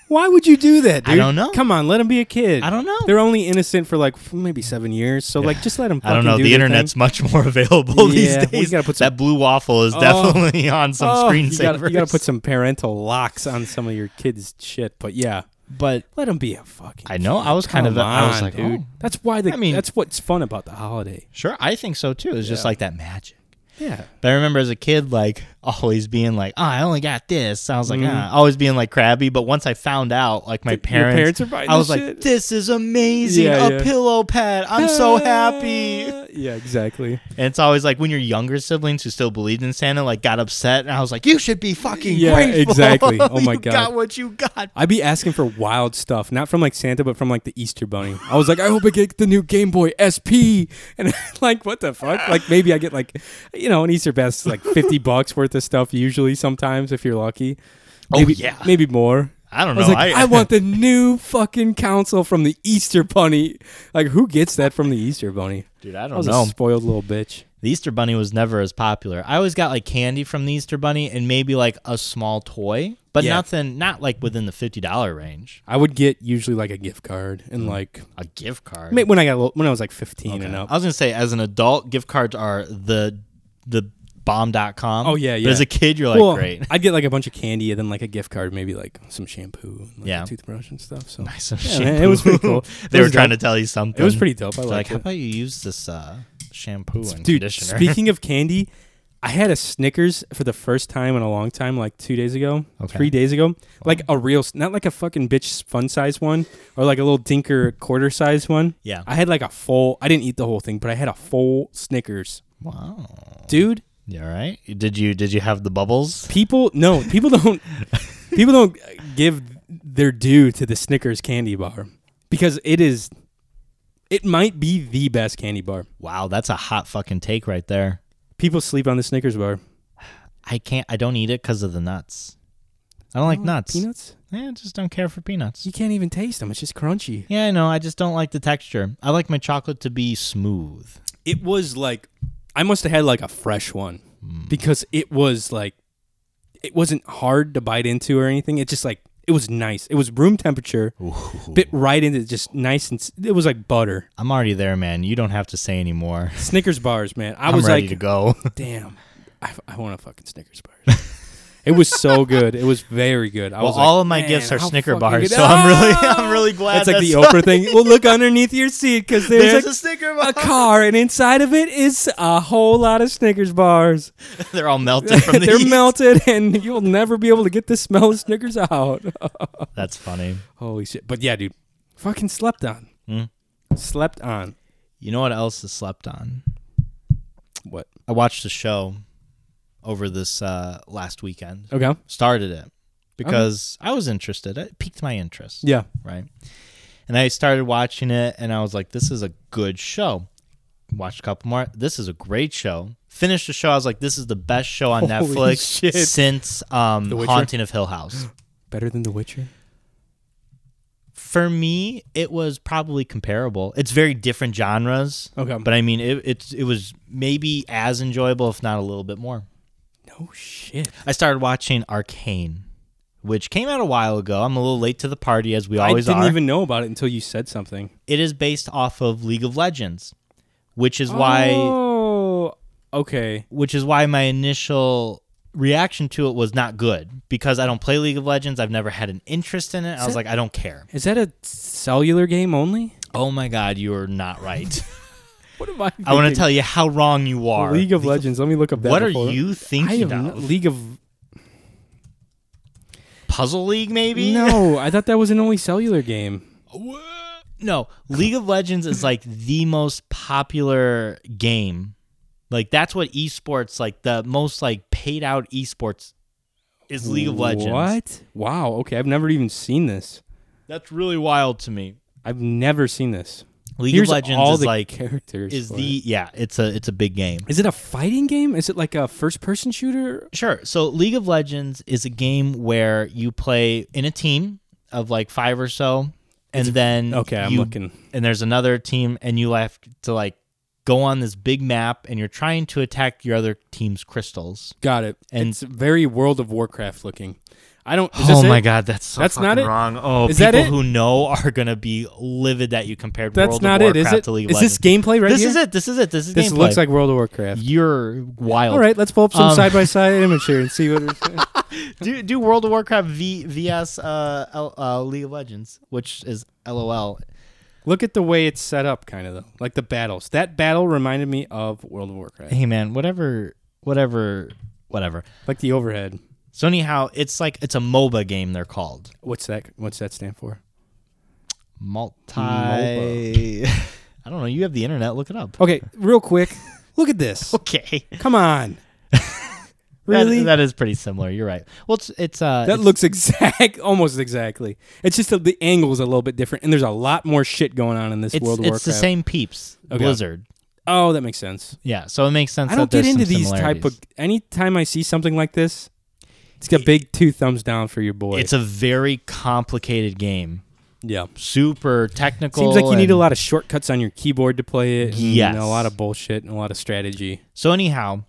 [SPEAKER 1] Why would you do that?
[SPEAKER 2] I
[SPEAKER 1] Dude?
[SPEAKER 2] don't know.
[SPEAKER 1] Come on, let him be a kid.
[SPEAKER 2] I don't know.
[SPEAKER 1] They're only innocent for like f- maybe seven years, so like just let them.
[SPEAKER 2] I don't know.
[SPEAKER 1] Do
[SPEAKER 2] the
[SPEAKER 1] their
[SPEAKER 2] internet's
[SPEAKER 1] thing.
[SPEAKER 2] much more available these
[SPEAKER 1] Yeah, we
[SPEAKER 2] days.
[SPEAKER 1] gotta put some-
[SPEAKER 2] that blue waffle is definitely on some
[SPEAKER 1] Oh, you gotta-
[SPEAKER 2] screensavers.
[SPEAKER 1] You got to put some parental locks on some of your kids' shit, but yeah,
[SPEAKER 2] But
[SPEAKER 1] let him be a fucking.
[SPEAKER 2] I know.
[SPEAKER 1] kid.
[SPEAKER 2] I was kind
[SPEAKER 1] Come
[SPEAKER 2] of. I was
[SPEAKER 1] on,
[SPEAKER 2] like,
[SPEAKER 1] dude,
[SPEAKER 2] oh,
[SPEAKER 1] that's why the.
[SPEAKER 2] I mean-
[SPEAKER 1] that's what's fun about the holiday.
[SPEAKER 2] sure. I think so too. It's just
[SPEAKER 1] Yeah.
[SPEAKER 2] like that magic.
[SPEAKER 1] Yeah.
[SPEAKER 2] But I remember as a kid, like always being like, "Oh, I only got this." I was like, "Ah," always being like crabby. But once I found out, like my
[SPEAKER 1] Mm-hmm. Your
[SPEAKER 2] parents,
[SPEAKER 1] parents are buying
[SPEAKER 2] I was
[SPEAKER 1] this
[SPEAKER 2] like,
[SPEAKER 1] shit.
[SPEAKER 2] "This is amazing!
[SPEAKER 1] Yeah,
[SPEAKER 2] a
[SPEAKER 1] yeah. Ah.
[SPEAKER 2] pillow pet! I'm so happy!" And
[SPEAKER 1] Yeah, exactly.
[SPEAKER 2] it's always like when your younger siblings who still believed in Santa like got upset, and I was like, "You should be fucking
[SPEAKER 1] Yeah,
[SPEAKER 2] grateful!"
[SPEAKER 1] exactly. Oh my
[SPEAKER 2] You
[SPEAKER 1] God.
[SPEAKER 2] got what you got,
[SPEAKER 1] I'd be asking for wild stuff, not from like Santa, but from like the Easter Bunny. I was like, I hope I get the new Game Boy SP, and like, what the fuck? Like, maybe I get like, you know, an Easter Pass is like fifty bucks worth of stuff usually. Sometimes, if you're lucky,
[SPEAKER 2] Oh,
[SPEAKER 1] maybe,
[SPEAKER 2] yeah.
[SPEAKER 1] maybe more.
[SPEAKER 2] I don't
[SPEAKER 1] I was
[SPEAKER 2] know.
[SPEAKER 1] like,
[SPEAKER 2] I-
[SPEAKER 1] I, want the new fucking console from the Easter Bunny. Like, who gets that from the Easter Bunny?
[SPEAKER 2] dude. I
[SPEAKER 1] I
[SPEAKER 2] don't
[SPEAKER 1] was
[SPEAKER 2] know.
[SPEAKER 1] a spoiled little bitch.
[SPEAKER 2] The Easter Bunny was never as popular. I always got like candy from the Easter Bunny and maybe like a small toy, but
[SPEAKER 1] Yeah.
[SPEAKER 2] nothing, not like within the fifty dollar range.
[SPEAKER 1] I would get usually like a gift card
[SPEAKER 2] Hmm.
[SPEAKER 1] and like
[SPEAKER 2] A gift card.
[SPEAKER 1] ma- when I got a little, when I was like fifteen and up.
[SPEAKER 2] I was gonna say, as an adult, gift cards are the the bomb.com.
[SPEAKER 1] Oh, yeah, yeah.
[SPEAKER 2] But as a kid, you're like,
[SPEAKER 1] well,
[SPEAKER 2] great.
[SPEAKER 1] I'd get like a bunch of candy and then like a gift card, maybe like some shampoo, and, like,
[SPEAKER 2] Yeah.
[SPEAKER 1] a toothbrush and stuff. So
[SPEAKER 2] Some
[SPEAKER 1] Yeah, man, it was pretty cool.
[SPEAKER 2] they
[SPEAKER 1] It
[SPEAKER 2] were
[SPEAKER 1] was
[SPEAKER 2] trying
[SPEAKER 1] dope.
[SPEAKER 2] to tell you something.
[SPEAKER 1] it was pretty dope. I
[SPEAKER 2] They're
[SPEAKER 1] liked
[SPEAKER 2] like, how
[SPEAKER 1] it.
[SPEAKER 2] about you use this uh, shampoo and
[SPEAKER 1] Dude,
[SPEAKER 2] conditioner?
[SPEAKER 1] speaking of candy, I had a Snickers for the first time in a long time, like two days ago,
[SPEAKER 2] Okay.
[SPEAKER 1] three days ago. Like a real, s- not like a fucking bitch fun size one or like a little dinker quarter size one.
[SPEAKER 2] Yeah.
[SPEAKER 1] I had like a full, I didn't eat the whole thing, but I had a full Snickers.
[SPEAKER 2] wow.
[SPEAKER 1] Dude,
[SPEAKER 2] You all right? Did you did you have the bubbles?
[SPEAKER 1] people, no, people don't, people don't give their due to the Snickers candy bar because it is, It might be the best candy bar.
[SPEAKER 2] Wow, that's a hot fucking take right there.
[SPEAKER 1] People sleep on the Snickers bar.
[SPEAKER 2] I can't. I don't eat it because of the nuts. I don't like nuts.
[SPEAKER 1] Peanuts?
[SPEAKER 2] Yeah, I just don't care for peanuts.
[SPEAKER 1] You can't even taste them. It's just crunchy.
[SPEAKER 2] Yeah, I know. I just don't like the texture. I like my chocolate to be smooth.
[SPEAKER 1] It was like I must have had like a fresh one
[SPEAKER 2] Hmm.
[SPEAKER 1] because it was like it wasn't hard to bite into or anything. It just like it was nice. It was room temperature. Bit right into just nice and s- it was like butter.
[SPEAKER 2] I'm already there, man. You don't have to say anymore.
[SPEAKER 1] Snickers bars, man. I
[SPEAKER 2] I'm
[SPEAKER 1] was
[SPEAKER 2] ready
[SPEAKER 1] like
[SPEAKER 2] to go.
[SPEAKER 1] damn, I, I want a fucking Snickers bar. it was so good. It was very good. I
[SPEAKER 2] Well,
[SPEAKER 1] was like,
[SPEAKER 2] all of my
[SPEAKER 1] "Man,
[SPEAKER 2] gifts are
[SPEAKER 1] how
[SPEAKER 2] Snicker
[SPEAKER 1] fucking
[SPEAKER 2] bars,
[SPEAKER 1] good-"
[SPEAKER 2] so I'm really,
[SPEAKER 1] Ah!
[SPEAKER 2] I'm really glad.
[SPEAKER 1] That's like the Oprah thing. Well, look underneath your seat because there's,
[SPEAKER 2] There's
[SPEAKER 1] a,
[SPEAKER 2] a Snicker bar.
[SPEAKER 1] a car, and inside of it is a whole lot of Snickers bars.
[SPEAKER 2] They're all melted from the
[SPEAKER 1] They're
[SPEAKER 2] heat.
[SPEAKER 1] melted, and you'll never be able to get the smell of Snickers out.
[SPEAKER 2] That's funny.
[SPEAKER 1] Holy shit! But yeah, dude, fucking slept on.
[SPEAKER 2] Hmm.
[SPEAKER 1] Slept on.
[SPEAKER 2] You know what else is slept on?
[SPEAKER 1] What?
[SPEAKER 2] I watched a show over this uh, last weekend.
[SPEAKER 1] Okay.
[SPEAKER 2] Started it because I was interested. It piqued my interest.
[SPEAKER 1] Yeah.
[SPEAKER 2] right? And I started watching it, and I was like, "This is a good show." Watched a couple more. This is a great show. Finished the show. I was like, "This is the best show on
[SPEAKER 1] Holy
[SPEAKER 2] Netflix
[SPEAKER 1] shit.
[SPEAKER 2] since um,
[SPEAKER 1] The Witcher?
[SPEAKER 2] Haunting of Hill House."
[SPEAKER 1] Better than The Witcher.
[SPEAKER 2] For me, it was probably comparable. It's very different genres.
[SPEAKER 1] Okay.
[SPEAKER 2] but I mean, it it's it was maybe as enjoyable, if not a little bit more.
[SPEAKER 1] No shit.
[SPEAKER 2] I started watching Arcane, which came out a while ago. I'm a little late to the party, as we
[SPEAKER 1] I
[SPEAKER 2] always
[SPEAKER 1] didn't
[SPEAKER 2] are.
[SPEAKER 1] even know about it until you said something.
[SPEAKER 2] it is based off of League of Legends, which is why
[SPEAKER 1] Oh. Okay.
[SPEAKER 2] which is why my initial reaction to it was not good because I don't play League of Legends. I've never had an interest in it. I was
[SPEAKER 1] that-
[SPEAKER 2] like, I don't care.
[SPEAKER 1] Is that a cellular game only?
[SPEAKER 2] Oh my god, you are not right.
[SPEAKER 1] What am I?
[SPEAKER 2] I want to tell you how wrong you are.
[SPEAKER 1] League of Legends. Let me look up that.
[SPEAKER 2] what are
[SPEAKER 1] before-
[SPEAKER 2] you
[SPEAKER 1] I
[SPEAKER 2] thinking
[SPEAKER 1] am
[SPEAKER 2] of?
[SPEAKER 1] not, League of
[SPEAKER 2] Puzzle League, maybe?
[SPEAKER 1] No, I thought that was an only cellular game.
[SPEAKER 2] No, League of Legends is like the most popular game. Like that's what esports like the most like paid out esports is League of Legends.
[SPEAKER 1] What? Wow. Okay, I've never even seen this.
[SPEAKER 2] That's really wild to me.
[SPEAKER 1] I've never seen this.
[SPEAKER 2] League
[SPEAKER 1] Here's
[SPEAKER 2] of Legends
[SPEAKER 1] all
[SPEAKER 2] is
[SPEAKER 1] the
[SPEAKER 2] like
[SPEAKER 1] characters.
[SPEAKER 2] is
[SPEAKER 1] for
[SPEAKER 2] the
[SPEAKER 1] it.
[SPEAKER 2] yeah, it's a it's a big game.
[SPEAKER 1] Is it a fighting game? Is it like a first-person shooter?
[SPEAKER 2] Sure. So League of Legends is a game where you play in a team of like five or so, and then
[SPEAKER 1] okay, I'm
[SPEAKER 2] you-
[SPEAKER 1] looking.
[SPEAKER 2] and there's another team, and you have to like go on this big map, and you're trying to attack your other team's crystals.
[SPEAKER 1] Got it.
[SPEAKER 2] And-
[SPEAKER 1] it's very World of Warcraft looking. I don't. Is
[SPEAKER 2] oh
[SPEAKER 1] this
[SPEAKER 2] my
[SPEAKER 1] it?
[SPEAKER 2] god, that's so
[SPEAKER 1] That's not
[SPEAKER 2] fucking
[SPEAKER 1] it?
[SPEAKER 2] wrong. Oh,
[SPEAKER 1] Is that
[SPEAKER 2] people
[SPEAKER 1] it?
[SPEAKER 2] who know are gonna be livid that you compared
[SPEAKER 1] That's
[SPEAKER 2] World
[SPEAKER 1] not
[SPEAKER 2] of
[SPEAKER 1] it. Is
[SPEAKER 2] Warcraft
[SPEAKER 1] it?
[SPEAKER 2] to League
[SPEAKER 1] Is
[SPEAKER 2] of
[SPEAKER 1] this
[SPEAKER 2] Legends.
[SPEAKER 1] gameplay right
[SPEAKER 2] this
[SPEAKER 1] here?
[SPEAKER 2] is it. This is it. This is
[SPEAKER 1] This
[SPEAKER 2] gameplay.
[SPEAKER 1] looks like World of Warcraft.
[SPEAKER 2] you're wild.
[SPEAKER 1] All right, let's pull up some
[SPEAKER 2] Um,
[SPEAKER 1] side by side image here and see what. It's,
[SPEAKER 2] do do World of Warcraft v vs uh, L, uh League of Legends, which is LOL.
[SPEAKER 1] look at the way it's set up, kind of though, like the battles. That battle reminded me of World of Warcraft,
[SPEAKER 2] Hey man, whatever, whatever, whatever.
[SPEAKER 1] like the overhead.
[SPEAKER 2] So anyhow, it's like it's a MOBA game. They're called
[SPEAKER 1] What's that? What's that stand for?
[SPEAKER 2] multi.
[SPEAKER 1] MOBA.
[SPEAKER 2] I don't know. You have the internet. Look it up.
[SPEAKER 1] Okay, real quick, look at this.
[SPEAKER 2] Okay.
[SPEAKER 1] Come on,
[SPEAKER 2] That-
[SPEAKER 1] really? That,
[SPEAKER 2] that is pretty similar. You're right. Well, it's it's uh. it's-
[SPEAKER 1] looks exact, almost exactly. It's just that the angle's a little bit different, and there's a lot more shit going on in this
[SPEAKER 2] it's,
[SPEAKER 1] World of
[SPEAKER 2] it's
[SPEAKER 1] Warcraft.
[SPEAKER 2] the same peeps.
[SPEAKER 1] Okay.
[SPEAKER 2] Blizzard.
[SPEAKER 1] Oh, that makes sense.
[SPEAKER 2] Yeah. So it makes sense.
[SPEAKER 1] I don't
[SPEAKER 2] that
[SPEAKER 1] get
[SPEAKER 2] there's
[SPEAKER 1] into
[SPEAKER 2] some
[SPEAKER 1] these type of.
[SPEAKER 2] similarities.
[SPEAKER 1] Anytime I see something like this, it's got big two thumbs down for your boy.
[SPEAKER 2] It's a very complicated game.
[SPEAKER 1] yeah.
[SPEAKER 2] Super technical.
[SPEAKER 1] Seems like you need a
[SPEAKER 2] and-
[SPEAKER 1] lot of shortcuts on your keyboard to play it. Yeah,
[SPEAKER 2] Yes.
[SPEAKER 1] And a lot of bullshit and a lot of strategy.
[SPEAKER 2] So anyhow,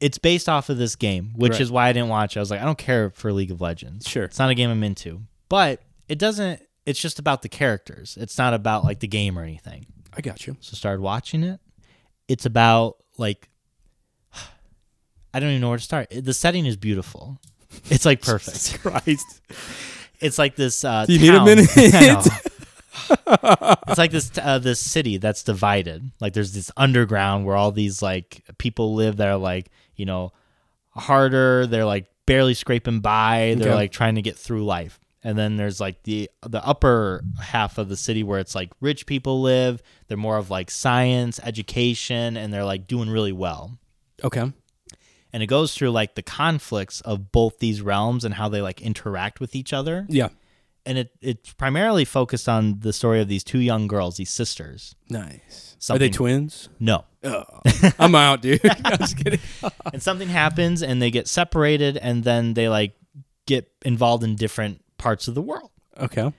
[SPEAKER 2] it's based off of this game, which
[SPEAKER 1] Right.
[SPEAKER 2] is why I didn't watch. it. I was like, I don't care for League of Legends.
[SPEAKER 1] Sure.
[SPEAKER 2] it's not a game I'm into, but it doesn't. It's just about the characters. It's not about like the game or anything.
[SPEAKER 1] I got you.
[SPEAKER 2] So started watching it. It's about like I don't even know where to start. The setting is beautiful. It's like perfect.
[SPEAKER 1] Christ.
[SPEAKER 2] It's like this. Uh,
[SPEAKER 1] Do you need a
[SPEAKER 2] town-
[SPEAKER 1] minute?
[SPEAKER 2] I know. it's like this uh, this city that's divided. Like there's this underground where all these like people live that are like you know harder. They're like barely scraping by. They're
[SPEAKER 1] Okay.
[SPEAKER 2] like trying to get through life. And then there's like the the upper half of the city where it's like rich people live. They're more of like science, education, and they're like doing really well
[SPEAKER 1] Okay.
[SPEAKER 2] and it goes through like the conflicts of both these realms and how they like interact with each other
[SPEAKER 1] Yeah.
[SPEAKER 2] and it it's primarily focused on the story of these two young girls, these sisters.
[SPEAKER 1] Nice. Are they
[SPEAKER 2] Something-
[SPEAKER 1] twins?
[SPEAKER 2] No,
[SPEAKER 1] Oh. I'm out, dude. I'm just kidding.
[SPEAKER 2] and something happens, and they get separated, and then they like get involved in different parts of the world.
[SPEAKER 1] Okay.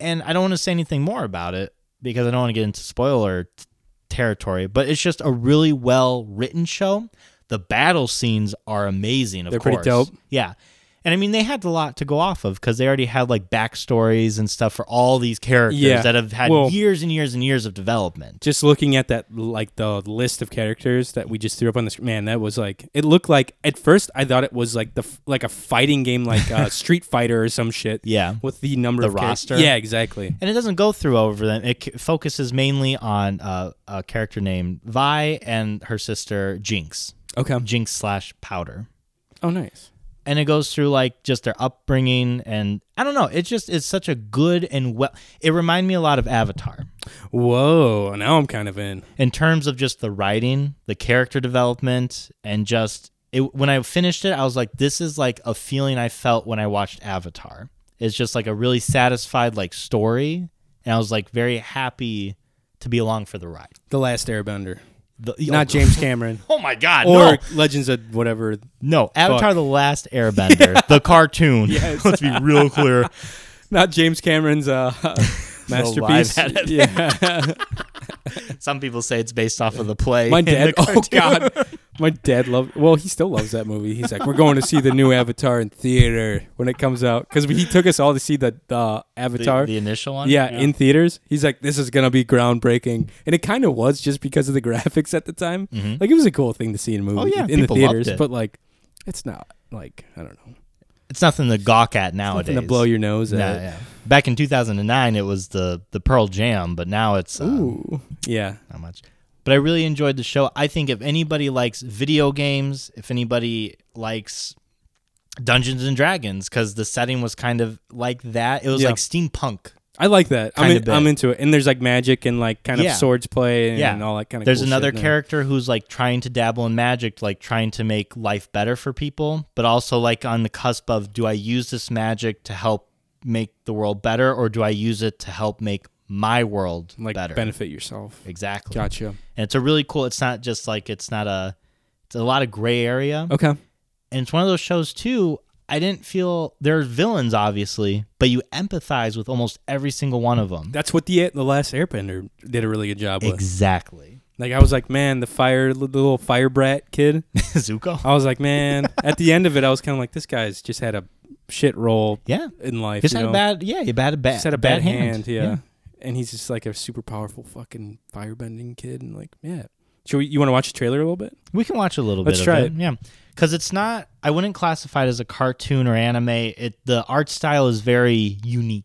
[SPEAKER 2] and I don't want to say anything more about it because I don't want to get into spoiler t- territory, but it's just a really well written show. The battle scenes are amazing, of
[SPEAKER 1] They're pretty
[SPEAKER 2] course.
[SPEAKER 1] dope.
[SPEAKER 2] Yeah. And I mean, they had a lot to go off of because they already had like backstories and stuff for all these characters
[SPEAKER 1] Yeah.
[SPEAKER 2] that have had
[SPEAKER 1] Well-
[SPEAKER 2] years and years and years of development.
[SPEAKER 1] Just looking at that, like the list of characters that we just threw up on the screen, man, that was like it looked like at first I thought it was like the f- like a fighting game, like uh, Street Fighter or some shit.
[SPEAKER 2] Yeah.
[SPEAKER 1] with the number
[SPEAKER 2] The
[SPEAKER 1] of char-
[SPEAKER 2] roster?
[SPEAKER 1] Yeah, exactly.
[SPEAKER 2] And it doesn't go through over them. It c- focuses mainly on uh, a character named Vi and her sister Jinx,
[SPEAKER 1] Okay.
[SPEAKER 2] Jinx slash Powder.
[SPEAKER 1] Oh, nice.
[SPEAKER 2] and it goes through like just their upbringing and i don't know it's just it's such a good and well it reminded me a lot of avatar
[SPEAKER 1] Whoa. Now I'm kind of in.
[SPEAKER 2] in terms of just the writing the character development and just it, when i finished it i was like this is like a feeling i felt when i watched avatar it's just like a really satisfied like story and i was like very happy to be along for the ride
[SPEAKER 1] The Last Airbender,
[SPEAKER 2] The-
[SPEAKER 1] not James Cameron
[SPEAKER 2] oh my god
[SPEAKER 1] or
[SPEAKER 2] no.
[SPEAKER 1] Legends of whatever.
[SPEAKER 2] no avatar the last airbender the cartoon let's be real clear
[SPEAKER 1] Not James Cameron's uh, masterpiece.
[SPEAKER 2] live
[SPEAKER 1] yeah.
[SPEAKER 2] Some people say it's based off of the play.
[SPEAKER 1] My
[SPEAKER 2] in
[SPEAKER 1] dad.
[SPEAKER 2] the
[SPEAKER 1] Oh
[SPEAKER 2] cartoon.
[SPEAKER 1] God. My dad loved. Well, he still loves that movie. He's like, we're going to see the new Avatar in theater when it comes out because he took us all to see the uh, Avatar.
[SPEAKER 2] The, the initial one.
[SPEAKER 1] yeah, in theaters. He's like, this is gonna be groundbreaking, and it kind of was just because of the graphics at the time. Like it was a cool thing to see in a movie
[SPEAKER 2] Mm-hmm. Oh, yeah,
[SPEAKER 1] in the
[SPEAKER 2] people loved
[SPEAKER 1] theaters,
[SPEAKER 2] it.
[SPEAKER 1] but like, it's not like I don't know,
[SPEAKER 2] it's nothing to gawk at nowadays.
[SPEAKER 1] nothing to blow your nose
[SPEAKER 2] Yeah,
[SPEAKER 1] at.
[SPEAKER 2] yeah. Back in 2009, it was the the Pearl Jam, but now it's uh,
[SPEAKER 1] Ooh, yeah.
[SPEAKER 2] not much. But I really enjoyed the show. I think if anybody likes video games, if anybody likes Dungeons and Dragons, because the setting was kind of like that. It was
[SPEAKER 1] Yeah.
[SPEAKER 2] like steampunk.
[SPEAKER 1] I like that. I'm,
[SPEAKER 2] Kinda
[SPEAKER 1] in, I'm
[SPEAKER 2] bit.
[SPEAKER 1] into it. And there's like magic and like kind
[SPEAKER 2] Yeah.
[SPEAKER 1] of swords play and,
[SPEAKER 2] yeah.
[SPEAKER 1] all that kind of.
[SPEAKER 2] There's
[SPEAKER 1] cool
[SPEAKER 2] another
[SPEAKER 1] shit in there.
[SPEAKER 2] character who's like trying to dabble in magic, like trying to make life better for people, but also like on the cusp of do I use this magic to help make the world better or do I use it to help make my world
[SPEAKER 1] like
[SPEAKER 2] better?
[SPEAKER 1] benefit yourself.
[SPEAKER 2] exactly.
[SPEAKER 1] Gotcha.
[SPEAKER 2] And it's a really cool it's not just like it's not a it's a lot of gray area.
[SPEAKER 1] Okay.
[SPEAKER 2] And it's one of those shows too. I didn't feel they're villains obviously, but you empathize with almost every single one of them.
[SPEAKER 1] That's what the the last Airbender did a really good job with.
[SPEAKER 2] Exactly.
[SPEAKER 1] like I was like, man, the fire the little fire brat kid.
[SPEAKER 2] Zuko.
[SPEAKER 1] I was like, man. At the end of it, I was kind of like, this guy's just had a shit roll.
[SPEAKER 2] Yeah.
[SPEAKER 1] In life,
[SPEAKER 2] He's
[SPEAKER 1] you
[SPEAKER 2] had a
[SPEAKER 1] know?
[SPEAKER 2] bad, yeah, he had a bad,
[SPEAKER 1] Just had a bad, hand. yeah.
[SPEAKER 2] yeah.
[SPEAKER 1] And he's just like a super powerful fucking firebending kid, and like, yeah. Should we, you want to watch the trailer a little bit?
[SPEAKER 2] We can watch a little
[SPEAKER 1] Let's
[SPEAKER 2] bit.
[SPEAKER 1] try
[SPEAKER 2] of
[SPEAKER 1] it.
[SPEAKER 2] Yeah, because it's not. I wouldn't classify it as a cartoon or anime. It the art style is very unique.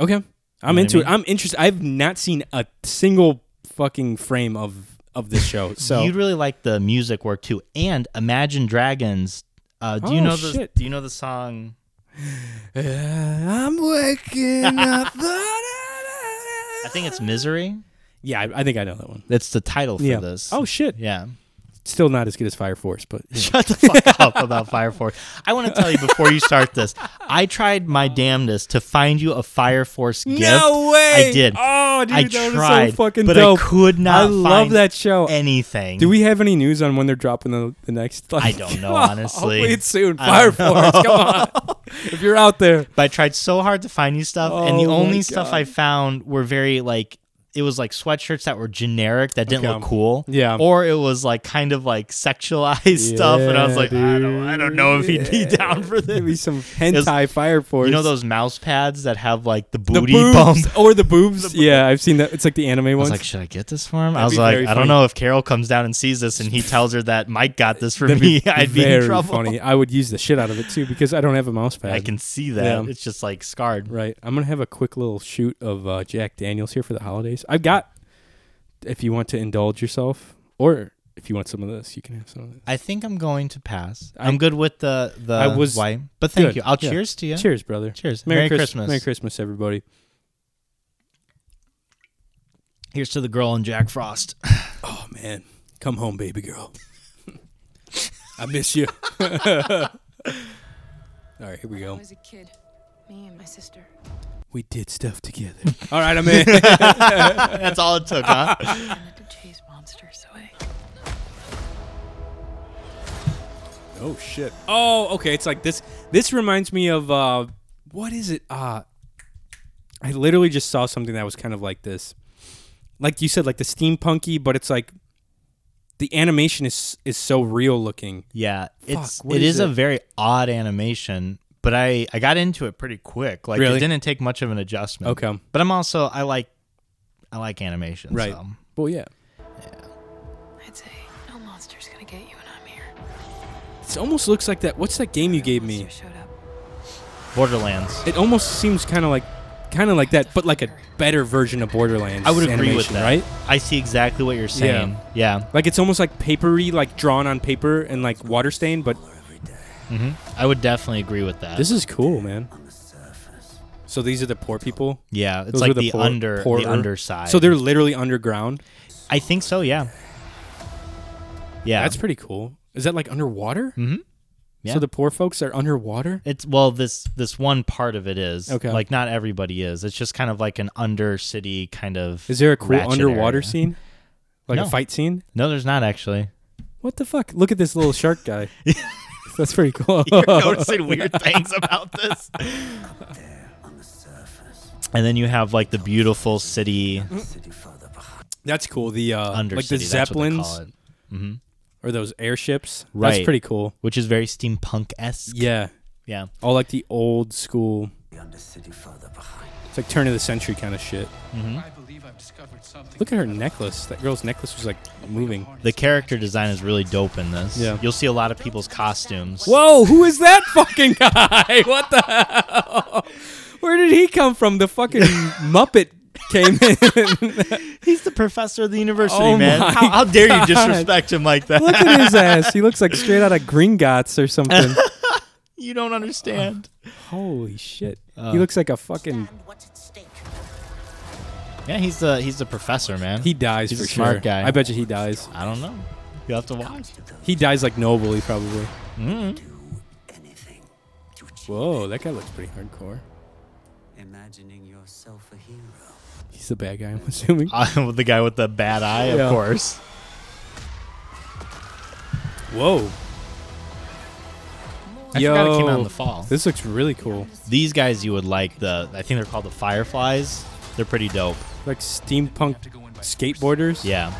[SPEAKER 1] Okay. I'm
[SPEAKER 2] what I
[SPEAKER 1] into
[SPEAKER 2] mean?
[SPEAKER 1] it. I'm interested. I've not seen a single fucking frame of of this show. So
[SPEAKER 2] You'd really like the music work too, and Imagine Dragons. Uh, do you
[SPEAKER 1] Oh,
[SPEAKER 2] know the
[SPEAKER 1] shit.
[SPEAKER 2] Do you know the song?
[SPEAKER 1] I'm waking up.
[SPEAKER 2] I think it's Misery.
[SPEAKER 1] Yeah, I, I think I know that one.
[SPEAKER 2] That's the title for
[SPEAKER 1] yeah.
[SPEAKER 2] this.
[SPEAKER 1] Oh shit.
[SPEAKER 2] yeah.
[SPEAKER 1] Still not as good as Fire Force, but yeah.
[SPEAKER 2] Shut the fuck up about Fire Force. I want to tell you before you start this. I tried my damnedest to find you a Fire Force gift. I did.
[SPEAKER 1] Oh, dude, that
[SPEAKER 2] I
[SPEAKER 1] was so
[SPEAKER 2] tried,
[SPEAKER 1] fucking
[SPEAKER 2] but I
[SPEAKER 1] dope.
[SPEAKER 2] could not
[SPEAKER 1] I love
[SPEAKER 2] find
[SPEAKER 1] that show.
[SPEAKER 2] Anything?
[SPEAKER 1] Do we have any news on when they're dropping the, the next?
[SPEAKER 2] I
[SPEAKER 1] Like,
[SPEAKER 2] don't know, honestly.
[SPEAKER 1] Hopefully it's soon.
[SPEAKER 2] I
[SPEAKER 1] Fire
[SPEAKER 2] don't
[SPEAKER 1] Force, come on. If you're out there,
[SPEAKER 2] But I tried so hard to find you stuff, and the
[SPEAKER 1] Oh my
[SPEAKER 2] only stuff
[SPEAKER 1] God.
[SPEAKER 2] I found were very like it was like sweatshirts that were generic that didn't
[SPEAKER 1] Okay.
[SPEAKER 2] look cool.
[SPEAKER 1] Yeah.
[SPEAKER 2] Or it was like kind of like sexualized stuff, and I was
[SPEAKER 1] Yeah,
[SPEAKER 2] like, I don't, I don't know if he'd be down for this.
[SPEAKER 1] give me some hentai Fire Force.
[SPEAKER 2] You know those mouse pads that have like the
[SPEAKER 1] the
[SPEAKER 2] booty bump.
[SPEAKER 1] boobs or the boobs? Yeah, I've seen that. It's like the anime
[SPEAKER 2] I was
[SPEAKER 1] ones.
[SPEAKER 2] like, should I get this for him? I
[SPEAKER 1] That'd
[SPEAKER 2] was
[SPEAKER 1] be
[SPEAKER 2] like,
[SPEAKER 1] very
[SPEAKER 2] I
[SPEAKER 1] funny.
[SPEAKER 2] don't know if Carol comes down and sees this and he tells her that Mike got this for
[SPEAKER 1] That'd
[SPEAKER 2] me, I'd be in
[SPEAKER 1] very
[SPEAKER 2] trouble.
[SPEAKER 1] Funny. I would use the shit out of it too because I don't have a mouse pad.
[SPEAKER 2] I can see that.
[SPEAKER 1] Yeah.
[SPEAKER 2] It's just like scarred.
[SPEAKER 1] Right. I'm gonna have a quick little shoot of uh, Jack Daniels here for the holidays. I've got. If you want to indulge yourself, or if you want some of this, you can have some of this.
[SPEAKER 2] I think I'm going to pass. I'm good with the the
[SPEAKER 1] I was
[SPEAKER 2] why, but thank
[SPEAKER 1] good.
[SPEAKER 2] you. I'll
[SPEAKER 1] Yeah.
[SPEAKER 2] cheers to you.
[SPEAKER 1] Cheers, brother.
[SPEAKER 2] Cheers.
[SPEAKER 1] Merry,
[SPEAKER 2] Merry
[SPEAKER 1] Christ-
[SPEAKER 2] Christmas.
[SPEAKER 1] Merry Christmas, everybody.
[SPEAKER 2] Here's to the girl and Jack Frost.
[SPEAKER 1] Oh man, come home, baby girl. I miss you. All right, here we
[SPEAKER 5] When
[SPEAKER 1] go.
[SPEAKER 5] I was a kid, me and my sister,
[SPEAKER 1] We did stuff together. All right, I'm in.
[SPEAKER 2] That's all it took, huh?
[SPEAKER 5] to chase monsters away.
[SPEAKER 1] oh shit. Oh, okay. It's like this. This reminds me of uh, what is it? Uh, I literally just saw something that was kind of like this, like you said, like the steampunky, but it's like the animation is is so real looking.
[SPEAKER 2] Yeah, it's
[SPEAKER 1] what
[SPEAKER 2] it
[SPEAKER 1] is
[SPEAKER 2] is a
[SPEAKER 1] it?
[SPEAKER 2] very odd animation, but I I got into it pretty quick. Like
[SPEAKER 1] Really?
[SPEAKER 2] it didn't take much of an adjustment.
[SPEAKER 1] Okay.
[SPEAKER 2] but I'm also I like I like animation. So.
[SPEAKER 1] Well, yeah.
[SPEAKER 5] I'd say no monster's gonna get you when I'm here.
[SPEAKER 1] It almost looks like that. What's that game you gave me?
[SPEAKER 5] Monster showed up.
[SPEAKER 2] Borderlands.
[SPEAKER 1] It almost seems kind of like, kind of like that, but like a better version of Borderlands.
[SPEAKER 2] I would agree with
[SPEAKER 1] animation,
[SPEAKER 2] that.
[SPEAKER 1] right?
[SPEAKER 2] I see exactly what you're saying. Yeah.
[SPEAKER 1] Like it's almost like papery, like drawn on paper and like water stain. But
[SPEAKER 2] I would definitely agree with that.
[SPEAKER 1] this is cool, man. So these are the poor people.
[SPEAKER 2] yeah, it's
[SPEAKER 1] Those
[SPEAKER 2] like
[SPEAKER 1] were
[SPEAKER 2] the,
[SPEAKER 1] poor-
[SPEAKER 2] under
[SPEAKER 1] poorer.
[SPEAKER 2] the underside.
[SPEAKER 1] So they're literally underground.
[SPEAKER 2] I think so. Yeah. Yeah.
[SPEAKER 1] That's pretty cool. Is that like underwater? Mm-hmm.
[SPEAKER 2] Yeah.
[SPEAKER 1] So the poor folks are underwater.
[SPEAKER 2] It's well, this this one part of it is
[SPEAKER 1] Okay.
[SPEAKER 2] Like not everybody is. It's just kind of like an under city kind of.
[SPEAKER 1] Is there a cool
[SPEAKER 2] ratchet
[SPEAKER 1] underwater
[SPEAKER 2] area.
[SPEAKER 1] scene? Like
[SPEAKER 2] No.
[SPEAKER 1] a fight scene?
[SPEAKER 2] No, there's not actually.
[SPEAKER 1] What the fuck? Look at this little shark guy. That's pretty cool.
[SPEAKER 2] Noticing weird things about this. And then you have like the beautiful city
[SPEAKER 1] That's cool. The uh, Mm-hmm.
[SPEAKER 2] under
[SPEAKER 1] like the
[SPEAKER 2] city, that's what they call
[SPEAKER 1] zeppelins
[SPEAKER 2] it,
[SPEAKER 1] or those airships.
[SPEAKER 2] Right.
[SPEAKER 1] That's pretty cool.
[SPEAKER 2] which is very steampunk esque.
[SPEAKER 1] Yeah.
[SPEAKER 2] yeah.
[SPEAKER 1] All like the old school. It's like turn of the century kind of shit.
[SPEAKER 6] I believe I've discovered something.
[SPEAKER 1] Look at her necklace. That girl's necklace was like moving.
[SPEAKER 2] The character design is really dope in this.
[SPEAKER 1] Yeah.
[SPEAKER 2] You'll see a lot of people's costumes.
[SPEAKER 1] Whoa, who is that fucking guy? What the hell? Where did he come from? The fucking Muppet came in.
[SPEAKER 2] He's the professor of the university,
[SPEAKER 1] Oh
[SPEAKER 2] man.
[SPEAKER 1] my
[SPEAKER 2] How, how dare you
[SPEAKER 1] God.
[SPEAKER 2] disrespect him like that?
[SPEAKER 1] Look at his ass. He looks like straight out of Gringotts or something.
[SPEAKER 2] you don't understand.
[SPEAKER 1] Holy shit.
[SPEAKER 2] Uh.
[SPEAKER 1] he looks like a fucking.
[SPEAKER 2] Yeah, he's the he's the professor, man.
[SPEAKER 1] He dies
[SPEAKER 2] He's
[SPEAKER 1] for
[SPEAKER 2] a smart
[SPEAKER 1] sure.
[SPEAKER 2] guy.
[SPEAKER 1] I bet you he dies.
[SPEAKER 2] I don't know. You have to watch.
[SPEAKER 1] He dies like nobly, probably. Whoa, that guy looks pretty hardcore.
[SPEAKER 7] Imagining yourself a hero.
[SPEAKER 1] He's the bad guy, I'm assuming.
[SPEAKER 2] Uh, the guy with the bad eye, of
[SPEAKER 1] Yeah.
[SPEAKER 2] course.
[SPEAKER 1] Whoa.
[SPEAKER 2] I forgot it came out in the fall.
[SPEAKER 1] This looks really cool.
[SPEAKER 2] These guys you would like the I think they're called the Fireflies. They're pretty dope.
[SPEAKER 1] Like steampunk skateboarders.
[SPEAKER 2] Yeah.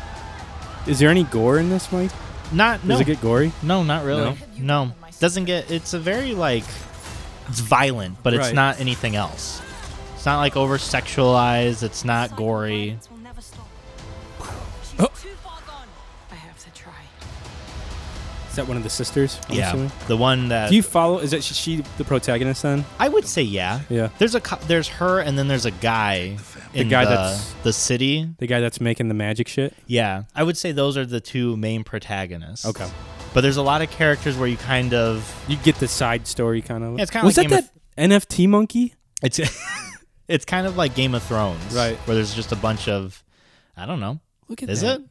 [SPEAKER 1] Is there any gore in this, Mike?
[SPEAKER 2] Not no.
[SPEAKER 1] Does it get gory?
[SPEAKER 2] no, not really. No. Doesn't get it's a very like it's violent, but it's
[SPEAKER 1] Right.
[SPEAKER 2] not anything else. It's not like over sexualized, it's not gory.
[SPEAKER 5] I have to try.
[SPEAKER 1] Is that one of the sisters? I'm
[SPEAKER 2] yeah.
[SPEAKER 1] assuming?
[SPEAKER 2] The one that
[SPEAKER 1] Do you follow? Is that she, she the protagonist then?
[SPEAKER 2] I would say yeah.
[SPEAKER 1] Yeah.
[SPEAKER 2] There's a cou- there's her and then there's a guy in
[SPEAKER 1] guy
[SPEAKER 2] the,
[SPEAKER 1] that's-
[SPEAKER 2] the city.
[SPEAKER 1] The guy that's making the magic shit.
[SPEAKER 2] Yeah. I would say those are the two main protagonists.
[SPEAKER 1] Okay.
[SPEAKER 2] But there's a lot of characters where you kind of
[SPEAKER 1] You get the side story kind of.
[SPEAKER 2] Yeah, it's kinda
[SPEAKER 1] Was
[SPEAKER 2] like
[SPEAKER 1] that
[SPEAKER 2] Game
[SPEAKER 1] that NFT monkey?
[SPEAKER 2] It's it's kind of like Game of Thrones,
[SPEAKER 1] Right.
[SPEAKER 2] Where there's just a bunch of, I don't know,
[SPEAKER 1] Look at
[SPEAKER 2] is
[SPEAKER 1] that.
[SPEAKER 2] it?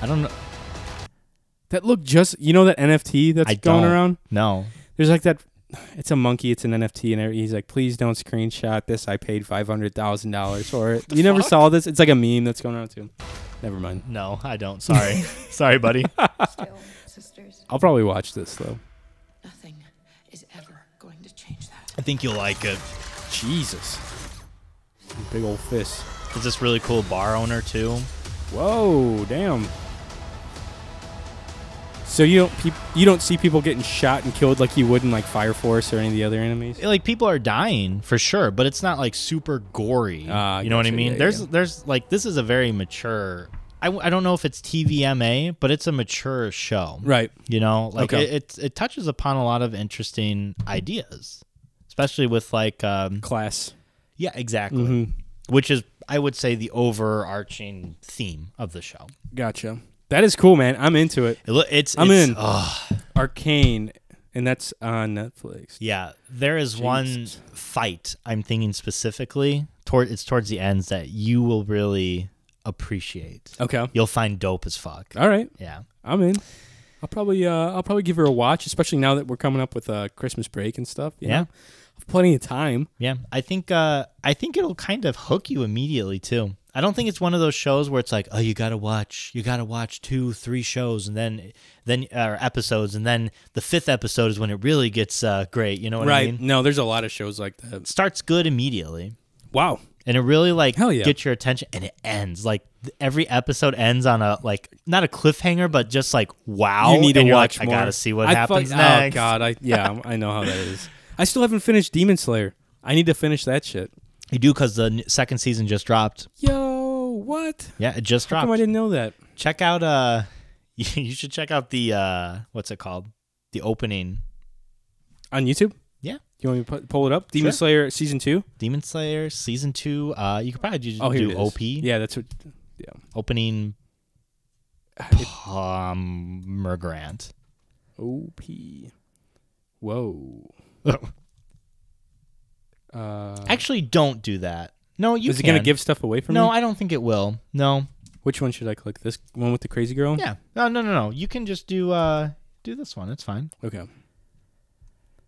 [SPEAKER 2] I don't know.
[SPEAKER 1] That looked just. You know that NFT that's
[SPEAKER 2] I
[SPEAKER 1] going
[SPEAKER 2] don't.
[SPEAKER 1] around.
[SPEAKER 2] No,
[SPEAKER 1] There's like that. It's a monkey. It's an NFT, and he's like, "Please don't screenshot this. I paid five hundred thousand dollars for it." You never saw this? It's like a meme that's going around too. Never mind.
[SPEAKER 2] no, I don't. Sorry, sorry, buddy.
[SPEAKER 5] Still, sisters,
[SPEAKER 1] I'll probably watch this though.
[SPEAKER 5] nothing is ever going to change that.
[SPEAKER 2] I think you'll like it.
[SPEAKER 1] Jesus. Big old fist.
[SPEAKER 2] There's this really cool bar owner too.
[SPEAKER 1] Whoa, damn. So you don't peop- you don't see people getting shot and killed like you would in like Fire Force or any of the other enemies.
[SPEAKER 2] Like people are dying for sure, but it's not like super gory.
[SPEAKER 1] Ah, I
[SPEAKER 2] you know what I
[SPEAKER 1] gotcha.
[SPEAKER 2] mean?
[SPEAKER 1] Yeah,
[SPEAKER 2] there's
[SPEAKER 1] yeah.
[SPEAKER 2] there's like this is a very mature. I, w- I don't know if it's TVMA, but it's a mature show.
[SPEAKER 1] Right.
[SPEAKER 2] You know, like
[SPEAKER 1] Okay.
[SPEAKER 2] it, it it touches upon a lot of interesting ideas, especially with like um,
[SPEAKER 1] Class.
[SPEAKER 2] Yeah, exactly.
[SPEAKER 1] Mm-hmm.
[SPEAKER 2] Which is, I would say, the overarching theme of the show.
[SPEAKER 1] Gotcha. That is cool, man. I'm into it.
[SPEAKER 2] It, lo- it's,
[SPEAKER 1] I'm
[SPEAKER 2] it's-
[SPEAKER 1] in.
[SPEAKER 2] ugh.
[SPEAKER 1] Arcane, and that's on Netflix.
[SPEAKER 2] yeah, there is one
[SPEAKER 1] Jesus.
[SPEAKER 2] fight I'm thinking specifically toward. It's towards the ends that you will really appreciate.
[SPEAKER 1] Okay.
[SPEAKER 2] You'll find dope as fuck.
[SPEAKER 1] All right.
[SPEAKER 2] Yeah.
[SPEAKER 1] I'm in. I'll probably uh, I'll probably give her a watch, especially now that we're coming up with uh, Christmas break and stuff. you
[SPEAKER 2] Yeah.
[SPEAKER 1] know? Plenty of time.
[SPEAKER 2] Yeah, I think uh, I think it'll kind of hook you immediately too. I don't think it's one of those shows where it's like, oh, you gotta watch, you gotta watch two, three shows, and then then or episodes, and then the fifth episode is when it really gets uh, great. You know what I mean?
[SPEAKER 1] No, there's a lot of shows like that.
[SPEAKER 2] Starts good immediately,
[SPEAKER 1] Wow.
[SPEAKER 2] and it really like
[SPEAKER 1] Hell yeah.
[SPEAKER 2] gets your attention, and it ends like th- every episode ends on a like not a cliffhanger, but just like wow.
[SPEAKER 1] you need to
[SPEAKER 2] and you're
[SPEAKER 1] watch
[SPEAKER 2] like,
[SPEAKER 1] more.
[SPEAKER 2] I gotta see what
[SPEAKER 1] I
[SPEAKER 2] happens
[SPEAKER 1] fuck- Oh
[SPEAKER 2] next.
[SPEAKER 1] god, I yeah, I know how that is. I still haven't finished Demon Slayer. I need to finish that shit.
[SPEAKER 2] You do because the n- second season just dropped.
[SPEAKER 1] Yo, what?
[SPEAKER 2] Yeah, it just
[SPEAKER 1] How
[SPEAKER 2] dropped.
[SPEAKER 1] come I didn't know that?
[SPEAKER 2] check out uh you should check out the uh what's it called the opening
[SPEAKER 1] On YouTube?
[SPEAKER 2] yeah
[SPEAKER 1] You want me to pu- pull it up? Demon
[SPEAKER 2] Sure.
[SPEAKER 1] Slayer season two.
[SPEAKER 2] demon slayer season two uh you could probably just
[SPEAKER 1] Oh, here it
[SPEAKER 2] do
[SPEAKER 1] is.
[SPEAKER 2] op
[SPEAKER 1] Yeah, that's what. Yeah,
[SPEAKER 2] opening
[SPEAKER 1] Uh,
[SPEAKER 2] palmer grant
[SPEAKER 1] op. Whoa. Uh,
[SPEAKER 2] actually don't do that no you
[SPEAKER 1] is it gonna
[SPEAKER 2] can.
[SPEAKER 1] give stuff away from
[SPEAKER 2] no
[SPEAKER 1] me?
[SPEAKER 2] i don't think it will no
[SPEAKER 1] Which one should I click? This one with the crazy girl?
[SPEAKER 2] yeah no no no no you can just do uh do this one it's fine
[SPEAKER 1] Okay.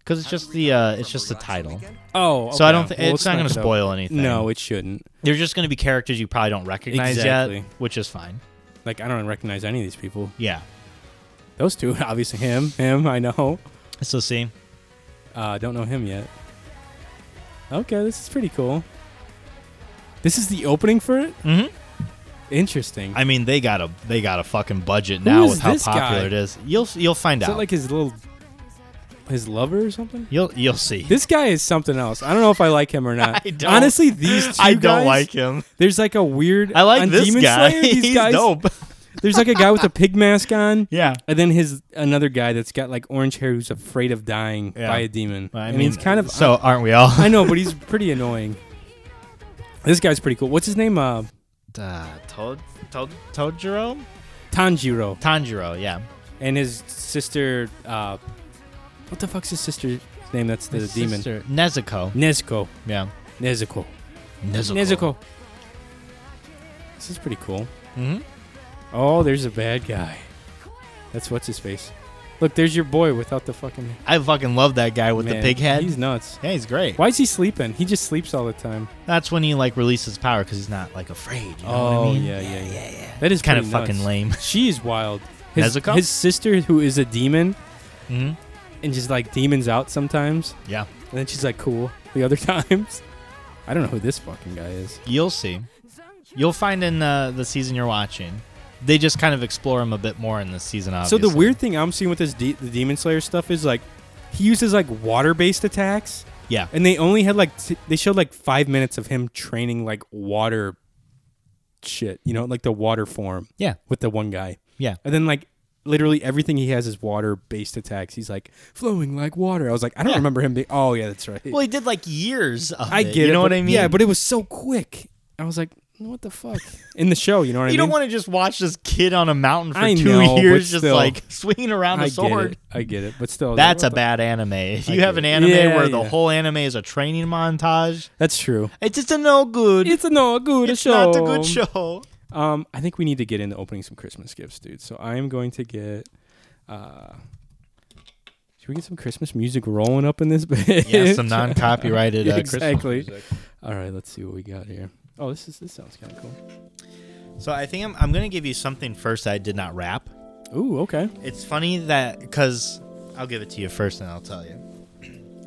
[SPEAKER 2] because it's just the uh it's just the title
[SPEAKER 1] Oh,
[SPEAKER 2] So I
[SPEAKER 1] okay.
[SPEAKER 2] don't thi-
[SPEAKER 1] Well,
[SPEAKER 2] it's
[SPEAKER 1] let's
[SPEAKER 2] not
[SPEAKER 1] knock
[SPEAKER 2] gonna
[SPEAKER 1] it out.
[SPEAKER 2] spoil anything.
[SPEAKER 1] No, it shouldn't.
[SPEAKER 2] they're just going to be characters you probably don't recognize
[SPEAKER 1] Exactly.
[SPEAKER 2] yet which is fine
[SPEAKER 1] Like I don't recognize any of these people.
[SPEAKER 2] yeah
[SPEAKER 1] Those two, obviously him, him. I know.
[SPEAKER 2] so see
[SPEAKER 1] Uh, don't know him yet. Okay, this is pretty cool. This is the opening for it.
[SPEAKER 2] mm-hmm
[SPEAKER 1] Interesting.
[SPEAKER 2] I mean, they got a they got a fucking budget now
[SPEAKER 1] is
[SPEAKER 2] with how
[SPEAKER 1] this
[SPEAKER 2] popular
[SPEAKER 1] guy?
[SPEAKER 2] it is. You'll you'll find
[SPEAKER 1] is that
[SPEAKER 2] out.
[SPEAKER 1] like his little, his lover or something?
[SPEAKER 2] you'll you'll see.
[SPEAKER 1] This guy is something else. I don't know if I like him or not.
[SPEAKER 2] I don't-
[SPEAKER 1] Honestly, these two
[SPEAKER 2] I don't
[SPEAKER 1] guys,
[SPEAKER 2] like him.
[SPEAKER 1] There's like a weird.
[SPEAKER 2] I like
[SPEAKER 1] on
[SPEAKER 2] this
[SPEAKER 1] Demon
[SPEAKER 2] guy.
[SPEAKER 1] Slayer, these
[SPEAKER 2] He's
[SPEAKER 1] guys.
[SPEAKER 2] dope.
[SPEAKER 1] There's like a guy with a pig mask on.
[SPEAKER 2] Yeah.
[SPEAKER 1] And then his another guy that's got like orange hair who's afraid of dying
[SPEAKER 2] Yeah.
[SPEAKER 1] by a demon.
[SPEAKER 2] I
[SPEAKER 1] and he's kind of
[SPEAKER 2] so. Aren't we all?
[SPEAKER 1] I know, but he's pretty annoying. This guy's pretty cool. What's his name? Uh,
[SPEAKER 2] uh, Toad, Toad, Toadjiro,
[SPEAKER 1] Tanjiro
[SPEAKER 2] Tanjiro. Yeah.
[SPEAKER 1] and his sister. Uh, what the fuck's his sister's name? That's the
[SPEAKER 2] His
[SPEAKER 1] demon.
[SPEAKER 2] sister, Nezuko.
[SPEAKER 1] Nezuko.
[SPEAKER 2] Yeah.
[SPEAKER 1] Nezuko.
[SPEAKER 2] Nezuko.
[SPEAKER 1] Nezuko. This is pretty cool.
[SPEAKER 2] hmm
[SPEAKER 1] Oh, there's a bad guy. That's what's his face. Look, there's your boy without the fucking.
[SPEAKER 2] I fucking love that guy with
[SPEAKER 1] Man,
[SPEAKER 2] the pig head.
[SPEAKER 1] He's nuts.
[SPEAKER 2] yeah, he's great.
[SPEAKER 1] Why is he sleeping? He just sleeps all the time.
[SPEAKER 2] That's when he like releases power because he's not like afraid. You know
[SPEAKER 1] oh
[SPEAKER 2] what I mean?
[SPEAKER 1] yeah, yeah, yeah, That is
[SPEAKER 2] It's kind of
[SPEAKER 1] pretty
[SPEAKER 2] fucking
[SPEAKER 1] nuts.
[SPEAKER 2] lame.
[SPEAKER 1] She is wild. His,
[SPEAKER 2] Nezuko?
[SPEAKER 1] his sister, who is a demon,
[SPEAKER 2] hmm
[SPEAKER 1] and just like demons out sometimes,
[SPEAKER 2] Yeah.
[SPEAKER 1] and then she's like cool the other times. I don't know who this fucking guy is.
[SPEAKER 2] You'll see. You'll find in uh, the the season you're watching. They just kind of explore him a bit more in this season. Obviously.
[SPEAKER 1] So the weird thing I'm seeing with this de- the demon slayer stuff is like he uses like water-based attacks,
[SPEAKER 2] yeah,
[SPEAKER 1] and they only had like t- they showed like five minutes of him training like water shit, you know, like the water form
[SPEAKER 2] yeah,
[SPEAKER 1] with the one guy.
[SPEAKER 2] yeah.
[SPEAKER 1] And then like literally everything he has is water based attacks. He's like flowing like water. I was like, I don't
[SPEAKER 2] Yeah.
[SPEAKER 1] remember him being oh yeah, that's right.
[SPEAKER 2] Well, he did like years of
[SPEAKER 1] I
[SPEAKER 2] it,
[SPEAKER 1] get
[SPEAKER 2] You
[SPEAKER 1] it,
[SPEAKER 2] know
[SPEAKER 1] but-
[SPEAKER 2] what I mean?
[SPEAKER 1] Yeah, but it was so quick. I was like, what the fuck? In the show, you know what I
[SPEAKER 2] you
[SPEAKER 1] mean?
[SPEAKER 2] don't want to just watch this kid on a mountain for
[SPEAKER 1] I
[SPEAKER 2] two
[SPEAKER 1] know, but
[SPEAKER 2] years, just
[SPEAKER 1] still.
[SPEAKER 2] like swinging around
[SPEAKER 1] I
[SPEAKER 2] a
[SPEAKER 1] get
[SPEAKER 2] sword.
[SPEAKER 1] it. I get it. But still I was like,
[SPEAKER 2] That's
[SPEAKER 1] what
[SPEAKER 2] a
[SPEAKER 1] the-
[SPEAKER 2] bad anime. If
[SPEAKER 1] I
[SPEAKER 2] you have
[SPEAKER 1] get
[SPEAKER 2] an
[SPEAKER 1] it.
[SPEAKER 2] anime
[SPEAKER 1] Yeah,
[SPEAKER 2] where the
[SPEAKER 1] yeah.
[SPEAKER 2] whole anime is a training montage,
[SPEAKER 1] That's true.
[SPEAKER 2] it's just a no good.
[SPEAKER 1] It's a no good
[SPEAKER 2] It's
[SPEAKER 1] show.
[SPEAKER 2] not a good show.
[SPEAKER 1] Um I think we need to get into opening some Christmas gifts, dude. So I am going to get uh should we get some Christmas music rolling up in this bitch?
[SPEAKER 2] Yeah, some non-copyrighted uh, Christmas
[SPEAKER 1] Exactly.
[SPEAKER 2] music.
[SPEAKER 1] All right, let's see what we got here. Oh, this is this sounds kind of cool.
[SPEAKER 2] So I think I'm, I'm gonna give you something first. That I did not wrap.
[SPEAKER 1] Ooh, okay.
[SPEAKER 2] It's funny that because I'll give it to you first, and I'll tell you.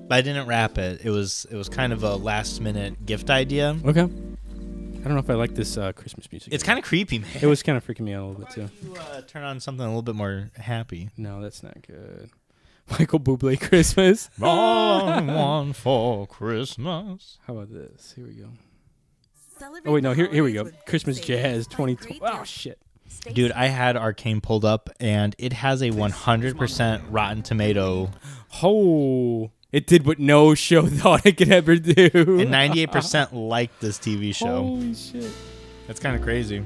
[SPEAKER 2] But I didn't wrap it. It was it was kind of a last minute gift idea.
[SPEAKER 1] Okay. I don't know if I like this uh, Christmas music.
[SPEAKER 2] It's kind of creepy, man.
[SPEAKER 1] It was kind of freaking me out a little bit too.
[SPEAKER 2] You, uh, turn on something a little bit more happy.
[SPEAKER 1] No, that's not good. Michael Bublé Christmas.
[SPEAKER 2] All I want for Christmas.
[SPEAKER 1] How about this? Here we go.
[SPEAKER 8] Celebrate
[SPEAKER 1] Oh wait, no.
[SPEAKER 8] the
[SPEAKER 1] Here, here we go.
[SPEAKER 8] holidays with
[SPEAKER 1] Christmas
[SPEAKER 8] savings
[SPEAKER 1] Jazz
[SPEAKER 8] like
[SPEAKER 1] 2020.
[SPEAKER 8] great
[SPEAKER 1] Oh
[SPEAKER 8] deals.
[SPEAKER 1] shit.
[SPEAKER 8] Stay
[SPEAKER 2] Dude, I had Arcane pulled up, and it has a 100% Rotten Tomato
[SPEAKER 1] Oh, it did what no show thought it could ever do.
[SPEAKER 2] and 98% liked this TV show.
[SPEAKER 1] Holy shit.
[SPEAKER 2] That's kind of crazy.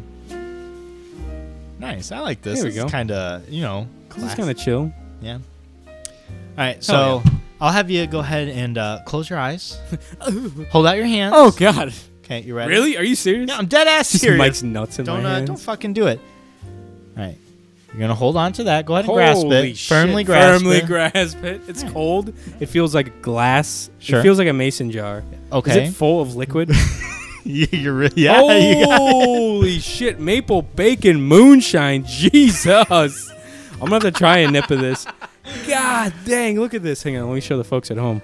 [SPEAKER 2] Nice. I like this.
[SPEAKER 1] There we
[SPEAKER 2] This
[SPEAKER 1] go.
[SPEAKER 2] is kind of, you know,
[SPEAKER 1] This is
[SPEAKER 2] classic.
[SPEAKER 1] kind of chill.
[SPEAKER 2] Yeah. All right,
[SPEAKER 1] Hell
[SPEAKER 2] so I'll have you go ahead and uh, close your eyes. Hold out your hands.
[SPEAKER 1] Oh god.
[SPEAKER 2] Okay, you ready?
[SPEAKER 1] Really? Are you serious?
[SPEAKER 2] Yeah, I'm dead ass
[SPEAKER 1] Just
[SPEAKER 2] serious.
[SPEAKER 1] Mike's nuts in
[SPEAKER 2] don't
[SPEAKER 1] my
[SPEAKER 2] uh,
[SPEAKER 1] hands.
[SPEAKER 2] don't fucking do it. All right. You're gonna hold on to that. Go ahead and grasp
[SPEAKER 1] Holy
[SPEAKER 2] it. Firmly
[SPEAKER 1] shit.
[SPEAKER 2] grasp
[SPEAKER 1] Firmly
[SPEAKER 2] it.
[SPEAKER 1] grasp it. It's cold. It feels like glass.
[SPEAKER 2] Sure.
[SPEAKER 1] It feels like a mason jar.
[SPEAKER 2] Okay.
[SPEAKER 1] Is it full of liquid?
[SPEAKER 2] You're really, yeah. you got it.
[SPEAKER 1] Holy shit. Maple bacon moonshine. Jesus. I'm gonna have to try a nip of this. God dang, look at this. Hang on, let me show the folks at home.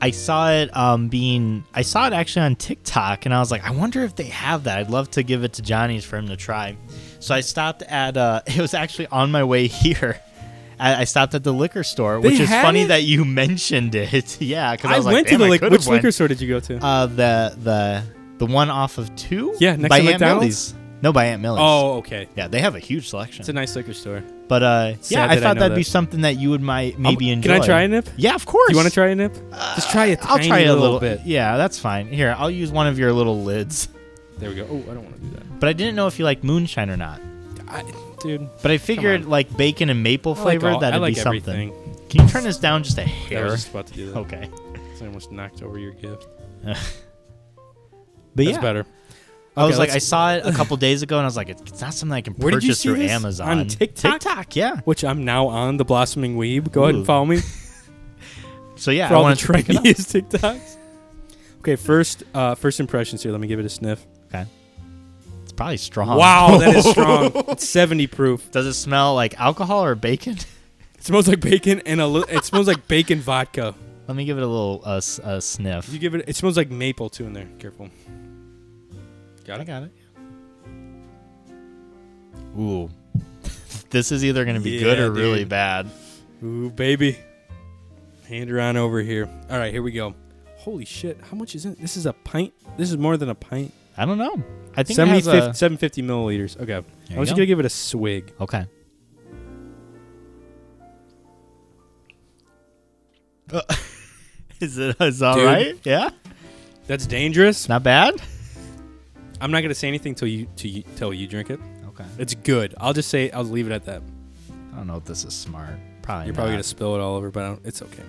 [SPEAKER 2] I saw it um, being. I saw it actually on TikTok, and I was like, I wonder if they have that. I'd love to give it to Johnny's for him to try. So I stopped at. Uh, it was actually on my way here. I I stopped at the liquor store,
[SPEAKER 1] They
[SPEAKER 2] which is
[SPEAKER 1] had
[SPEAKER 2] funny
[SPEAKER 1] it?
[SPEAKER 2] that you mentioned it. yeah, because I,
[SPEAKER 1] I,
[SPEAKER 2] was like,
[SPEAKER 1] went to
[SPEAKER 2] "Damn,
[SPEAKER 1] the
[SPEAKER 2] I
[SPEAKER 1] liquor.
[SPEAKER 2] could've
[SPEAKER 1] Which
[SPEAKER 2] went."
[SPEAKER 1] liquor store did you go to?
[SPEAKER 2] Uh, the the the one off of two.
[SPEAKER 1] Yeah, next
[SPEAKER 2] by
[SPEAKER 1] to
[SPEAKER 2] Aunt
[SPEAKER 1] McDonald's?
[SPEAKER 2] Millie's. No, by Aunt Millie's.
[SPEAKER 1] oh, okay.
[SPEAKER 2] yeah, they have a huge selection.
[SPEAKER 1] It's a nice liquor store.
[SPEAKER 2] But uh, yeah,
[SPEAKER 1] Sad
[SPEAKER 2] I
[SPEAKER 1] that I
[SPEAKER 2] thought
[SPEAKER 1] know
[SPEAKER 2] that'd be
[SPEAKER 1] that.
[SPEAKER 2] something that you would might maybe
[SPEAKER 1] Um,
[SPEAKER 2] enjoy.
[SPEAKER 1] Can I try a nip?
[SPEAKER 2] Yeah, of course.
[SPEAKER 1] You want to try a nip? Just try a
[SPEAKER 2] I'll
[SPEAKER 1] tiny
[SPEAKER 2] try a
[SPEAKER 1] little,
[SPEAKER 2] little
[SPEAKER 1] bit.
[SPEAKER 2] Yeah, that's fine. Here, I'll use one of your little lids.
[SPEAKER 1] There we go. Oh, I don't want to do that.
[SPEAKER 2] But I didn't know if you like moonshine or not.
[SPEAKER 1] I, dude,
[SPEAKER 2] But I figured
[SPEAKER 1] on.
[SPEAKER 2] like bacon and maple
[SPEAKER 1] I like
[SPEAKER 2] flavor,
[SPEAKER 1] all- I
[SPEAKER 2] that'd
[SPEAKER 1] like
[SPEAKER 2] be something. Oh.
[SPEAKER 1] everything.
[SPEAKER 2] Can you turn this down just a
[SPEAKER 1] I
[SPEAKER 2] hair?
[SPEAKER 1] was just about to do that.
[SPEAKER 2] Okay.
[SPEAKER 1] I almost knocked over your gift.
[SPEAKER 2] But
[SPEAKER 1] That's
[SPEAKER 2] yeah,
[SPEAKER 1] better.
[SPEAKER 2] I was
[SPEAKER 1] Okay,
[SPEAKER 2] like, I
[SPEAKER 1] let's-
[SPEAKER 2] saw it a couple days ago, and I was like, it's it's not something I can
[SPEAKER 1] Where did you
[SPEAKER 2] purchase
[SPEAKER 1] see
[SPEAKER 2] through
[SPEAKER 1] this?
[SPEAKER 2] Amazon.
[SPEAKER 1] On TikTok?
[SPEAKER 2] TikTok, yeah.
[SPEAKER 1] Which I'm now on the Blossoming Weeb. Go ahead
[SPEAKER 2] Ooh.
[SPEAKER 1] and follow me
[SPEAKER 2] So yeah,
[SPEAKER 1] for
[SPEAKER 2] I
[SPEAKER 1] all the
[SPEAKER 2] wanted to pick it up.
[SPEAKER 1] trendiest TikToks. Okay, first uh, first impressions here. Let me give it a sniff.
[SPEAKER 2] Okay. It's probably strong.
[SPEAKER 1] Wow, that is strong. It's 70 proof.
[SPEAKER 2] Does it smell like alcohol or bacon?
[SPEAKER 1] It smells like bacon and a little. It smells like bacon vodka.
[SPEAKER 2] Let me give it a little uh, s- uh, sniff.
[SPEAKER 1] Did you give it? It smells like maple too in there. Careful. Got
[SPEAKER 2] I
[SPEAKER 1] it.
[SPEAKER 2] got it. Ooh. this is either going to be good
[SPEAKER 1] Yeah,
[SPEAKER 2] or really
[SPEAKER 1] dude.
[SPEAKER 2] bad.
[SPEAKER 1] Ooh, baby. Hand her on over here. All right, here we go. Holy shit! How much is it? This is a pint. This is more than a pint.
[SPEAKER 2] I don't know. I think it
[SPEAKER 1] 70,
[SPEAKER 2] has a,
[SPEAKER 1] 750 milliliters. Okay,
[SPEAKER 2] you
[SPEAKER 1] I'm just
[SPEAKER 2] go.
[SPEAKER 1] gonna give it a swig.
[SPEAKER 2] Okay. Uh, is it is all
[SPEAKER 1] Dude.
[SPEAKER 2] right? Yeah.
[SPEAKER 1] That's dangerous.
[SPEAKER 2] Not bad.
[SPEAKER 1] I'm not gonna say anything till you till you, till you drink it.
[SPEAKER 2] Okay.
[SPEAKER 1] It's good. I'll just say I'll leave it at that.
[SPEAKER 2] I don't know if this is smart. Probably
[SPEAKER 1] You're probably
[SPEAKER 2] not.
[SPEAKER 1] gonna spill it all over, but I don't, it's okay.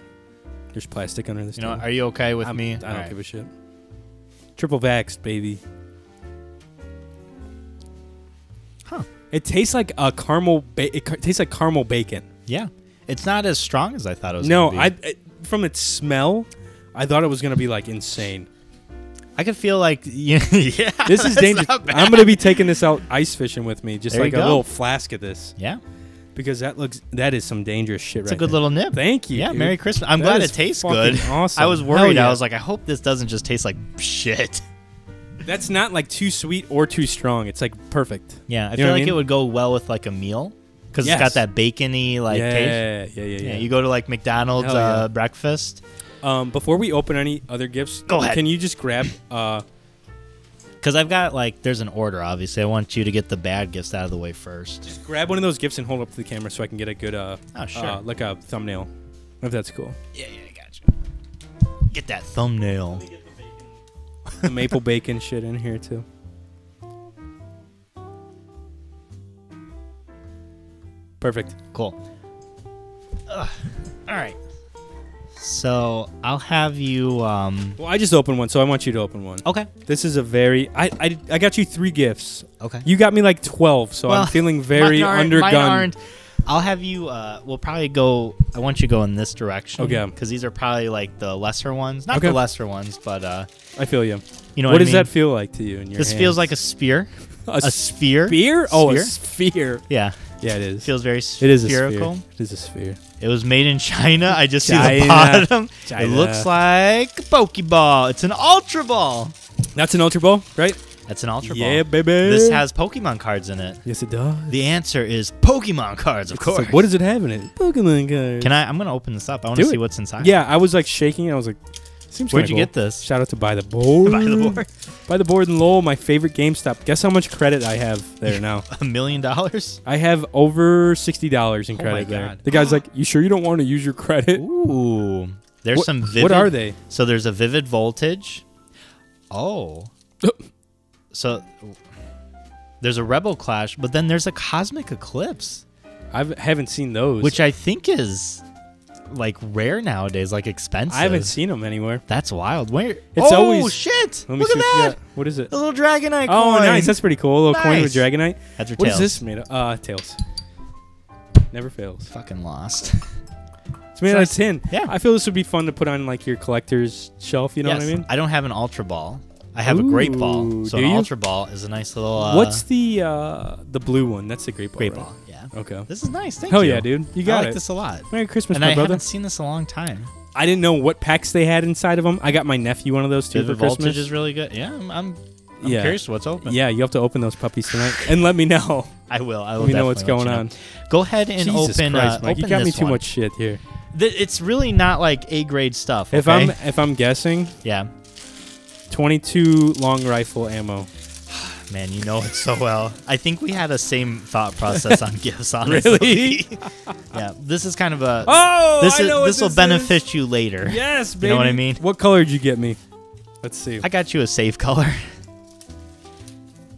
[SPEAKER 1] There's plastic under this.
[SPEAKER 2] You know,
[SPEAKER 1] table.
[SPEAKER 2] what? are you okay with
[SPEAKER 1] I'm-
[SPEAKER 2] me?
[SPEAKER 1] I don't
[SPEAKER 2] All right.
[SPEAKER 1] give a shit. Triple vaxxed, baby.
[SPEAKER 2] Huh.
[SPEAKER 1] It tastes like a caramel. Ba- it ca- tastes like caramel bacon.
[SPEAKER 2] Yeah. It's not as strong as I thought it was.
[SPEAKER 1] No,
[SPEAKER 2] gonna be.
[SPEAKER 1] I it, from its smell, I thought it was gonna be like insane.
[SPEAKER 2] I could feel like yeah. yeah
[SPEAKER 1] This is
[SPEAKER 2] that's
[SPEAKER 1] dangerous.
[SPEAKER 2] not bad.
[SPEAKER 1] I'm gonna be taking this out ice fishing with me, just
[SPEAKER 2] There you
[SPEAKER 1] like a
[SPEAKER 2] go.
[SPEAKER 1] little flask of this,
[SPEAKER 2] Yeah,
[SPEAKER 1] because that looks that is some dangerous shit.
[SPEAKER 2] it's
[SPEAKER 1] right
[SPEAKER 2] a good
[SPEAKER 1] there.
[SPEAKER 2] little nip.
[SPEAKER 1] Thank you,
[SPEAKER 2] Yeah,
[SPEAKER 1] dude.
[SPEAKER 2] Merry Christmas. I'm
[SPEAKER 1] That
[SPEAKER 2] glad
[SPEAKER 1] is
[SPEAKER 2] it tastes
[SPEAKER 1] fucking
[SPEAKER 2] good.
[SPEAKER 1] awesome.
[SPEAKER 2] I was
[SPEAKER 1] Hell
[SPEAKER 2] worried.
[SPEAKER 1] yeah.
[SPEAKER 2] I was like, I hope this doesn't just taste like shit.
[SPEAKER 1] That's not like too sweet or too strong. It's like perfect.
[SPEAKER 2] Yeah, I
[SPEAKER 1] You know
[SPEAKER 2] feel
[SPEAKER 1] what
[SPEAKER 2] like
[SPEAKER 1] mean?
[SPEAKER 2] it would go well with like a meal because it's got
[SPEAKER 1] Yes.
[SPEAKER 2] that bacony like taste.
[SPEAKER 1] yeah, yeah, yeah,
[SPEAKER 2] Yeah.
[SPEAKER 1] yeah.
[SPEAKER 2] you go to like McDonald's
[SPEAKER 1] Hell yeah.
[SPEAKER 2] uh, breakfast
[SPEAKER 1] um, before we open any other gifts,
[SPEAKER 2] Go ahead.
[SPEAKER 1] Can you just grab? Uh,
[SPEAKER 2] because I've got like there's an order. Obviously, I want you to get the bad gifts out of the way first.
[SPEAKER 1] grab one of those gifts and hold it up to the camera so I can get a good uh,
[SPEAKER 2] Oh, sure.
[SPEAKER 1] uh, like a thumbnail. If that's cool.
[SPEAKER 2] Yeah, yeah, I got you. Get that thumbnail.
[SPEAKER 1] The maple bacon shit in here too. Perfect.
[SPEAKER 2] Cool. Ugh. All right. So I'll have you. um
[SPEAKER 1] Well, I just opened one, so I want you to open one.
[SPEAKER 2] Okay.
[SPEAKER 1] This is a very I, I I got you three gifts.
[SPEAKER 2] Okay.
[SPEAKER 1] You got me like twelve, so I'm feeling very
[SPEAKER 2] mine aren't-
[SPEAKER 1] undergunned.
[SPEAKER 2] mine aren't. I'll have you. Uh, we'll probably go. I want you to go in this direction.
[SPEAKER 1] Okay.
[SPEAKER 2] Because these are probably like the lesser ones, not the
[SPEAKER 1] Okay.
[SPEAKER 2] lesser ones, but uh,
[SPEAKER 1] I feel you.
[SPEAKER 2] you know
[SPEAKER 1] what
[SPEAKER 2] what I
[SPEAKER 1] does
[SPEAKER 2] mean?
[SPEAKER 1] that feel like to you? In your
[SPEAKER 2] This feels
[SPEAKER 1] hands?
[SPEAKER 2] like a spear.
[SPEAKER 1] a,
[SPEAKER 2] A sphere.
[SPEAKER 1] sphere. Oh,
[SPEAKER 2] Sphere?
[SPEAKER 1] a sphere.
[SPEAKER 2] Yeah.
[SPEAKER 1] Yeah, it is.
[SPEAKER 2] Feels very
[SPEAKER 1] it is a
[SPEAKER 2] spherical.
[SPEAKER 1] sphere. It is a sphere.
[SPEAKER 2] It was made in China. I just see the
[SPEAKER 1] China.
[SPEAKER 2] bottom. It
[SPEAKER 1] China.
[SPEAKER 2] looks like a Pokeball. It's an Ultra Ball.
[SPEAKER 1] That's an Ultra Ball, right?
[SPEAKER 2] That's an Ultra Ball.
[SPEAKER 1] Yeah, baby.
[SPEAKER 2] This has Pokemon cards in it.
[SPEAKER 1] Yes, it does.
[SPEAKER 2] The answer is Pokemon cards, of
[SPEAKER 1] It's
[SPEAKER 2] course.
[SPEAKER 1] like, what does it have in it? Pokemon cards.
[SPEAKER 2] Can I? I'm gonna open this up. I want to
[SPEAKER 1] Do
[SPEAKER 2] see
[SPEAKER 1] it.
[SPEAKER 2] what's inside.
[SPEAKER 1] Yeah, I was like shaking. and I was like, seems
[SPEAKER 2] Where'd
[SPEAKER 1] kinda
[SPEAKER 2] you
[SPEAKER 1] cool.
[SPEAKER 2] get this?
[SPEAKER 1] Shout out to Buy the Board.
[SPEAKER 2] By the board.
[SPEAKER 1] Buy the Board and Lowell, my favorite GameStop. Guess how much credit I have there now?
[SPEAKER 2] A million dollars?
[SPEAKER 1] I have over sixty dollars in
[SPEAKER 2] Oh my
[SPEAKER 1] credit there.
[SPEAKER 2] God.
[SPEAKER 1] The guy's like, "You sure you don't want to use your credit?"
[SPEAKER 2] Ooh. There's
[SPEAKER 1] What-
[SPEAKER 2] some
[SPEAKER 1] what
[SPEAKER 2] vivid.
[SPEAKER 1] are they?
[SPEAKER 2] So there's a vivid voltage. Oh. so there's a rebel clash, but then there's a cosmic eclipse,
[SPEAKER 1] I haven't seen those.
[SPEAKER 2] which I think is like rare nowadays, like expensive.
[SPEAKER 1] I haven't seen them anywhere.
[SPEAKER 2] That's wild. Where? It's oh,
[SPEAKER 1] always-
[SPEAKER 2] shit!
[SPEAKER 1] Let me
[SPEAKER 2] Look
[SPEAKER 1] see
[SPEAKER 2] at
[SPEAKER 1] what you
[SPEAKER 2] that.
[SPEAKER 1] got. What is it?
[SPEAKER 2] A little dragonite
[SPEAKER 1] Oh,
[SPEAKER 2] coin.
[SPEAKER 1] nice. That's pretty cool. A little coin with
[SPEAKER 2] Nice.
[SPEAKER 1] Dragonite.
[SPEAKER 2] That's your
[SPEAKER 1] What is
[SPEAKER 2] tails.
[SPEAKER 1] this made of? Uh, tails. Never fails.
[SPEAKER 2] Fucking lost.
[SPEAKER 1] It's made out of tin.
[SPEAKER 2] Yeah.
[SPEAKER 1] I feel this would be fun to put on like your collector's shelf. You know
[SPEAKER 2] Yes,
[SPEAKER 1] what I mean?
[SPEAKER 2] don't have an ultra ball. I have a great ball.
[SPEAKER 1] Ooh,
[SPEAKER 2] So
[SPEAKER 1] do
[SPEAKER 2] an
[SPEAKER 1] you?
[SPEAKER 2] ultra ball is a nice little. Uh,
[SPEAKER 1] What's the uh the blue one? That's the great ball.
[SPEAKER 2] great
[SPEAKER 1] right?
[SPEAKER 2] ball? Yeah.
[SPEAKER 1] Okay.
[SPEAKER 2] This is nice. Thank
[SPEAKER 1] Hell
[SPEAKER 2] you.
[SPEAKER 1] yeah, dude. You got
[SPEAKER 2] I like
[SPEAKER 1] it.
[SPEAKER 2] this a lot.
[SPEAKER 1] Merry Christmas,
[SPEAKER 2] and
[SPEAKER 1] my
[SPEAKER 2] I
[SPEAKER 1] brother.
[SPEAKER 2] haven't seen this in a long time.
[SPEAKER 1] I didn't know what packs they had inside of them. I got my nephew one of those too
[SPEAKER 2] the
[SPEAKER 1] for
[SPEAKER 2] voltage
[SPEAKER 1] Christmas.
[SPEAKER 2] is really good. Yeah, I'm. I'm, I'm
[SPEAKER 1] Yeah.
[SPEAKER 2] curious what's open.
[SPEAKER 1] yeah, you have to open those puppies tonight and let me know.
[SPEAKER 2] I will. I will.
[SPEAKER 1] Let me know what's
[SPEAKER 2] definitely
[SPEAKER 1] going
[SPEAKER 2] let you
[SPEAKER 1] on.
[SPEAKER 2] Go ahead and
[SPEAKER 1] Jesus
[SPEAKER 2] open.
[SPEAKER 1] Christ,
[SPEAKER 2] uh,
[SPEAKER 1] Mike, you
[SPEAKER 2] open
[SPEAKER 1] got me
[SPEAKER 2] this
[SPEAKER 1] too
[SPEAKER 2] one.
[SPEAKER 1] much shit here.
[SPEAKER 2] Th- it's really not like A grade stuff.
[SPEAKER 1] If
[SPEAKER 2] okay?
[SPEAKER 1] I'm if I'm guessing,
[SPEAKER 2] yeah,
[SPEAKER 1] 22 long rifle ammo.
[SPEAKER 2] man, you know it so well. I think we had a same thought process on gifts. Honestly.
[SPEAKER 1] Really?
[SPEAKER 2] Yeah. This is kind of a.
[SPEAKER 1] Oh,
[SPEAKER 2] this
[SPEAKER 1] I
[SPEAKER 2] is
[SPEAKER 1] know what
[SPEAKER 2] this will
[SPEAKER 1] is.
[SPEAKER 2] benefit you later.
[SPEAKER 1] Yes, baby.
[SPEAKER 2] You know what I mean?
[SPEAKER 1] What color did you get me? Let's see.
[SPEAKER 2] I got you a safe color.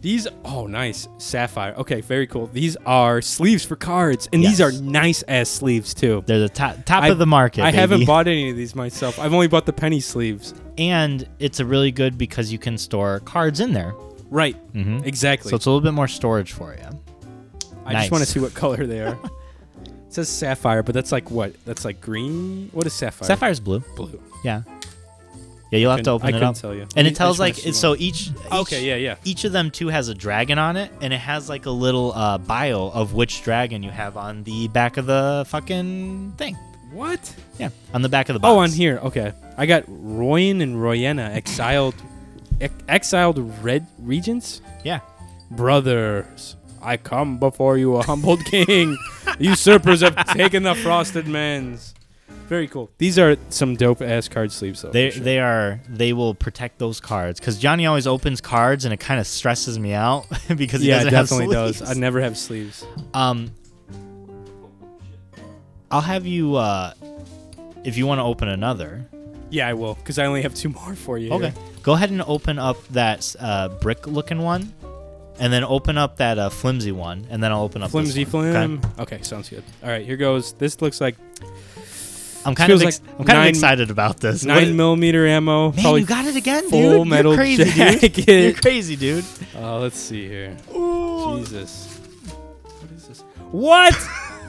[SPEAKER 1] These oh nice sapphire. Okay, very cool. These are sleeves for cards, and these are
[SPEAKER 2] Yes.
[SPEAKER 1] nice ass sleeves too.
[SPEAKER 2] They're the top top
[SPEAKER 1] I-
[SPEAKER 2] of the market.
[SPEAKER 1] I
[SPEAKER 2] baby.
[SPEAKER 1] haven't bought any of these myself. I've only bought the penny sleeves.
[SPEAKER 2] and it's a really good because you can store cards in there.
[SPEAKER 1] Right.
[SPEAKER 2] Mhm.
[SPEAKER 1] Exactly.
[SPEAKER 2] So it's a little bit more storage for you.
[SPEAKER 1] I just want to
[SPEAKER 2] nice.
[SPEAKER 1] see what color they are. it says sapphire, but that's like what? That's like green. What is sapphire?
[SPEAKER 2] Sapphire's blue.
[SPEAKER 1] blue.
[SPEAKER 2] Yeah. Yeah, you'll have to
[SPEAKER 1] Couldn't-
[SPEAKER 2] open
[SPEAKER 1] I
[SPEAKER 2] it
[SPEAKER 1] couldn't
[SPEAKER 2] up.
[SPEAKER 1] tell you.
[SPEAKER 2] And
[SPEAKER 1] I
[SPEAKER 2] it tells
[SPEAKER 1] just wanna
[SPEAKER 2] like
[SPEAKER 1] see
[SPEAKER 2] so each,
[SPEAKER 1] Okay,
[SPEAKER 2] each-
[SPEAKER 1] yeah, yeah.
[SPEAKER 2] Each of them too has a dragon on it and it has like a little uh, bio of which dragon you have on the back of the fucking thing.
[SPEAKER 1] What?
[SPEAKER 2] Yeah, on the back of the box.
[SPEAKER 1] Oh, on here. Okay. I got Royan and Royena, exiled, ex- exiled red regents,
[SPEAKER 2] Yeah.
[SPEAKER 1] brothers. I come before you, a humbled king. Usurpers have taken the frosted man's. Very cool. These are some dope ass card sleeves, though.
[SPEAKER 2] They
[SPEAKER 1] for sure.
[SPEAKER 2] they are they will protect those cards cuz Johnny always opens cards and it kind of stresses me out because he
[SPEAKER 1] yeah, it
[SPEAKER 2] doesn't
[SPEAKER 1] definitely
[SPEAKER 2] have
[SPEAKER 1] does.
[SPEAKER 2] sleeves.
[SPEAKER 1] I never have sleeves.
[SPEAKER 2] Um, I'll have you uh, if you want to open another.
[SPEAKER 1] Yeah, I will, because I only have two more for you. here.
[SPEAKER 2] Okay, go ahead and open up that uh, brick-looking one, and then open up that uh, flimsy one, and then I'll open up
[SPEAKER 1] Flimsy
[SPEAKER 2] this one, okay?
[SPEAKER 1] flim. Okay. sounds good. All right, here goes. This looks like
[SPEAKER 2] I'm kind
[SPEAKER 1] Feels
[SPEAKER 2] of ex-
[SPEAKER 1] like
[SPEAKER 2] I'm kind
[SPEAKER 1] nine-
[SPEAKER 2] of excited about this. What-
[SPEAKER 1] nine millimeter ammo.
[SPEAKER 2] Man,
[SPEAKER 1] probably
[SPEAKER 2] you got it again, dude.
[SPEAKER 1] full
[SPEAKER 2] You're
[SPEAKER 1] metal
[SPEAKER 2] crazy,
[SPEAKER 1] jacket.
[SPEAKER 2] dude. You're crazy, dude.
[SPEAKER 1] Uh, let's see here. Jesus. What is this? What?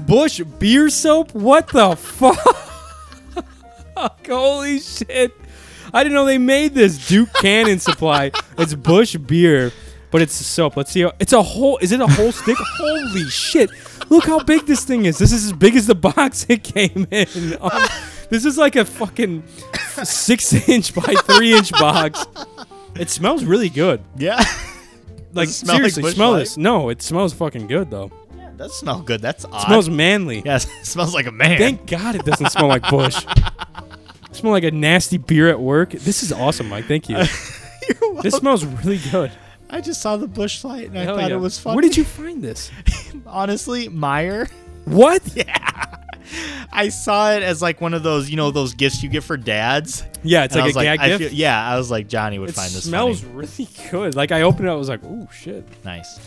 [SPEAKER 1] Bush beer soap? What the fuck? Holy shit. I didn't know they made this Duke Cannon Supply. It's Bush beer, but it's soap. Let's see. How, it's a whole. Is it a whole stick? Holy shit. Look how big this thing is. This is as big as the box it came in. Um, this is like a fucking six inch by three inch box. It smells really good
[SPEAKER 2] Yeah,
[SPEAKER 1] like
[SPEAKER 2] Does it smell like
[SPEAKER 1] seriously,
[SPEAKER 2] Bush
[SPEAKER 1] smell
[SPEAKER 2] Light?
[SPEAKER 1] this. No, it smells fucking good though.
[SPEAKER 2] that does smell good. That's odd.
[SPEAKER 1] smells manly.
[SPEAKER 2] Yes, it smells like a man.
[SPEAKER 1] Thank God it doesn't smell like Bush. smell like a nasty beer at work. This is awesome, Mike. Thank you.
[SPEAKER 2] you.
[SPEAKER 1] This smells really good.
[SPEAKER 2] I just saw the bush light and I
[SPEAKER 1] Hell
[SPEAKER 2] thought
[SPEAKER 1] yeah.
[SPEAKER 2] it was funny.
[SPEAKER 1] Where did you find this?
[SPEAKER 2] honestly, Meyer.
[SPEAKER 1] What?
[SPEAKER 2] I saw it as like one of those, you know, those gifts you get for dads.
[SPEAKER 1] Yeah, it's
[SPEAKER 2] And I
[SPEAKER 1] like
[SPEAKER 2] was
[SPEAKER 1] a gag
[SPEAKER 2] I
[SPEAKER 1] gift.
[SPEAKER 2] feel- yeah, I was like Johnny would
[SPEAKER 1] it
[SPEAKER 2] find this.
[SPEAKER 1] smells
[SPEAKER 2] funny.
[SPEAKER 1] really good. Like I opened it, I was like, "Ooh, shit!"
[SPEAKER 2] nice.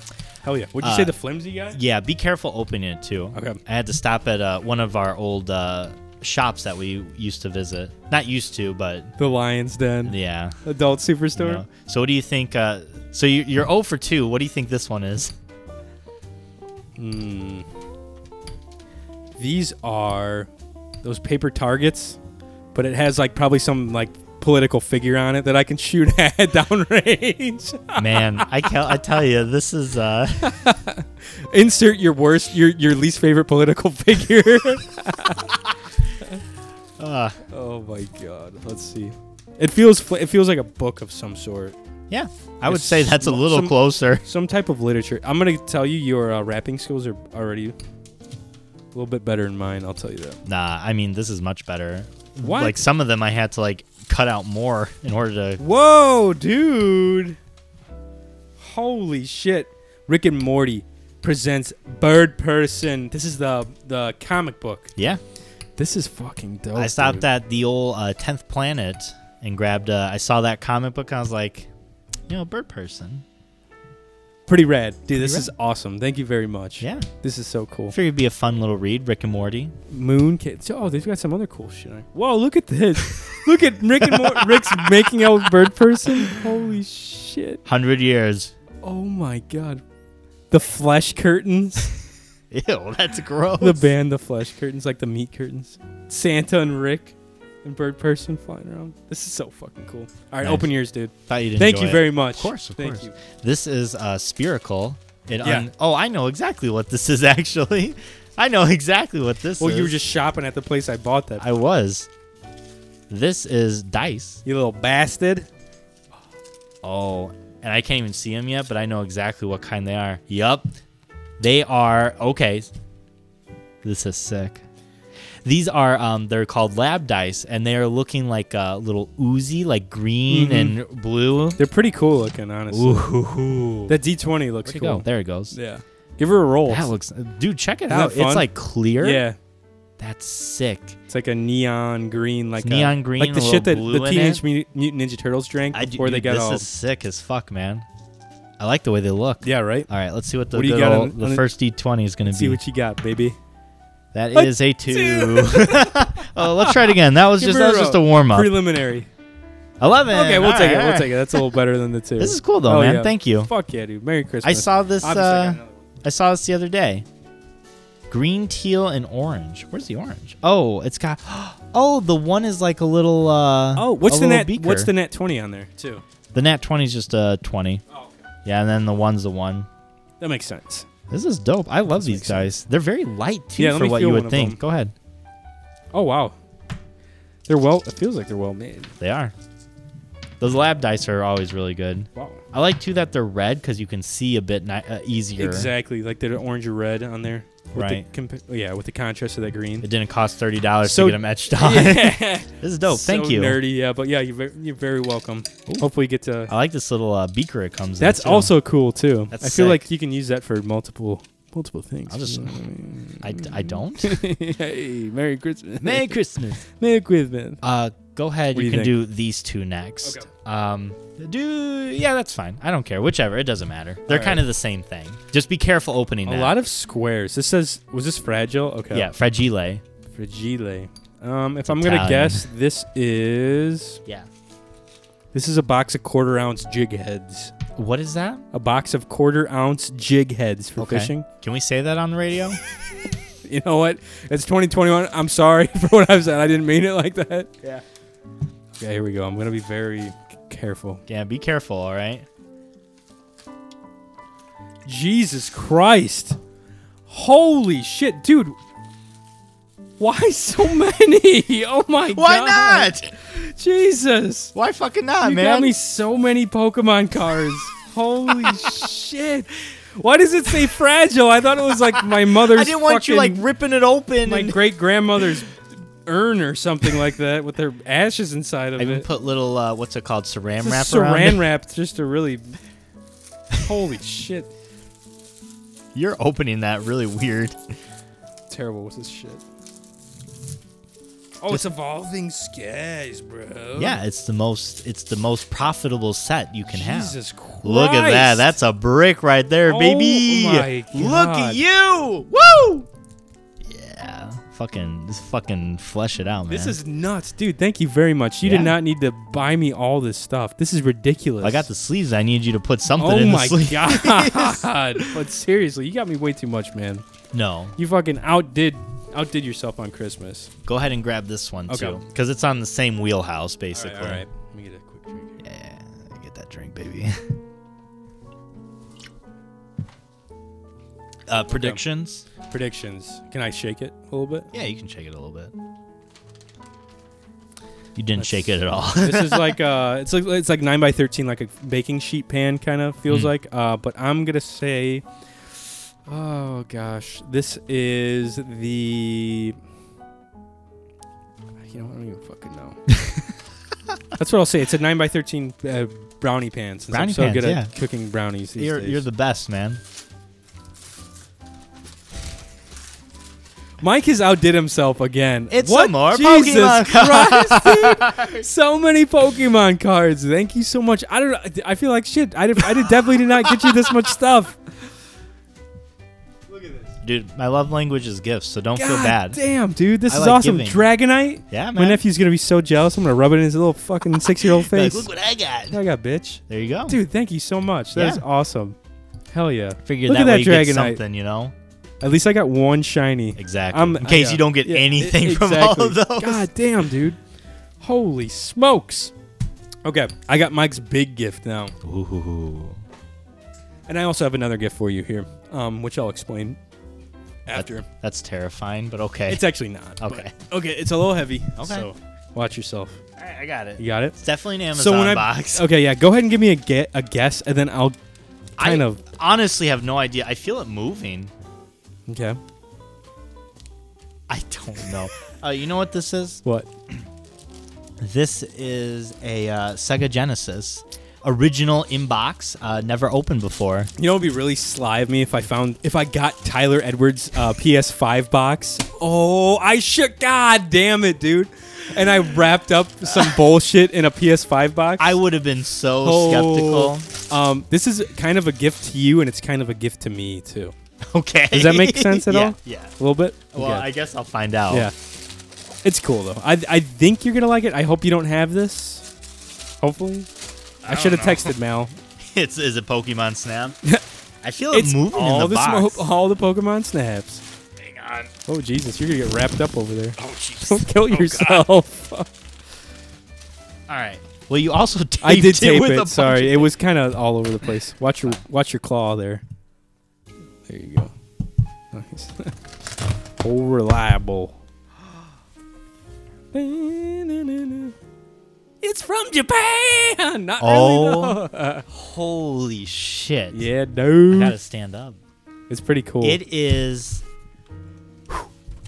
[SPEAKER 1] Hell yeah! Would you
[SPEAKER 2] Uh,
[SPEAKER 1] say the flimsy guy?
[SPEAKER 2] Yeah, be careful opening it too.
[SPEAKER 1] Okay.
[SPEAKER 2] I had to stop at uh, one of our old uh, shops that we used to visit. Not used to, but
[SPEAKER 1] The Lion's Den,
[SPEAKER 2] yeah.
[SPEAKER 1] Adult
[SPEAKER 2] you
[SPEAKER 1] Superstore.
[SPEAKER 2] know. So what do you think? Uh, so you, you're 0 for two. What do you think this one is?
[SPEAKER 1] These are those paper targets, but it has like probably some like political figure on it that I can shoot at downrange.
[SPEAKER 2] Man, I tell I tell you, this is uh,
[SPEAKER 1] Insert your worst, your your least favorite political figure.
[SPEAKER 2] uh
[SPEAKER 1] oh my god! Let's see. It feels fl- it feels like a book of some sort,
[SPEAKER 2] yeah. I would
[SPEAKER 1] It's
[SPEAKER 2] say that's a
[SPEAKER 1] sm-
[SPEAKER 2] little
[SPEAKER 1] some-
[SPEAKER 2] closer.
[SPEAKER 1] some type of literature. I'm gonna tell you, your uh, rapping skills are already a little bit better than mine. I'll tell you that.
[SPEAKER 2] Nah, I mean this is much better.
[SPEAKER 1] What?
[SPEAKER 2] Like some of them I had to like cut out more in order to
[SPEAKER 1] Whoa, dude! Holy shit! Rick and Morty presents Bird Person. This is the the comic book.
[SPEAKER 2] Yeah.
[SPEAKER 1] This is fucking dope.
[SPEAKER 2] I stopped
[SPEAKER 1] Oh, dude.
[SPEAKER 2] at the old uh, 10th planet and grabbed uh, I saw that comic book and I was like, you know, bird person.
[SPEAKER 1] Pretty rad, dude. this
[SPEAKER 2] rad.
[SPEAKER 1] is awesome. Thank you very much.
[SPEAKER 2] Yeah.
[SPEAKER 1] this is so cool.
[SPEAKER 2] I figured it'd be a fun little read, Rick and Morty.
[SPEAKER 1] Moon kids. Oh, they've got some other cool shit. on- Whoa, look at this! look at Rick and Mor- Rick's making out with Bird Person. Holy shit!
[SPEAKER 2] 100 years.
[SPEAKER 1] Oh my god, the flesh curtains.
[SPEAKER 2] Ew, that's gross.
[SPEAKER 1] The band, the flesh curtains, like the meat curtains. Santa and Rick and Bird Person flying around. This is so fucking cool. All right,
[SPEAKER 2] Nice.
[SPEAKER 1] open yours, dude.
[SPEAKER 2] Thought you'd
[SPEAKER 1] Thank
[SPEAKER 2] enjoy
[SPEAKER 1] you
[SPEAKER 2] it.
[SPEAKER 1] very much.
[SPEAKER 2] Of course, of
[SPEAKER 1] Thank
[SPEAKER 2] course.
[SPEAKER 1] you.
[SPEAKER 2] This is uh, spherical. It
[SPEAKER 1] Yeah.
[SPEAKER 2] un- oh, I know exactly what this is actually. I know exactly what this
[SPEAKER 1] Well,
[SPEAKER 2] is.
[SPEAKER 1] you were just shopping at the place I bought that.
[SPEAKER 2] I was. This is dice.
[SPEAKER 1] you little bastard.
[SPEAKER 2] Oh, and I can't even see them yet, but I know exactly what kind they are. Yup. They are okay. This is sick. These are um they're called lab dice and they are looking like a little oozy, like green and blue.
[SPEAKER 1] They're pretty cool looking, honestly.
[SPEAKER 2] Ooh.
[SPEAKER 1] That D20 looks
[SPEAKER 2] Where'd it
[SPEAKER 1] cool.
[SPEAKER 2] go? There it goes.
[SPEAKER 1] Yeah. Give her a roll.
[SPEAKER 2] That looks dude, check it
[SPEAKER 1] Isn't
[SPEAKER 2] out.
[SPEAKER 1] that fun?
[SPEAKER 2] It's like clear.
[SPEAKER 1] Yeah.
[SPEAKER 2] That's sick.
[SPEAKER 1] It's like a neon green, like a-
[SPEAKER 2] neon green,
[SPEAKER 1] like the
[SPEAKER 2] a little
[SPEAKER 1] shit that
[SPEAKER 2] blue
[SPEAKER 1] the
[SPEAKER 2] in
[SPEAKER 1] Teenage
[SPEAKER 2] it.
[SPEAKER 1] Mu- Mutant Ninja Turtles drank
[SPEAKER 2] I do,
[SPEAKER 1] before they
[SPEAKER 2] dude,
[SPEAKER 1] got
[SPEAKER 2] this
[SPEAKER 1] all.
[SPEAKER 2] is sick as fuck, man. I like the way they look.
[SPEAKER 1] yeah, right.
[SPEAKER 2] All right, let's see what the
[SPEAKER 1] What do you
[SPEAKER 2] good
[SPEAKER 1] got
[SPEAKER 2] old-
[SPEAKER 1] on-
[SPEAKER 2] the
[SPEAKER 1] on the-
[SPEAKER 2] first D twenty is going to
[SPEAKER 1] See
[SPEAKER 2] be.
[SPEAKER 1] what you got, baby.
[SPEAKER 2] that
[SPEAKER 1] A
[SPEAKER 2] is a two. oh, let's try it again. That was
[SPEAKER 1] Give
[SPEAKER 2] just
[SPEAKER 1] her
[SPEAKER 2] that was
[SPEAKER 1] a
[SPEAKER 2] just a warm up.
[SPEAKER 1] Preliminary.
[SPEAKER 2] Eleven.
[SPEAKER 1] Okay, we'll
[SPEAKER 2] All
[SPEAKER 1] take it.
[SPEAKER 2] right, all
[SPEAKER 1] We'll
[SPEAKER 2] right.
[SPEAKER 1] take it. That's a little better than the two.
[SPEAKER 2] This is cool though,
[SPEAKER 1] Oh,
[SPEAKER 2] man.
[SPEAKER 1] yeah.
[SPEAKER 2] Thank you.
[SPEAKER 1] Fuck yeah, dude. Merry Christmas.
[SPEAKER 2] I saw this.
[SPEAKER 1] Obviously, I got
[SPEAKER 2] Uh,
[SPEAKER 1] another one.
[SPEAKER 2] I saw this the other day. Green, teal, and orange. Where's the orange? Oh, it's got. Oh, the one is like a little. Uh,
[SPEAKER 1] Oh, what's
[SPEAKER 2] a
[SPEAKER 1] the
[SPEAKER 2] little
[SPEAKER 1] net?
[SPEAKER 2] Beaker.
[SPEAKER 1] What's the net twenty on there too?
[SPEAKER 2] The nat 20 is just a 20.
[SPEAKER 1] Oh,
[SPEAKER 2] Yeah, and then the one's the one.
[SPEAKER 1] That makes sense.
[SPEAKER 2] This is dope. I love these
[SPEAKER 1] makes
[SPEAKER 2] guys. They're very light too
[SPEAKER 1] Yeah, let
[SPEAKER 2] for
[SPEAKER 1] me
[SPEAKER 2] what
[SPEAKER 1] feel
[SPEAKER 2] you
[SPEAKER 1] one
[SPEAKER 2] would
[SPEAKER 1] of
[SPEAKER 2] think.
[SPEAKER 1] them.
[SPEAKER 2] Go ahead.
[SPEAKER 1] Oh wow, they're well. It feels like they're well made.
[SPEAKER 2] They are. Those lab dice are always really good.
[SPEAKER 1] Wow.
[SPEAKER 2] I like too that they're red because you can see a bit ni- uh, easier.
[SPEAKER 1] Exactly, like they're orange or red on there. With
[SPEAKER 2] Right.
[SPEAKER 1] The compa- yeah, with the contrast of that green.
[SPEAKER 2] It didn't cost thirty dollars
[SPEAKER 1] So-
[SPEAKER 2] to get them etched on.
[SPEAKER 1] Yeah.
[SPEAKER 2] this is dope. Oh, Thank
[SPEAKER 1] so
[SPEAKER 2] you.
[SPEAKER 1] Nerdy, yeah, but yeah, you're very, you're very welcome. Hopefully, you get to.
[SPEAKER 2] I like this little uh, beaker it comes in.
[SPEAKER 1] That's
[SPEAKER 2] too.
[SPEAKER 1] also cool too.
[SPEAKER 2] That's
[SPEAKER 1] I feel
[SPEAKER 2] sick.
[SPEAKER 1] like you can use that for multiple multiple things.
[SPEAKER 2] I'll just-
[SPEAKER 1] you know what I mean?
[SPEAKER 2] I, I don't.
[SPEAKER 1] hey, Merry Christmas.
[SPEAKER 2] Merry Christmas.
[SPEAKER 1] Merry Christmas.
[SPEAKER 2] Uh, go ahead.
[SPEAKER 1] What
[SPEAKER 2] You,
[SPEAKER 1] do
[SPEAKER 2] can
[SPEAKER 1] you
[SPEAKER 2] do these two next.
[SPEAKER 1] Okay.
[SPEAKER 2] Um, do yeah, that's fine. I don't care. Whichever, it doesn't matter. They're
[SPEAKER 1] All
[SPEAKER 2] kind of the same thing. Just be careful opening
[SPEAKER 1] A
[SPEAKER 2] that.
[SPEAKER 1] lot of squares. This says, was this fragile? Okay.
[SPEAKER 2] yeah, fragile.
[SPEAKER 1] Fragile. Um, if I'm gonna
[SPEAKER 2] Italian.
[SPEAKER 1] guess, this is
[SPEAKER 2] Yeah.
[SPEAKER 1] this is a box of quarter ounce jig heads.
[SPEAKER 2] What is that?
[SPEAKER 1] A box of quarter ounce jig heads for
[SPEAKER 2] Okay.
[SPEAKER 1] fishing.
[SPEAKER 2] Can we say that on the radio?
[SPEAKER 1] You know what? It's 2021. I'm sorry for what I've said. I didn't mean it like that. Yeah. Okay, here we go. I'm gonna be very c- careful.
[SPEAKER 2] yeah. Be careful. All right.
[SPEAKER 1] Jesus Christ! Holy shit, dude! Why so many? Oh my god! not? Jesus!
[SPEAKER 2] Why fucking not,
[SPEAKER 1] You got me so many Pokemon cards. Holy shit! Why does it say fragile? I thought it was like my mother's. fucking-
[SPEAKER 2] ripping it open.
[SPEAKER 1] my great grandmother's urn or something like that with their ashes inside of
[SPEAKER 2] I even
[SPEAKER 1] it.
[SPEAKER 2] put little uh, what's it called? Saran wrap
[SPEAKER 1] Just
[SPEAKER 2] around.
[SPEAKER 1] Saran
[SPEAKER 2] it.
[SPEAKER 1] wrap just to really. Holy shit!
[SPEAKER 2] You're opening that really weird.
[SPEAKER 1] Terrible with this shit. Oh, it's evolving skies, bro.
[SPEAKER 2] Yeah, it's the most. It's the most profitable set you can have.
[SPEAKER 1] Jesus Christ!
[SPEAKER 2] Look at that. That's a brick right there,
[SPEAKER 1] Oh
[SPEAKER 2] baby.
[SPEAKER 1] my
[SPEAKER 2] Look
[SPEAKER 1] God.
[SPEAKER 2] at you. Woo! Yeah. Fucking just fucking flesh it out, man.
[SPEAKER 1] This is nuts, dude. Thank you very much. You
[SPEAKER 2] Yeah.
[SPEAKER 1] did not need to buy me all this stuff. This is ridiculous.
[SPEAKER 2] I got the sleeves. I need you to put something
[SPEAKER 1] Oh
[SPEAKER 2] in the
[SPEAKER 1] my
[SPEAKER 2] sleeve.
[SPEAKER 1] god! but seriously, you got me way too much, man.
[SPEAKER 2] No.
[SPEAKER 1] You fucking outdid outdid yourself on Christmas.
[SPEAKER 2] Go ahead and grab this one
[SPEAKER 1] Okay.
[SPEAKER 2] too cuz it's on the same wheelhouse basically.
[SPEAKER 1] Let me get a quick drink. here.
[SPEAKER 2] Yeah. Get that drink, baby. uh predictions?
[SPEAKER 1] Predictions. Can I shake it a little bit?
[SPEAKER 2] Yeah, you can shake it a little bit. You didn't
[SPEAKER 1] Let's-
[SPEAKER 2] shake it at all.
[SPEAKER 1] this is like uh, it's like it's like nine by thirteen, like a baking sheet pan kind of feels
[SPEAKER 2] Hmm.
[SPEAKER 1] like. Uh, but I'm gonna say, oh gosh, this is the. You know, I don't even fucking know. That's what I'll say. It's a nine by thirteen uh, brownie pan. Since I'm
[SPEAKER 2] Brownie
[SPEAKER 1] so
[SPEAKER 2] pans,
[SPEAKER 1] good at
[SPEAKER 2] yeah.
[SPEAKER 1] cooking brownies these
[SPEAKER 2] you're
[SPEAKER 1] days.
[SPEAKER 2] you're the best, man.
[SPEAKER 1] Mike has outdid himself again.
[SPEAKER 2] It's
[SPEAKER 1] what?
[SPEAKER 2] some more
[SPEAKER 1] Jesus
[SPEAKER 2] Pokemon
[SPEAKER 1] Christ, dude. So many Pokemon cards. Thank you so much. I don't. I feel like shit. I, did, I did definitely did not get you this much stuff.
[SPEAKER 2] Dude, my love language is gifts, so don't
[SPEAKER 1] God
[SPEAKER 2] feel bad.
[SPEAKER 1] damn, dude. This
[SPEAKER 2] I
[SPEAKER 1] is
[SPEAKER 2] like
[SPEAKER 1] awesome.
[SPEAKER 2] giving.
[SPEAKER 1] Dragonite.
[SPEAKER 2] Yeah,
[SPEAKER 1] My
[SPEAKER 2] man.
[SPEAKER 1] nephew's gonna be so jealous. I'm gonna rub it in his little fucking six-year-old
[SPEAKER 2] Be like,
[SPEAKER 1] face.
[SPEAKER 2] Look what I got.
[SPEAKER 1] I got bitch,
[SPEAKER 2] There you go.
[SPEAKER 1] dude. Thank you so much. That is
[SPEAKER 2] Yeah.
[SPEAKER 1] awesome. Hell yeah.
[SPEAKER 2] Figure
[SPEAKER 1] Look
[SPEAKER 2] that,
[SPEAKER 1] at that
[SPEAKER 2] way you get
[SPEAKER 1] Dragonite.
[SPEAKER 2] something, you know?
[SPEAKER 1] At least I got one shiny.
[SPEAKER 2] Exactly.
[SPEAKER 1] I'm-
[SPEAKER 2] In case
[SPEAKER 1] yeah,
[SPEAKER 2] you don't get
[SPEAKER 1] yeah,
[SPEAKER 2] anything
[SPEAKER 1] e-
[SPEAKER 2] from all of
[SPEAKER 1] exactly.
[SPEAKER 2] those.
[SPEAKER 1] God damn, dude. Holy smokes. Okay, I got Mike's big gift now.
[SPEAKER 2] Ooh.
[SPEAKER 1] And I also have another gift for you here, um, which I'll explain after.
[SPEAKER 2] That's terrifying, but okay.
[SPEAKER 1] It's actually not. but-
[SPEAKER 2] Okay.
[SPEAKER 1] okay, it's a little heavy.
[SPEAKER 2] Okay.
[SPEAKER 1] So watch yourself.
[SPEAKER 2] I I got it.
[SPEAKER 1] You got it?
[SPEAKER 2] It's definitely an Amazon
[SPEAKER 1] So when I-
[SPEAKER 2] box.
[SPEAKER 1] Okay, yeah. Go ahead and give me a, ge- a guess, and then I'll kind
[SPEAKER 2] I
[SPEAKER 1] of.
[SPEAKER 2] honestly have no idea. I feel it moving.
[SPEAKER 1] Okay.
[SPEAKER 2] I don't know. uh, you know what this is?
[SPEAKER 1] What?
[SPEAKER 2] This is a uh, Sega Genesis original inbox, uh, never opened before.
[SPEAKER 1] You know, it'd be really sly of me if I found if I got Tyler Edwards' uh, PS5 box. Oh, I should. God damn it, dude! And I wrapped up some bullshit in a PS5 box.
[SPEAKER 2] I would have been so
[SPEAKER 1] Oh.
[SPEAKER 2] skeptical.
[SPEAKER 1] Um, this is kind of a gift to you, and it's kind of a gift to me too.
[SPEAKER 2] Okay.
[SPEAKER 1] Does that make sense at
[SPEAKER 2] yeah,
[SPEAKER 1] all?
[SPEAKER 2] Yeah.
[SPEAKER 1] A little bit.
[SPEAKER 2] Well,
[SPEAKER 1] Okay.
[SPEAKER 2] I guess I'll find out.
[SPEAKER 1] yeah. It's cool though. I I think you're gonna like it. I hope you don't have this. Hopefully. I, should have texted Mal.
[SPEAKER 2] It's is it Pokemon Snap? I feel it
[SPEAKER 1] It's
[SPEAKER 2] moving
[SPEAKER 1] all
[SPEAKER 2] in the, box.
[SPEAKER 1] smoke, all the Pokemon snaps. Hang on. Oh Jesus, you're gonna get wrapped up over there. Oh Jesus! Don't kill yourself.
[SPEAKER 2] all right. Well, you also taped
[SPEAKER 1] I did tape
[SPEAKER 2] with a
[SPEAKER 1] it.
[SPEAKER 2] bunch
[SPEAKER 1] Sorry,
[SPEAKER 2] of-
[SPEAKER 1] it was kind of all over the place. Watch your watch your claw there. There you go. Nice. All reliable. It's from Japan. Not
[SPEAKER 2] Oh.
[SPEAKER 1] really. though.
[SPEAKER 2] Holy shit.
[SPEAKER 1] yeah,
[SPEAKER 2] I
[SPEAKER 1] dude.
[SPEAKER 2] gotta stand up.
[SPEAKER 1] It's pretty cool.
[SPEAKER 2] It is.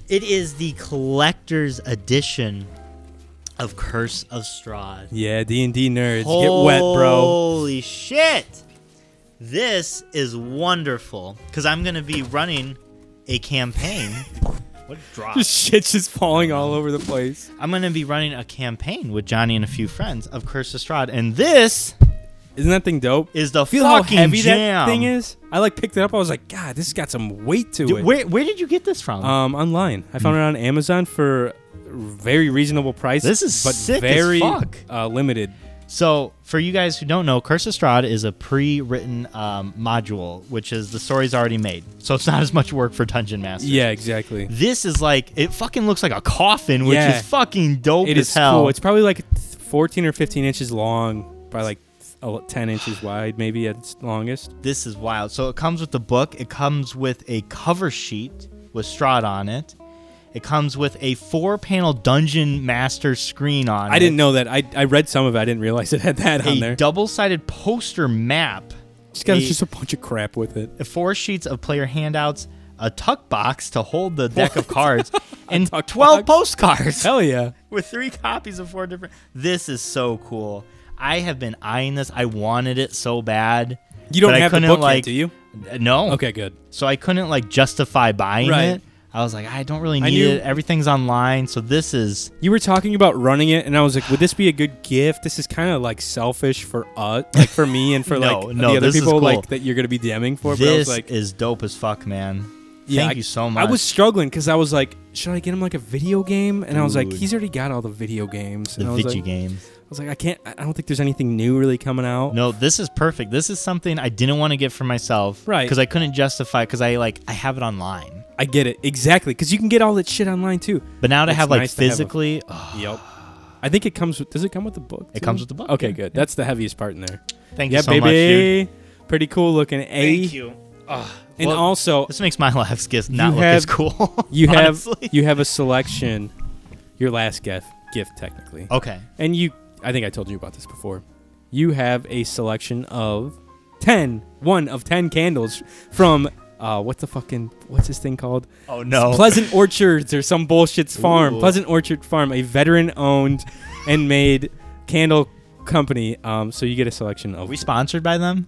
[SPEAKER 2] It is the collector's edition of Curse of Strahd.
[SPEAKER 1] yeah, D and D nerds get wet,
[SPEAKER 2] Oh.
[SPEAKER 1] bro.
[SPEAKER 2] Holy shit! This is wonderful because I'm gonna be running a campaign. what drop?
[SPEAKER 1] Shit's just falling all over the place.
[SPEAKER 2] I'm gonna be running a campaign with Johnny and a few friends of Curse of Strahd, and this
[SPEAKER 1] Isn't that thing dope?
[SPEAKER 2] is the
[SPEAKER 1] Feel how
[SPEAKER 2] fucking
[SPEAKER 1] heavy
[SPEAKER 2] jam.
[SPEAKER 1] that thing is. I like picked it up. I was like, God, this has got some weight to
[SPEAKER 2] Dude,
[SPEAKER 1] it.
[SPEAKER 2] where where did you get this from?
[SPEAKER 1] Um, online. I found it on Amazon for very reasonable price.
[SPEAKER 2] This is
[SPEAKER 1] but
[SPEAKER 2] sick as
[SPEAKER 1] very
[SPEAKER 2] fuck.
[SPEAKER 1] Uh, limited.
[SPEAKER 2] So, for you guys who don't know, Curse of Strahd is a pre-written um, module, which is the story's already made. So it's not as much work for dungeon masters.
[SPEAKER 1] Yeah, exactly.
[SPEAKER 2] This is like it fucking looks like a coffin, which
[SPEAKER 1] Yeah.
[SPEAKER 2] is fucking dope
[SPEAKER 1] It
[SPEAKER 2] as
[SPEAKER 1] is
[SPEAKER 2] hell.
[SPEAKER 1] cool. It's probably like 14 or 15 inches long by like oh, 10 inches wide, maybe at its longest.
[SPEAKER 2] this is wild. So it comes with the book. It comes with a cover sheet with Strahd on it. It comes with a four-panel dungeon master screen on it.
[SPEAKER 1] I didn't know that. I, I read some of it. I didn't realize it had that on
[SPEAKER 2] A
[SPEAKER 1] there.
[SPEAKER 2] double-sided poster map.
[SPEAKER 1] It's got
[SPEAKER 2] a-
[SPEAKER 1] just a bunch of crap with it.
[SPEAKER 2] four sheets of player handouts, a tuck box to hold the deck of cards, and
[SPEAKER 1] tuck
[SPEAKER 2] 12
[SPEAKER 1] box?
[SPEAKER 2] postcards
[SPEAKER 1] Hell yeah.
[SPEAKER 2] with three copies of four different. This is so cool. I have been eyeing this. I wanted it so bad.
[SPEAKER 1] You don't
[SPEAKER 2] but I
[SPEAKER 1] have the
[SPEAKER 2] couldn't,
[SPEAKER 1] book yet,
[SPEAKER 2] like,
[SPEAKER 1] do you?
[SPEAKER 2] No.
[SPEAKER 1] Okay, good.
[SPEAKER 2] So I couldn't like justify buying
[SPEAKER 1] Right.
[SPEAKER 2] it. I was like, I don't really
[SPEAKER 1] I
[SPEAKER 2] need
[SPEAKER 1] knew-
[SPEAKER 2] it. Everything's online. So this is
[SPEAKER 1] You were talking about running it, and I was like, "Would this be a good gift? This is kind of like selfish for us, like for me, and for
[SPEAKER 2] No,
[SPEAKER 1] like
[SPEAKER 2] no,
[SPEAKER 1] the other
[SPEAKER 2] this is
[SPEAKER 1] people,
[SPEAKER 2] cool.
[SPEAKER 1] like that you're gonna be DMing for." but I was
[SPEAKER 2] this
[SPEAKER 1] like,
[SPEAKER 2] is dope as fuck, man.
[SPEAKER 1] yeah,
[SPEAKER 2] Thank
[SPEAKER 1] I-
[SPEAKER 2] you so much.
[SPEAKER 1] I was struggling because I was like, "Should I get him like a video game?" And I was like,
[SPEAKER 2] Dude.
[SPEAKER 1] "He's already got all the video games."
[SPEAKER 2] the
[SPEAKER 1] And I was
[SPEAKER 2] Vici
[SPEAKER 1] like,
[SPEAKER 2] games.
[SPEAKER 1] I was like, "I can't. I don't think there's anything new really coming out."
[SPEAKER 2] No, this is perfect. This is something I didn't want to get for myself,
[SPEAKER 1] Right.
[SPEAKER 2] Because I couldn't justify because I like I have it online,
[SPEAKER 1] I get it exactly because you can get all that shit online too.
[SPEAKER 2] but now to
[SPEAKER 1] It's
[SPEAKER 2] have like
[SPEAKER 1] nice to have a-
[SPEAKER 2] physically, oh,
[SPEAKER 1] Yep. I think it comes with. Does it come with the book?
[SPEAKER 2] It
[SPEAKER 1] too?
[SPEAKER 2] comes with the book,
[SPEAKER 1] Okay,
[SPEAKER 2] yeah,
[SPEAKER 1] good. That's the heaviest part in there.
[SPEAKER 2] thank
[SPEAKER 1] yeah,
[SPEAKER 2] you so much, dude.
[SPEAKER 1] baby. Pretty cool looking. A.
[SPEAKER 2] you.
[SPEAKER 1] And
[SPEAKER 2] Well,
[SPEAKER 1] also,
[SPEAKER 2] This makes my life's gift not look
[SPEAKER 1] have-
[SPEAKER 2] as cool.
[SPEAKER 1] You have
[SPEAKER 2] honestly.
[SPEAKER 1] you have a selection. Your last gift, gift technically,
[SPEAKER 2] okay.
[SPEAKER 1] and you. I think I told you about this before. You have a selection of 10, one of ten candles from uh, what the fucking what's this thing called?
[SPEAKER 2] Oh no,
[SPEAKER 1] Pleasant Orchards or some bullshit's farm.
[SPEAKER 2] Ooh.
[SPEAKER 1] Pleasant Orchard Farm, a veteran-owned and made candle company. Um, so you get a selection
[SPEAKER 2] Are
[SPEAKER 1] of.
[SPEAKER 2] we sponsored by them?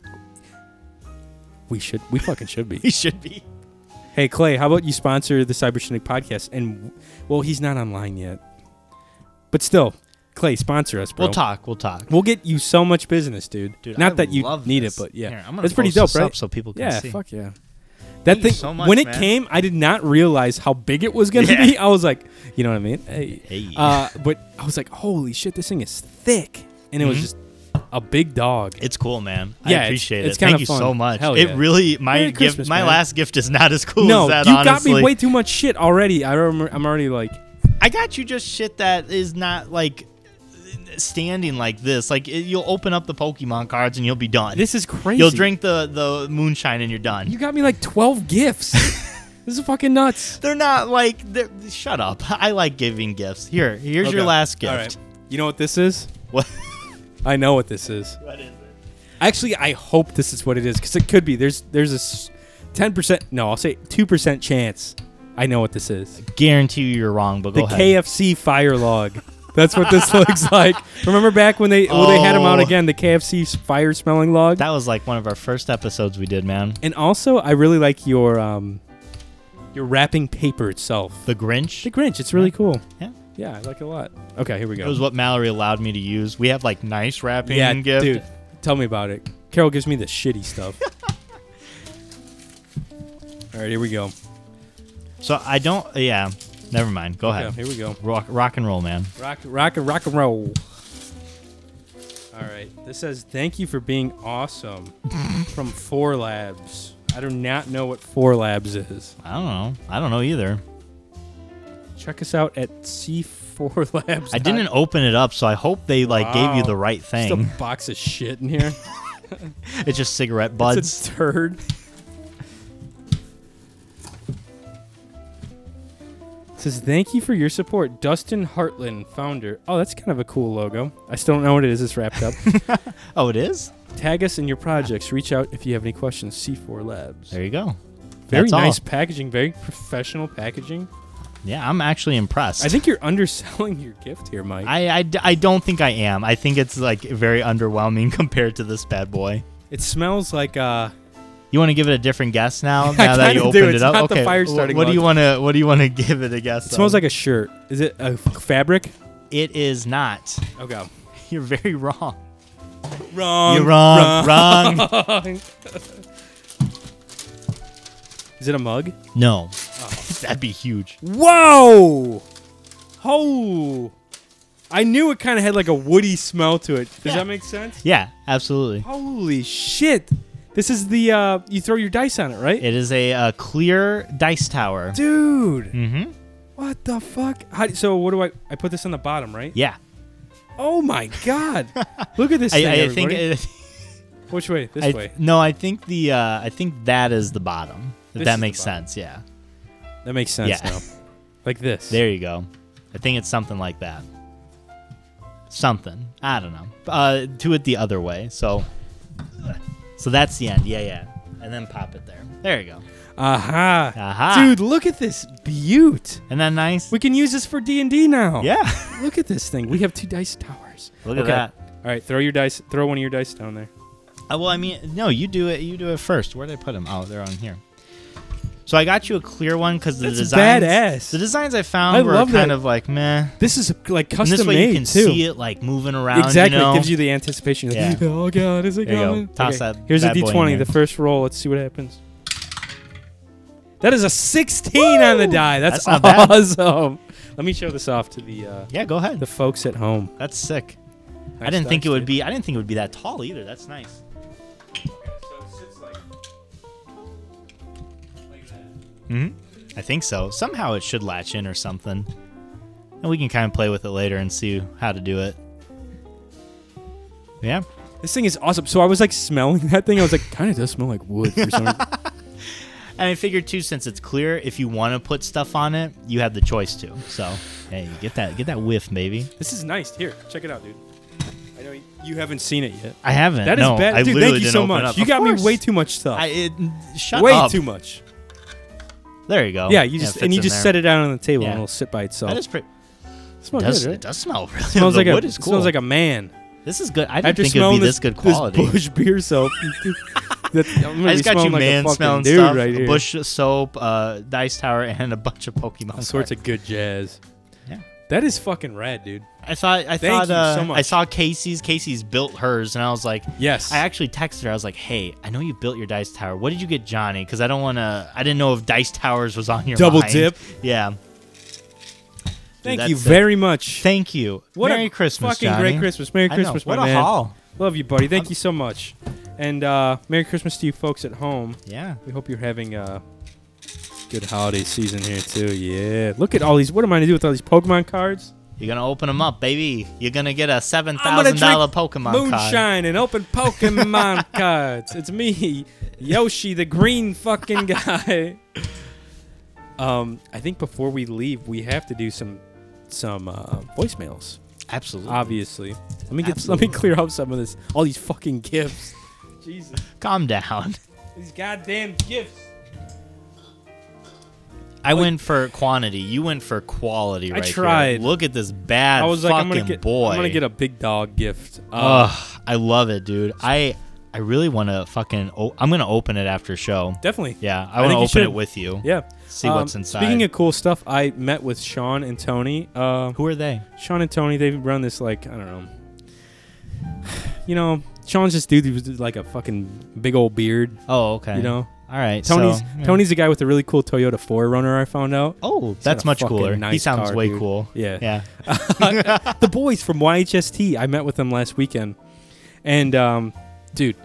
[SPEAKER 1] We should. We fucking should be.
[SPEAKER 2] We should be.
[SPEAKER 1] Hey Clay, how about you sponsor the Cyber Shindig podcast? And well, he's not online yet, but still, Clay, sponsor us, bro.
[SPEAKER 2] We'll talk. Well talk.
[SPEAKER 1] We'll get you so much business, dude.
[SPEAKER 2] Dude,
[SPEAKER 1] not
[SPEAKER 2] I
[SPEAKER 1] that you
[SPEAKER 2] love
[SPEAKER 1] need
[SPEAKER 2] this.
[SPEAKER 1] it, but yeah,
[SPEAKER 2] Here, I'm gonna
[SPEAKER 1] that's pretty
[SPEAKER 2] post
[SPEAKER 1] dope,
[SPEAKER 2] this
[SPEAKER 1] right?
[SPEAKER 2] up so people can
[SPEAKER 1] yeah,
[SPEAKER 2] see.
[SPEAKER 1] fuck yeah. That
[SPEAKER 2] you
[SPEAKER 1] thing,
[SPEAKER 2] so much,
[SPEAKER 1] when it
[SPEAKER 2] man.
[SPEAKER 1] came, I did not realize how big it was gonna
[SPEAKER 2] Yeah.
[SPEAKER 1] be. I was like, you know what I mean? Hey.
[SPEAKER 2] Hey.
[SPEAKER 1] Uh, but I was like, holy shit, this thing is thick, and it was
[SPEAKER 2] Mhm.
[SPEAKER 1] just a big dog.
[SPEAKER 2] It's cool, man.
[SPEAKER 1] Yeah,
[SPEAKER 2] I
[SPEAKER 1] it's-
[SPEAKER 2] appreciate
[SPEAKER 1] it's
[SPEAKER 2] it.
[SPEAKER 1] kinda
[SPEAKER 2] Thank you
[SPEAKER 1] fun.
[SPEAKER 2] so much.
[SPEAKER 1] Hell yeah.
[SPEAKER 2] It really my
[SPEAKER 1] Merry
[SPEAKER 2] gift
[SPEAKER 1] Christmas,
[SPEAKER 2] my
[SPEAKER 1] man.
[SPEAKER 2] last gift is not as cool
[SPEAKER 1] no,
[SPEAKER 2] as that
[SPEAKER 1] you
[SPEAKER 2] honestly.
[SPEAKER 1] got me way too much shit already. I remember, I'm already like,
[SPEAKER 2] I got you just shit that is not like standing like this. Like it, you'll open up the Pokemon cards and you'll be done.
[SPEAKER 1] this is crazy.
[SPEAKER 2] you'll drink the the moonshine and you're done.
[SPEAKER 1] You got me like 12 gifts. this is fucking nuts.
[SPEAKER 2] they're not like they're, shut up. I like giving gifts. Here, here's your
[SPEAKER 1] Okay.
[SPEAKER 2] last gift.
[SPEAKER 1] All right. You know what this is?
[SPEAKER 2] What?
[SPEAKER 1] I know what this is.
[SPEAKER 2] what is it?
[SPEAKER 1] Actually, I hope this is what it is because it could be. There's there's a ten percent. No, I'll say two percent chance. I know what this is.
[SPEAKER 2] Guarantee you you're wrong, but
[SPEAKER 1] The
[SPEAKER 2] go ahead.
[SPEAKER 1] KFC fire log. That's what this looks like. Remember back when they when they had them out
[SPEAKER 2] Oh.
[SPEAKER 1] again, the KFC s- fire smelling log.
[SPEAKER 2] That was like one of our first episodes we did, man.
[SPEAKER 1] and also, I really like your um your wrapping paper itself.
[SPEAKER 2] The Grinch.
[SPEAKER 1] The Grinch. It's really cool.
[SPEAKER 2] yeah.
[SPEAKER 1] Yeah, I like it a lot. Okay, here we go.
[SPEAKER 2] It was what Mallory allowed me to use. We have like nice wrapping
[SPEAKER 1] yeah,
[SPEAKER 2] gift.
[SPEAKER 1] dude. Tell me about it. Carol gives me the shitty stuff. All right, here we go.
[SPEAKER 2] So I don't. Yeah. Never mind. Go
[SPEAKER 1] Yeah,
[SPEAKER 2] ahead.
[SPEAKER 1] here we go.
[SPEAKER 2] rock, rock and roll, man.
[SPEAKER 1] Rock, rock, and rock and roll. All right. This says, "Thank you for being awesome." from Four Labs. I do not know what Four Labs is.
[SPEAKER 2] I don't know. I don't know either.
[SPEAKER 1] Check us out at C4 Labs.
[SPEAKER 2] I didn't open it up, so I hope they like gave you
[SPEAKER 1] Wow.
[SPEAKER 2] the right
[SPEAKER 1] Just a
[SPEAKER 2] thing.
[SPEAKER 1] box of shit in here.
[SPEAKER 2] it's just cigarette
[SPEAKER 1] it's
[SPEAKER 2] buds.
[SPEAKER 1] a turd. It says, "Thank you for your support, Dustin Hartland, founder." Oh, that's kind of a cool logo. I still don't know what it is. It's wrapped up.
[SPEAKER 2] oh, it is.
[SPEAKER 1] Tag us in your projects. Reach out if you have any questions. C4 Labs.
[SPEAKER 2] There you go.
[SPEAKER 1] Very
[SPEAKER 2] That's all.
[SPEAKER 1] nice packaging. Very professional packaging.
[SPEAKER 2] Yeah, I'm actually impressed.
[SPEAKER 1] I think you're underselling your gift here, Mike.
[SPEAKER 2] I, I, d- I don't think I am. I think it's like very underwhelming compared to this bad boy.
[SPEAKER 1] it smells like uh.
[SPEAKER 2] You want to give it a different guess now?
[SPEAKER 1] I
[SPEAKER 2] Now that
[SPEAKER 1] kinda
[SPEAKER 2] you
[SPEAKER 1] do.
[SPEAKER 2] opened it
[SPEAKER 1] It's
[SPEAKER 2] up,
[SPEAKER 1] not the
[SPEAKER 2] okay.
[SPEAKER 1] fire
[SPEAKER 2] wh-
[SPEAKER 1] starting
[SPEAKER 2] what do
[SPEAKER 1] one.
[SPEAKER 2] you want to What do you want to give it a guess?
[SPEAKER 1] It smells like a shirt. Is it a f- fabric?
[SPEAKER 2] it is not.
[SPEAKER 1] Oh god.
[SPEAKER 2] You're very wrong.
[SPEAKER 1] Wrong.
[SPEAKER 2] You're wrong. Wrong.
[SPEAKER 1] Is it a mug?
[SPEAKER 2] No. That'd be huge.
[SPEAKER 1] Whoa! Oh! I knew it kind of had like a woody smell to it. Does
[SPEAKER 2] Yeah.
[SPEAKER 1] that make sense?
[SPEAKER 2] Yeah, absolutely.
[SPEAKER 1] Holy shit! This is the uh you throw your dice on it, right?
[SPEAKER 2] It is a uh, clear dice tower.
[SPEAKER 1] Dude,
[SPEAKER 2] Mm-hmm.
[SPEAKER 1] what the fuck? How, do- so what do I? I put this on the bottom, right?
[SPEAKER 2] Yeah.
[SPEAKER 1] Oh my god! Look at this thing.
[SPEAKER 2] I, I think
[SPEAKER 1] everybody.
[SPEAKER 2] it,
[SPEAKER 1] Which way? This
[SPEAKER 2] I,
[SPEAKER 1] way.
[SPEAKER 2] no, I think the uh, I think that is the bottom. If
[SPEAKER 1] This is
[SPEAKER 2] that
[SPEAKER 1] the
[SPEAKER 2] makes
[SPEAKER 1] bottom.
[SPEAKER 2] sense, yeah.
[SPEAKER 1] That makes sense
[SPEAKER 2] Yeah.
[SPEAKER 1] now. Like this.
[SPEAKER 2] There you go. I think it's something like that. Something. I don't know. Uh, do it the other way. So, so that's the end. Yeah, yeah. And then pop it there. There you go.
[SPEAKER 1] Aha!
[SPEAKER 2] Aha.
[SPEAKER 1] Dude, look at this beaut.
[SPEAKER 2] Isn't that nice?
[SPEAKER 1] We can use this for D and D now.
[SPEAKER 2] yeah.
[SPEAKER 1] Look at this thing. We have two dice towers.
[SPEAKER 2] Look at that.
[SPEAKER 1] All right, throw your dice. Throw one of your dice down there.
[SPEAKER 2] Uh, well, I mean, no, you do it. You do it first. Where did I put them? Oh, they're on here. So I got you a clear one because the
[SPEAKER 1] That's
[SPEAKER 2] designs.
[SPEAKER 1] badass.
[SPEAKER 2] The designs I found
[SPEAKER 1] I
[SPEAKER 2] were
[SPEAKER 1] love
[SPEAKER 2] kind
[SPEAKER 1] that.
[SPEAKER 2] of like meh.
[SPEAKER 1] This is like
[SPEAKER 2] And
[SPEAKER 1] custom
[SPEAKER 2] this way
[SPEAKER 1] made
[SPEAKER 2] you can
[SPEAKER 1] too.
[SPEAKER 2] see it like moving around.
[SPEAKER 1] exactly.
[SPEAKER 2] You know?
[SPEAKER 1] It gives you the anticipation.
[SPEAKER 2] Yeah.
[SPEAKER 1] Like, oh god, is it
[SPEAKER 2] There you go.
[SPEAKER 1] coming?
[SPEAKER 2] Toss that
[SPEAKER 1] Here's a
[SPEAKER 2] bad boy in
[SPEAKER 1] d20.
[SPEAKER 2] there.
[SPEAKER 1] The first roll. Let's see what happens. That is a 16 on the die. That's,
[SPEAKER 2] That's not bad.
[SPEAKER 1] awesome. Let me show this off to the uh,
[SPEAKER 2] yeah, go ahead.
[SPEAKER 1] the folks at home.
[SPEAKER 2] That's sick. I
[SPEAKER 1] Nice
[SPEAKER 2] didn't think
[SPEAKER 1] dice,
[SPEAKER 2] it would
[SPEAKER 1] dude.
[SPEAKER 2] be. I didn't think it would be that tall either. That's nice. Hmm. I think so. Somehow it should latch in or something, and we can kind of play with it later and see how to do it. Yeah.
[SPEAKER 1] This thing is awesome. So I was like smelling that thing. I was like, kind of does smell like wood for some reason.
[SPEAKER 2] And I figure too, since it's clear, if you want to put stuff on it, you have the choice to. So, hey, get that, get that whiff, maybe.
[SPEAKER 1] This is nice. Here, check it out, dude. I know you haven't seen it yet.
[SPEAKER 2] I haven't.
[SPEAKER 1] That is
[SPEAKER 2] no,
[SPEAKER 1] bad,
[SPEAKER 2] I
[SPEAKER 1] dude.
[SPEAKER 2] literally
[SPEAKER 1] Thank you
[SPEAKER 2] didn't
[SPEAKER 1] so
[SPEAKER 2] open
[SPEAKER 1] much.
[SPEAKER 2] up.
[SPEAKER 1] You
[SPEAKER 2] Of
[SPEAKER 1] got
[SPEAKER 2] course.
[SPEAKER 1] me way too much stuff.
[SPEAKER 2] I, it, shut
[SPEAKER 1] way
[SPEAKER 2] up.
[SPEAKER 1] too much.
[SPEAKER 2] There you go.
[SPEAKER 1] yeah, you just
[SPEAKER 2] it
[SPEAKER 1] and
[SPEAKER 2] fits
[SPEAKER 1] you
[SPEAKER 2] Oh, in
[SPEAKER 1] just
[SPEAKER 2] there.
[SPEAKER 1] set it down on the table
[SPEAKER 2] Yeah.
[SPEAKER 1] and it'll sit by itself.
[SPEAKER 2] That is pretty.
[SPEAKER 1] smells
[SPEAKER 2] does,
[SPEAKER 1] good, right?
[SPEAKER 2] It does smell really.
[SPEAKER 1] smells
[SPEAKER 2] the
[SPEAKER 1] like
[SPEAKER 2] wood
[SPEAKER 1] a
[SPEAKER 2] is cool.
[SPEAKER 1] smells like a man.
[SPEAKER 2] This is good. I didn't
[SPEAKER 1] After
[SPEAKER 2] think it'd be
[SPEAKER 1] smelling
[SPEAKER 2] this, good quality.
[SPEAKER 1] this Bush beer soap. that, I'm gonna
[SPEAKER 2] I
[SPEAKER 1] be
[SPEAKER 2] just got you
[SPEAKER 1] smelling like a
[SPEAKER 2] man
[SPEAKER 1] fucking
[SPEAKER 2] smelling
[SPEAKER 1] dude
[SPEAKER 2] stuff,
[SPEAKER 1] right
[SPEAKER 2] a
[SPEAKER 1] here.
[SPEAKER 2] bush soap, uh, dice tower, and a bunch of Pokemon.
[SPEAKER 1] All sorts
[SPEAKER 2] cards.
[SPEAKER 1] of good jazz.
[SPEAKER 2] Yeah.
[SPEAKER 1] That is fucking rad, dude.
[SPEAKER 2] I thought I
[SPEAKER 1] Thank
[SPEAKER 2] thought
[SPEAKER 1] you
[SPEAKER 2] uh,
[SPEAKER 1] so
[SPEAKER 2] I
[SPEAKER 1] much.
[SPEAKER 2] saw Casey's. Casey's built hers, and I was like,
[SPEAKER 1] Yes.
[SPEAKER 2] I actually texted her. I was like, "Hey, I know you built your dice tower. What did you get, Johnny? Because I don't want to. I didn't know if dice towers was on your
[SPEAKER 1] Double
[SPEAKER 2] mind.
[SPEAKER 1] dip.
[SPEAKER 2] Yeah.
[SPEAKER 1] Thank
[SPEAKER 2] that's
[SPEAKER 1] you
[SPEAKER 2] it.
[SPEAKER 1] very much.
[SPEAKER 2] Thank you.
[SPEAKER 1] What
[SPEAKER 2] Merry
[SPEAKER 1] a
[SPEAKER 2] Christmas,
[SPEAKER 1] fucking
[SPEAKER 2] Johnny.
[SPEAKER 1] great Christmas. Merry
[SPEAKER 2] I know.
[SPEAKER 1] Christmas,
[SPEAKER 2] What
[SPEAKER 1] my
[SPEAKER 2] a
[SPEAKER 1] man.
[SPEAKER 2] haul.
[SPEAKER 1] Love you, buddy. Thank you so much. And uh, Merry Christmas to you folks at home.
[SPEAKER 2] Yeah.
[SPEAKER 1] We hope you're having a good holiday season here, too. Yeah. Look at all these. What am I going to do with all these Pokemon cards?
[SPEAKER 2] You're gonna open them up, baby. You're gonna get a seven
[SPEAKER 1] I'm gonna
[SPEAKER 2] thousand dollar
[SPEAKER 1] drink
[SPEAKER 2] Pokemon
[SPEAKER 1] Moonshine
[SPEAKER 2] card.
[SPEAKER 1] and open Pokemon cards. It's me, Yoshi, the green fucking guy. Um, I think before we leave, we have to do some some uh, voicemails.
[SPEAKER 2] Absolutely.
[SPEAKER 1] Obviously, let me get let me clear up some of this. All these fucking gifts. Jesus,
[SPEAKER 2] Calm down.
[SPEAKER 1] these goddamn gifts.
[SPEAKER 2] I went for quantity. You went for quality.
[SPEAKER 1] I
[SPEAKER 2] Right here.
[SPEAKER 1] tried.
[SPEAKER 2] Look at this bad
[SPEAKER 1] I was like,
[SPEAKER 2] fucking
[SPEAKER 1] I'm gonna get
[SPEAKER 2] boy. Oh,
[SPEAKER 1] I'm gonna get a big dog gift. Uh,
[SPEAKER 2] Ugh, I love it, dude. I I really want to fucking. O- I'm gonna open it after show.
[SPEAKER 1] definitely.
[SPEAKER 2] Yeah,
[SPEAKER 1] I
[SPEAKER 2] I want to
[SPEAKER 1] think you
[SPEAKER 2] open
[SPEAKER 1] should.
[SPEAKER 2] it with you.
[SPEAKER 1] Yeah. um,
[SPEAKER 2] See what's inside.
[SPEAKER 1] Speaking of cool stuff, I met with Sean and Tony. Uh,
[SPEAKER 2] Who are they?
[SPEAKER 1] Sean and Tony, they run this like I don't know. You know, Sean's just dude who was like a fucking big old beard.
[SPEAKER 2] Oh, okay.
[SPEAKER 1] You know,
[SPEAKER 2] All right. so-
[SPEAKER 1] Tony's
[SPEAKER 2] yeah.
[SPEAKER 1] Tony's the guy with the really cool Toyota 4Runner I found out.
[SPEAKER 2] Oh,
[SPEAKER 1] got
[SPEAKER 2] that's
[SPEAKER 1] a
[SPEAKER 2] much
[SPEAKER 1] fucking
[SPEAKER 2] cooler. he
[SPEAKER 1] nice
[SPEAKER 2] sounds
[SPEAKER 1] car,
[SPEAKER 2] way
[SPEAKER 1] dude.
[SPEAKER 2] cool.
[SPEAKER 1] Yeah.
[SPEAKER 2] Yeah.
[SPEAKER 1] The boys from YHST, I met with them last weekend, and um, dude,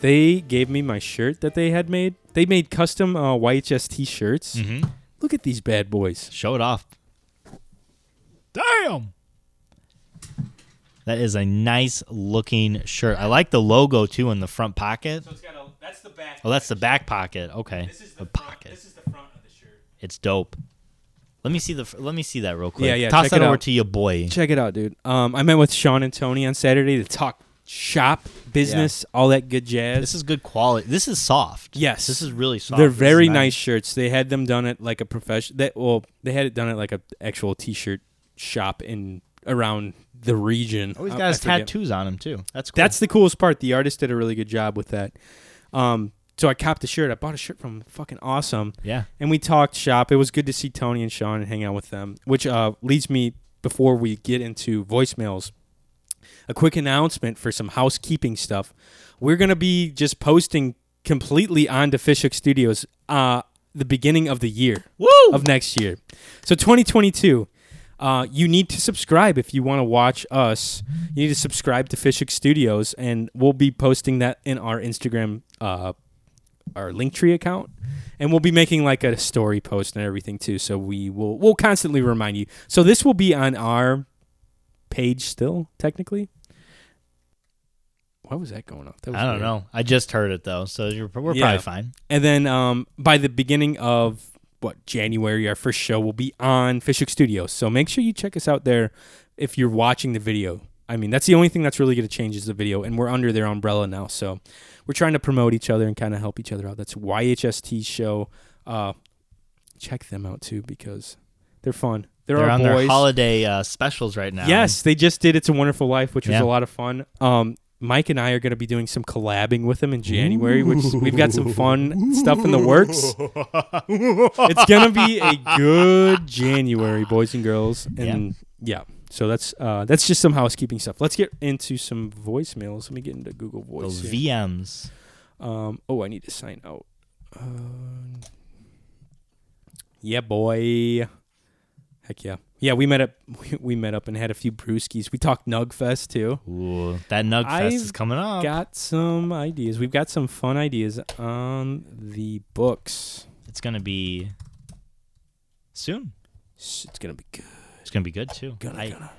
[SPEAKER 1] they gave me my shirt that they had made. They made custom uh, YHST shirts.
[SPEAKER 2] Mhm.
[SPEAKER 1] Look at these bad boys.
[SPEAKER 2] Show it off. Damn. That is a nice looking shirt. I like the logo too in the front pocket.
[SPEAKER 1] it's got a, that's the back.
[SPEAKER 2] Oh, that's the back pocket. Okay. the pocket.
[SPEAKER 1] is the front of the shirt.
[SPEAKER 2] It's dope. Let me see the f- let me see that real quick.
[SPEAKER 1] Yeah, yeah,
[SPEAKER 2] Toss
[SPEAKER 1] check
[SPEAKER 2] that
[SPEAKER 1] it
[SPEAKER 2] over
[SPEAKER 1] out.
[SPEAKER 2] to your boy.
[SPEAKER 1] Check it out, dude. Um, I met with Sean and Tony on Saturday to talk shop, business, all that good jazz.
[SPEAKER 2] This is good quality. This is soft.
[SPEAKER 1] Yes.
[SPEAKER 2] This is really soft.
[SPEAKER 1] They're
[SPEAKER 2] This is
[SPEAKER 1] very nice. shirts. They had them done at like a profession. That well, they had it done at like a actual t-shirt shop in around the region.
[SPEAKER 2] Oh, he's
[SPEAKER 1] I-
[SPEAKER 2] got
[SPEAKER 1] I
[SPEAKER 2] his
[SPEAKER 1] forget.
[SPEAKER 2] tattoos on him too. That's cool.
[SPEAKER 1] That's the coolest part. The artist did a really good job with that. Um, so I copped a shirt. I bought a shirt from fucking awesome.
[SPEAKER 2] yeah.
[SPEAKER 1] and we talked shop. It was good to see Tony and Sean and hang out with them, which uh, leads me before we get into voicemails. A quick announcement for some housekeeping stuff. We're gonna be just posting completely on to Fishhook Studios uh, the beginning of the year of next year. So 2022. Uh, you need to subscribe if you want to watch us. You need to subscribe to Fishhook Studios, and we'll be posting that in our Instagram uh, our Linktree account, and we'll be making like a story post and everything too. So we will we'll constantly remind you. So this will be on our page still, technically. Why was that going off? That was
[SPEAKER 2] I don't
[SPEAKER 1] weird.
[SPEAKER 2] know. I just heard it though, so you're, we're
[SPEAKER 1] Yeah.
[SPEAKER 2] probably fine.
[SPEAKER 1] And then um, by the beginning of what January, our first show will be on Fishhook Studios. So make sure you check us out there if you're watching the video. I mean, that's the only thing that's really going to change is the video, and we're under their umbrella now. So we're trying to promote each other and kind of help each other out. That's YHST show. Uh, check them out too because they're fun. They're,
[SPEAKER 2] They're
[SPEAKER 1] our
[SPEAKER 2] on
[SPEAKER 1] boys.
[SPEAKER 2] their holiday uh, specials right now.
[SPEAKER 1] Yes, they just did It's a Wonderful Life, which was
[SPEAKER 2] Yeah.
[SPEAKER 1] a lot of fun. Um, Mike and I are going to be doing some collabing with them in January, which we've got some fun stuff in the works. it's going to be a good January, boys and girls. And yeah. So that's uh, that's just some housekeeping stuff. Let's get into some voicemails. Let me get into Google
[SPEAKER 2] Those
[SPEAKER 1] Voice. here.
[SPEAKER 2] VMs.
[SPEAKER 1] um, oh, I need to sign out. Um yeah, boy. Heck yeah, yeah. We met up. We, we met up and had a few brewskis. We talked Nugfest too.
[SPEAKER 2] Ooh, that Nug Fest is
[SPEAKER 1] I've
[SPEAKER 2] coming up.
[SPEAKER 1] Got some ideas. We've got some fun ideas on the books.
[SPEAKER 2] it's gonna be soon.
[SPEAKER 1] S- It's gonna be good.
[SPEAKER 2] It's gonna be good too.
[SPEAKER 1] Gonna,
[SPEAKER 2] I-
[SPEAKER 1] gonna.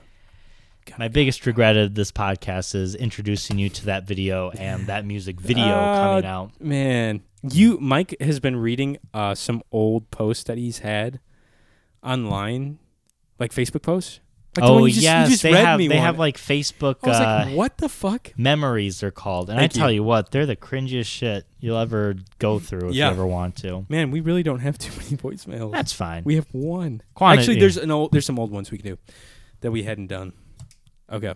[SPEAKER 2] my biggest regret of this podcast is introducing you to that video and that music video
[SPEAKER 1] Uh,
[SPEAKER 2] coming out.
[SPEAKER 1] Man, you Mike has been reading uh, some old posts that he's had online, like Facebook posts. Like the one
[SPEAKER 2] Oh
[SPEAKER 1] you just- you
[SPEAKER 2] yes,
[SPEAKER 1] just
[SPEAKER 2] they
[SPEAKER 1] read
[SPEAKER 2] have
[SPEAKER 1] me
[SPEAKER 2] they
[SPEAKER 1] one.
[SPEAKER 2] have like Facebook
[SPEAKER 1] I was
[SPEAKER 2] uh,
[SPEAKER 1] like, what the fuck?
[SPEAKER 2] memories. They're called, and I
[SPEAKER 1] Thank
[SPEAKER 2] tell
[SPEAKER 1] you.
[SPEAKER 2] you. what, they're the cringiest shit you'll ever go through if
[SPEAKER 1] Yeah.
[SPEAKER 2] you ever want to.
[SPEAKER 1] Man, we really don't have too many voicemails.
[SPEAKER 2] That's fine.
[SPEAKER 1] we have one.
[SPEAKER 2] Quantity.
[SPEAKER 1] Actually, there's an old, there's some old ones we can do that we hadn't done. Okay.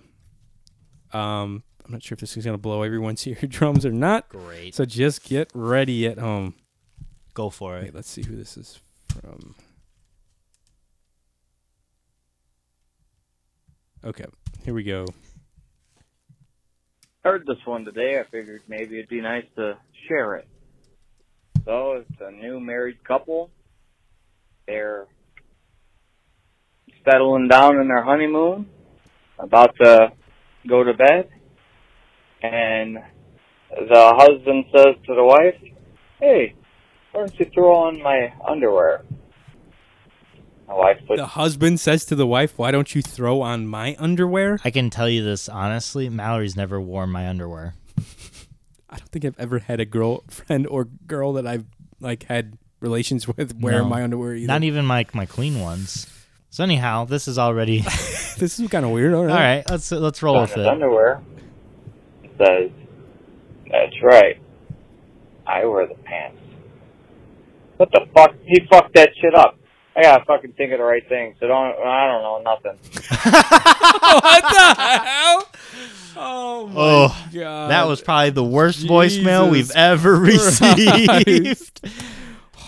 [SPEAKER 1] Um, I'm not sure if this is gonna blow everyone's eardrums or not.
[SPEAKER 2] Great,
[SPEAKER 1] So just get ready at home.
[SPEAKER 2] go for it.
[SPEAKER 1] Wait, let's see who this is from. Okay, here we go.
[SPEAKER 8] heard this one today. I figured maybe it'd be nice to share it. So it's a new married couple. They're settling down in their honeymoon, about to go to bed. and the husband says to the wife, "Hey, why don't you throw on my underwear?" My wife puts
[SPEAKER 1] The husband says to the wife, "Why don't you throw on my underwear?"
[SPEAKER 2] I can tell you this honestly. Mallory's never worn my underwear.
[SPEAKER 1] I don't think I've ever had a girlfriend or girl that I've like had relations with wear
[SPEAKER 2] No.
[SPEAKER 1] my underwear either.
[SPEAKER 2] Not even my my clean ones. So anyhow, this is already
[SPEAKER 1] this is kind of weird. All right.
[SPEAKER 2] e- all right. Let's let's roll
[SPEAKER 8] on
[SPEAKER 2] with
[SPEAKER 8] his
[SPEAKER 2] it.
[SPEAKER 8] underwear. and Says, "That's right. I wear the pants." What the fuck? He fucked that shit up. I gotta fucking think of the right thing. So don't. I don't know nothing.
[SPEAKER 1] what the hell? Oh my
[SPEAKER 2] Oh,
[SPEAKER 1] god.
[SPEAKER 2] That was probably the worst
[SPEAKER 1] Jesus
[SPEAKER 2] voicemail we've ever
[SPEAKER 1] Christ.
[SPEAKER 2] received.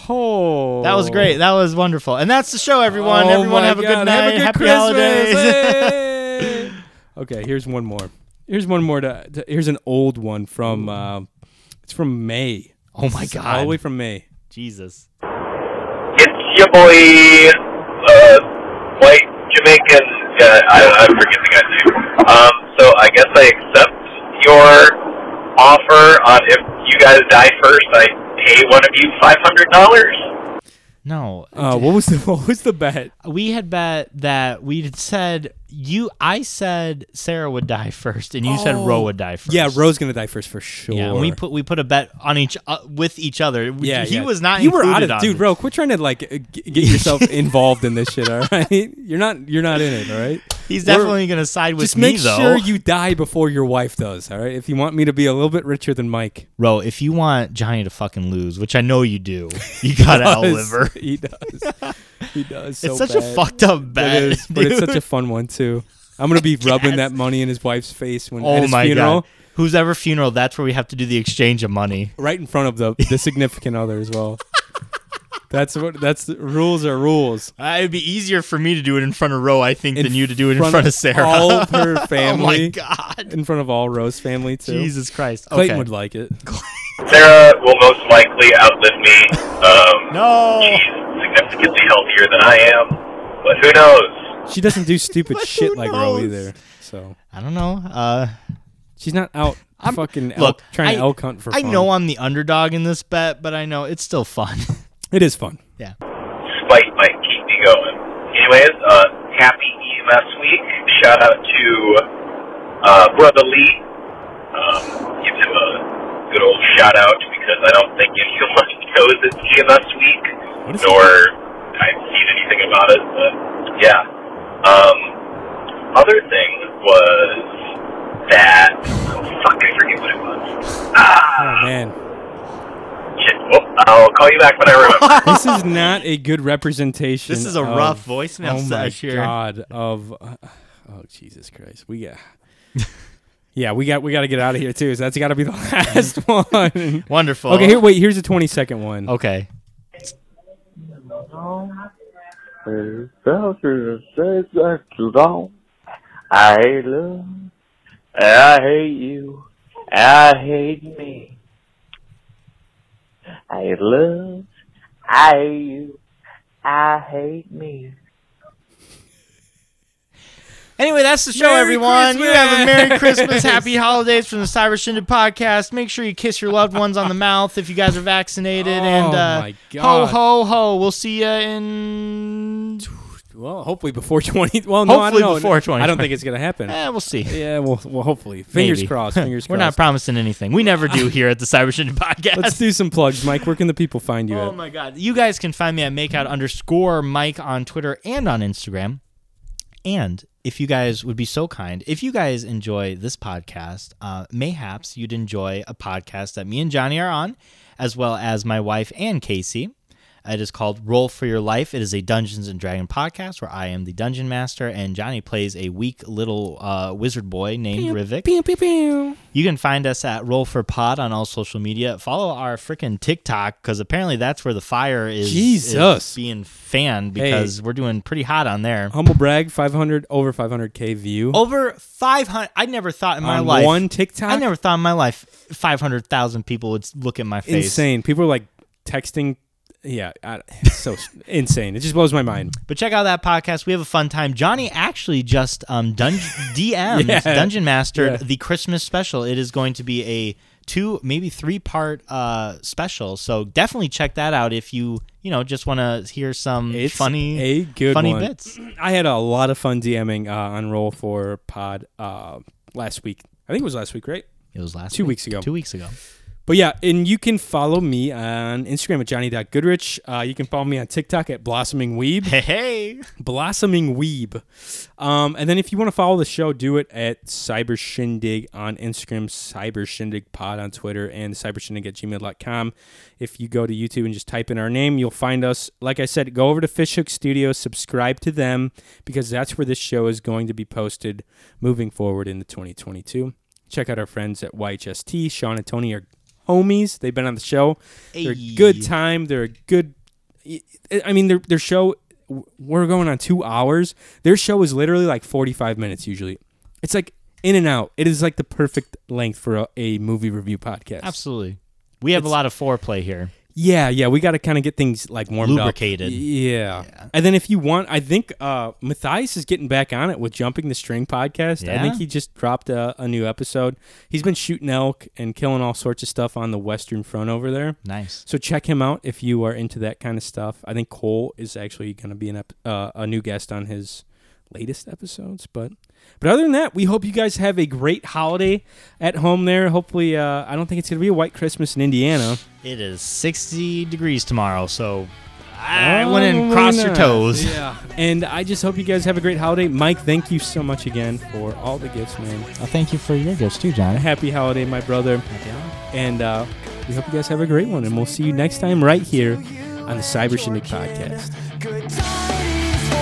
[SPEAKER 1] oh.
[SPEAKER 2] That was great. That was wonderful. And that's the show, everyone.
[SPEAKER 1] Oh
[SPEAKER 2] everyone
[SPEAKER 1] my
[SPEAKER 2] have a good
[SPEAKER 1] God, Have
[SPEAKER 2] night.
[SPEAKER 1] a good
[SPEAKER 2] Happy
[SPEAKER 1] Christmas.
[SPEAKER 2] holidays.
[SPEAKER 1] Hey. okay, here's one more. Here's one more. To, to- here's an old one from. Uh, it's from May.
[SPEAKER 2] oh my
[SPEAKER 1] It's all
[SPEAKER 2] god.
[SPEAKER 1] the way from May.
[SPEAKER 2] Jesus.
[SPEAKER 9] It's your boy, uh, white Jamaican guy. I, I forget the guy's name. Um, so I guess I accept your offer on if you guys die first, I pay one of you five hundred dollars.
[SPEAKER 2] No.
[SPEAKER 1] Uh, what was the What was the bet?
[SPEAKER 2] we had bet that we had said you I said Sarah would die first and you said Roe would die first.
[SPEAKER 1] Oh. Yeah, Roe's gonna die first for sure.
[SPEAKER 2] Yeah, and we put we put a bet on each uh, with each other. We-
[SPEAKER 1] Yeah,
[SPEAKER 2] he
[SPEAKER 1] yeah.
[SPEAKER 2] was not.
[SPEAKER 1] You were out
[SPEAKER 2] included
[SPEAKER 1] of
[SPEAKER 2] on
[SPEAKER 1] dude,
[SPEAKER 2] this.
[SPEAKER 1] Roe. Quit trying to like uh, g- get yourself involved in this shit. All right, you're not. You're not in it. All right.
[SPEAKER 2] He's
[SPEAKER 1] We're-
[SPEAKER 2] definitely going to side with
[SPEAKER 1] Just
[SPEAKER 2] me
[SPEAKER 1] make
[SPEAKER 2] though.
[SPEAKER 1] sure you die before your wife does. All right. If you want me to be a little bit richer than Mike,
[SPEAKER 2] Ro, if you want Johnny to fucking lose, which I know you do, you gotta outlive her.
[SPEAKER 1] He does. He does.
[SPEAKER 2] It's
[SPEAKER 1] so
[SPEAKER 2] such a
[SPEAKER 1] bad.
[SPEAKER 2] fucked up bet.
[SPEAKER 1] It is, but it's
[SPEAKER 2] dude.
[SPEAKER 1] such a fun one too. I'm gonna be rubbing
[SPEAKER 2] guess.
[SPEAKER 1] that money in his wife's face when at
[SPEAKER 2] oh
[SPEAKER 1] his
[SPEAKER 2] my
[SPEAKER 1] funeral,
[SPEAKER 2] god. Whose ever funeral? That's where we have to do the exchange of money.
[SPEAKER 1] right in front of the the significant other as well. That's what. That's rules are rules.
[SPEAKER 2] Uh, it'd be easier for me to do it in front of Ro, I think,
[SPEAKER 1] In
[SPEAKER 2] than you to do it in front of Sarah.
[SPEAKER 1] all of her
[SPEAKER 2] oh my
[SPEAKER 1] family,
[SPEAKER 2] god.
[SPEAKER 1] in front of all Rose family too.
[SPEAKER 2] Jesus Christ. Okay.
[SPEAKER 1] Clayton would like it.
[SPEAKER 9] Sarah will most likely outlive me. Um,
[SPEAKER 2] no.
[SPEAKER 9] she's significantly healthier than I am, but who knows?
[SPEAKER 1] She doesn't do stupid shit like Roe
[SPEAKER 2] knows?
[SPEAKER 1] either. So
[SPEAKER 2] I don't know. Uh,
[SPEAKER 1] she's not out
[SPEAKER 2] I'm-
[SPEAKER 1] fucking
[SPEAKER 2] look,
[SPEAKER 1] elk, trying
[SPEAKER 2] I-
[SPEAKER 1] to elk hunt for
[SPEAKER 2] I
[SPEAKER 1] fun.
[SPEAKER 2] know I'm the underdog in this bet, but I know it's still fun.
[SPEAKER 1] it is fun.
[SPEAKER 2] yeah.
[SPEAKER 9] Spite might keep me going. Anyways, uh, happy EMS week. Shout out to uh, Brother Lee. Um, give him a good old shout out because I don't think anyone knows it's EMS week,
[SPEAKER 1] What is
[SPEAKER 9] nor I've seen anything about it. But yeah. Um, other thing was that oh, fuck, I forget what it was. Ah,
[SPEAKER 1] Oh man.
[SPEAKER 9] shit. Well, I'll call you back when I remember.
[SPEAKER 1] this is not a good representation.
[SPEAKER 2] This is a
[SPEAKER 1] of-
[SPEAKER 2] rough voicemail
[SPEAKER 1] Oh my
[SPEAKER 2] session here.
[SPEAKER 1] god! Of uh, oh Jesus Christ, we got yeah, we got we got to get out of here too. So that's got to be the last one.
[SPEAKER 2] Wonderful.
[SPEAKER 1] okay, here wait. Here's the twenty second one.
[SPEAKER 2] Okay.
[SPEAKER 8] I love. I hate you. I hate me. I love. I hate you. I hate me.
[SPEAKER 2] Anyway, that's the show,
[SPEAKER 1] Merry
[SPEAKER 2] everyone. You have a Merry
[SPEAKER 1] Christmas.
[SPEAKER 2] Christmas, Happy Holidays from the Cyber Shindig podcast. Make sure you kiss your loved ones on the mouth if you guys are vaccinated. and
[SPEAKER 1] Oh,
[SPEAKER 2] uh,
[SPEAKER 1] my
[SPEAKER 2] ho
[SPEAKER 1] God.
[SPEAKER 2] ho ho, we'll see you in.
[SPEAKER 1] Well, hopefully before twenty. Well, no, I
[SPEAKER 2] Hopefully
[SPEAKER 1] don't know.
[SPEAKER 2] before 20.
[SPEAKER 1] I don't think it's gonna happen.
[SPEAKER 2] Eh, we'll see.
[SPEAKER 1] Yeah, well, well hopefully. Fingers
[SPEAKER 2] Maybe.
[SPEAKER 1] crossed. Fingers
[SPEAKER 2] We're not
[SPEAKER 1] crossed.
[SPEAKER 2] promising anything. We never do here at the Cyber Shindig podcast.
[SPEAKER 1] Let's do some plugs, Mike. Where can the people find you?
[SPEAKER 2] Oh
[SPEAKER 1] at?
[SPEAKER 2] my god. You guys can find me at makeout underscore Mike on Twitter and on Instagram. And if you guys would be so kind, if you guys enjoy this podcast, uh, mayhaps you'd enjoy a podcast that me and Johnny are on, as well as my wife and Casey. It is called Roll for Your Life. It is a Dungeons and Dragon podcast where I am the dungeon master and Johnny plays a weak little uh, wizard boy named Rivik. You can find us at Roll for Pod on all social media. Follow our freaking TikTok because apparently that's where the fire is, is
[SPEAKER 1] Jesus.
[SPEAKER 2] being fanned because we're doing pretty hot on there.
[SPEAKER 1] Humble brag, five hundred over five hundred k view.
[SPEAKER 2] Over 500. I never thought in Oh, my
[SPEAKER 1] On
[SPEAKER 2] life.
[SPEAKER 1] one TikTok?
[SPEAKER 2] I never thought in my life 500,000 people would s- look at my face.
[SPEAKER 1] insane. People are like texting yeah, I, it's so s- insane. It just blows my mind.
[SPEAKER 2] But check out that podcast. We have a fun time. Johnny actually just um, dun- DM
[SPEAKER 1] Yeah.
[SPEAKER 2] Dungeon Mastered
[SPEAKER 1] Yeah.
[SPEAKER 2] the Christmas special. It is going to be a two, maybe three part uh, special. So definitely check that out if you you know just want to hear some
[SPEAKER 1] It's
[SPEAKER 2] funny
[SPEAKER 1] a good
[SPEAKER 2] funny
[SPEAKER 1] one.
[SPEAKER 2] bits.
[SPEAKER 1] I had a lot of fun DMing uh, on Roll for Pod uh, last week. I think it was last week, right?
[SPEAKER 2] It was last
[SPEAKER 1] Two
[SPEAKER 2] week.
[SPEAKER 1] weeks ago.
[SPEAKER 2] Two weeks ago.
[SPEAKER 1] But yeah, and you can follow me on Instagram at johnny.goodrich. Uh, you can follow me on TikTok at blossoming weeb.
[SPEAKER 2] Hey hey.
[SPEAKER 1] Blossoming Weeb. Um, and then if you want to follow the show, do it at Cyber Shindig on Instagram, Cyber Shindig Pod on Twitter, and cybershindig at gmail.com. If you go to YouTube and just type in our name, you'll find us. Like I said, go over to Fishhook Studios, subscribe to them, because that's where this show is going to be posted moving forward into 2022. Check out our friends at YHST. Sean and Tony are homies. They've been on the show. They're a good
[SPEAKER 2] Ayy.
[SPEAKER 1] time. They're a good I- I mean, their their show. We're going on two hours. Their show is literally like forty five minutes usually. It's like in and out. It is like the perfect length for a, a movie review podcast.
[SPEAKER 2] Absolutely. We have a lot of foreplay here.
[SPEAKER 1] Yeah, yeah. We got to kind of get things like warmed
[SPEAKER 2] Lubricated.
[SPEAKER 1] up. Yeah. And then if you want, I think uh, Matthias is getting back on it with Jumping the String podcast. I
[SPEAKER 2] Yeah?
[SPEAKER 1] think he just dropped a, a new episode. He's been shooting elk and killing all sorts of stuff on the Western Front over there.
[SPEAKER 2] Nice.
[SPEAKER 1] So check him out if you are into that kind of stuff. I think Cole is actually going to be an ep- uh, a new guest on his latest episodes. But but other than that, we hope you guys have a great holiday at home there. Hopefully, uh, I don't think it's going to be a white Christmas in Indiana.
[SPEAKER 2] It is 60 degrees tomorrow, so I went
[SPEAKER 1] Probably
[SPEAKER 2] and crossed your
[SPEAKER 1] Oh, not.
[SPEAKER 2] toes.
[SPEAKER 1] Yeah. And I just hope you guys have a great holiday. Mike, thank you so much again for all the gifts, man.
[SPEAKER 2] thank you for your gifts too, John.
[SPEAKER 1] Happy holiday, my brother. And uh, we hope you guys have a great one. And we'll see you next time right here on the Cyber Shindig podcast.
[SPEAKER 4] Good tidings for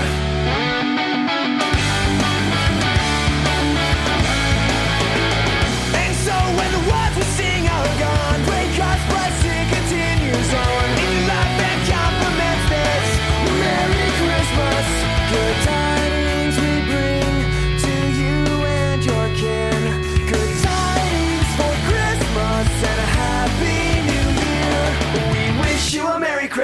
[SPEAKER 4] wish you a Merry Christmas. We wish you a Merry Christmas. We wish you a Merry Christmas and a happy new year. And so when the words we sing are gone, break us blessing continues on. In life that compliments this, Merry Christmas. Good tidings we bring to you and your kin. Good tidings for Christmas and a happy new year. We wish you a Merry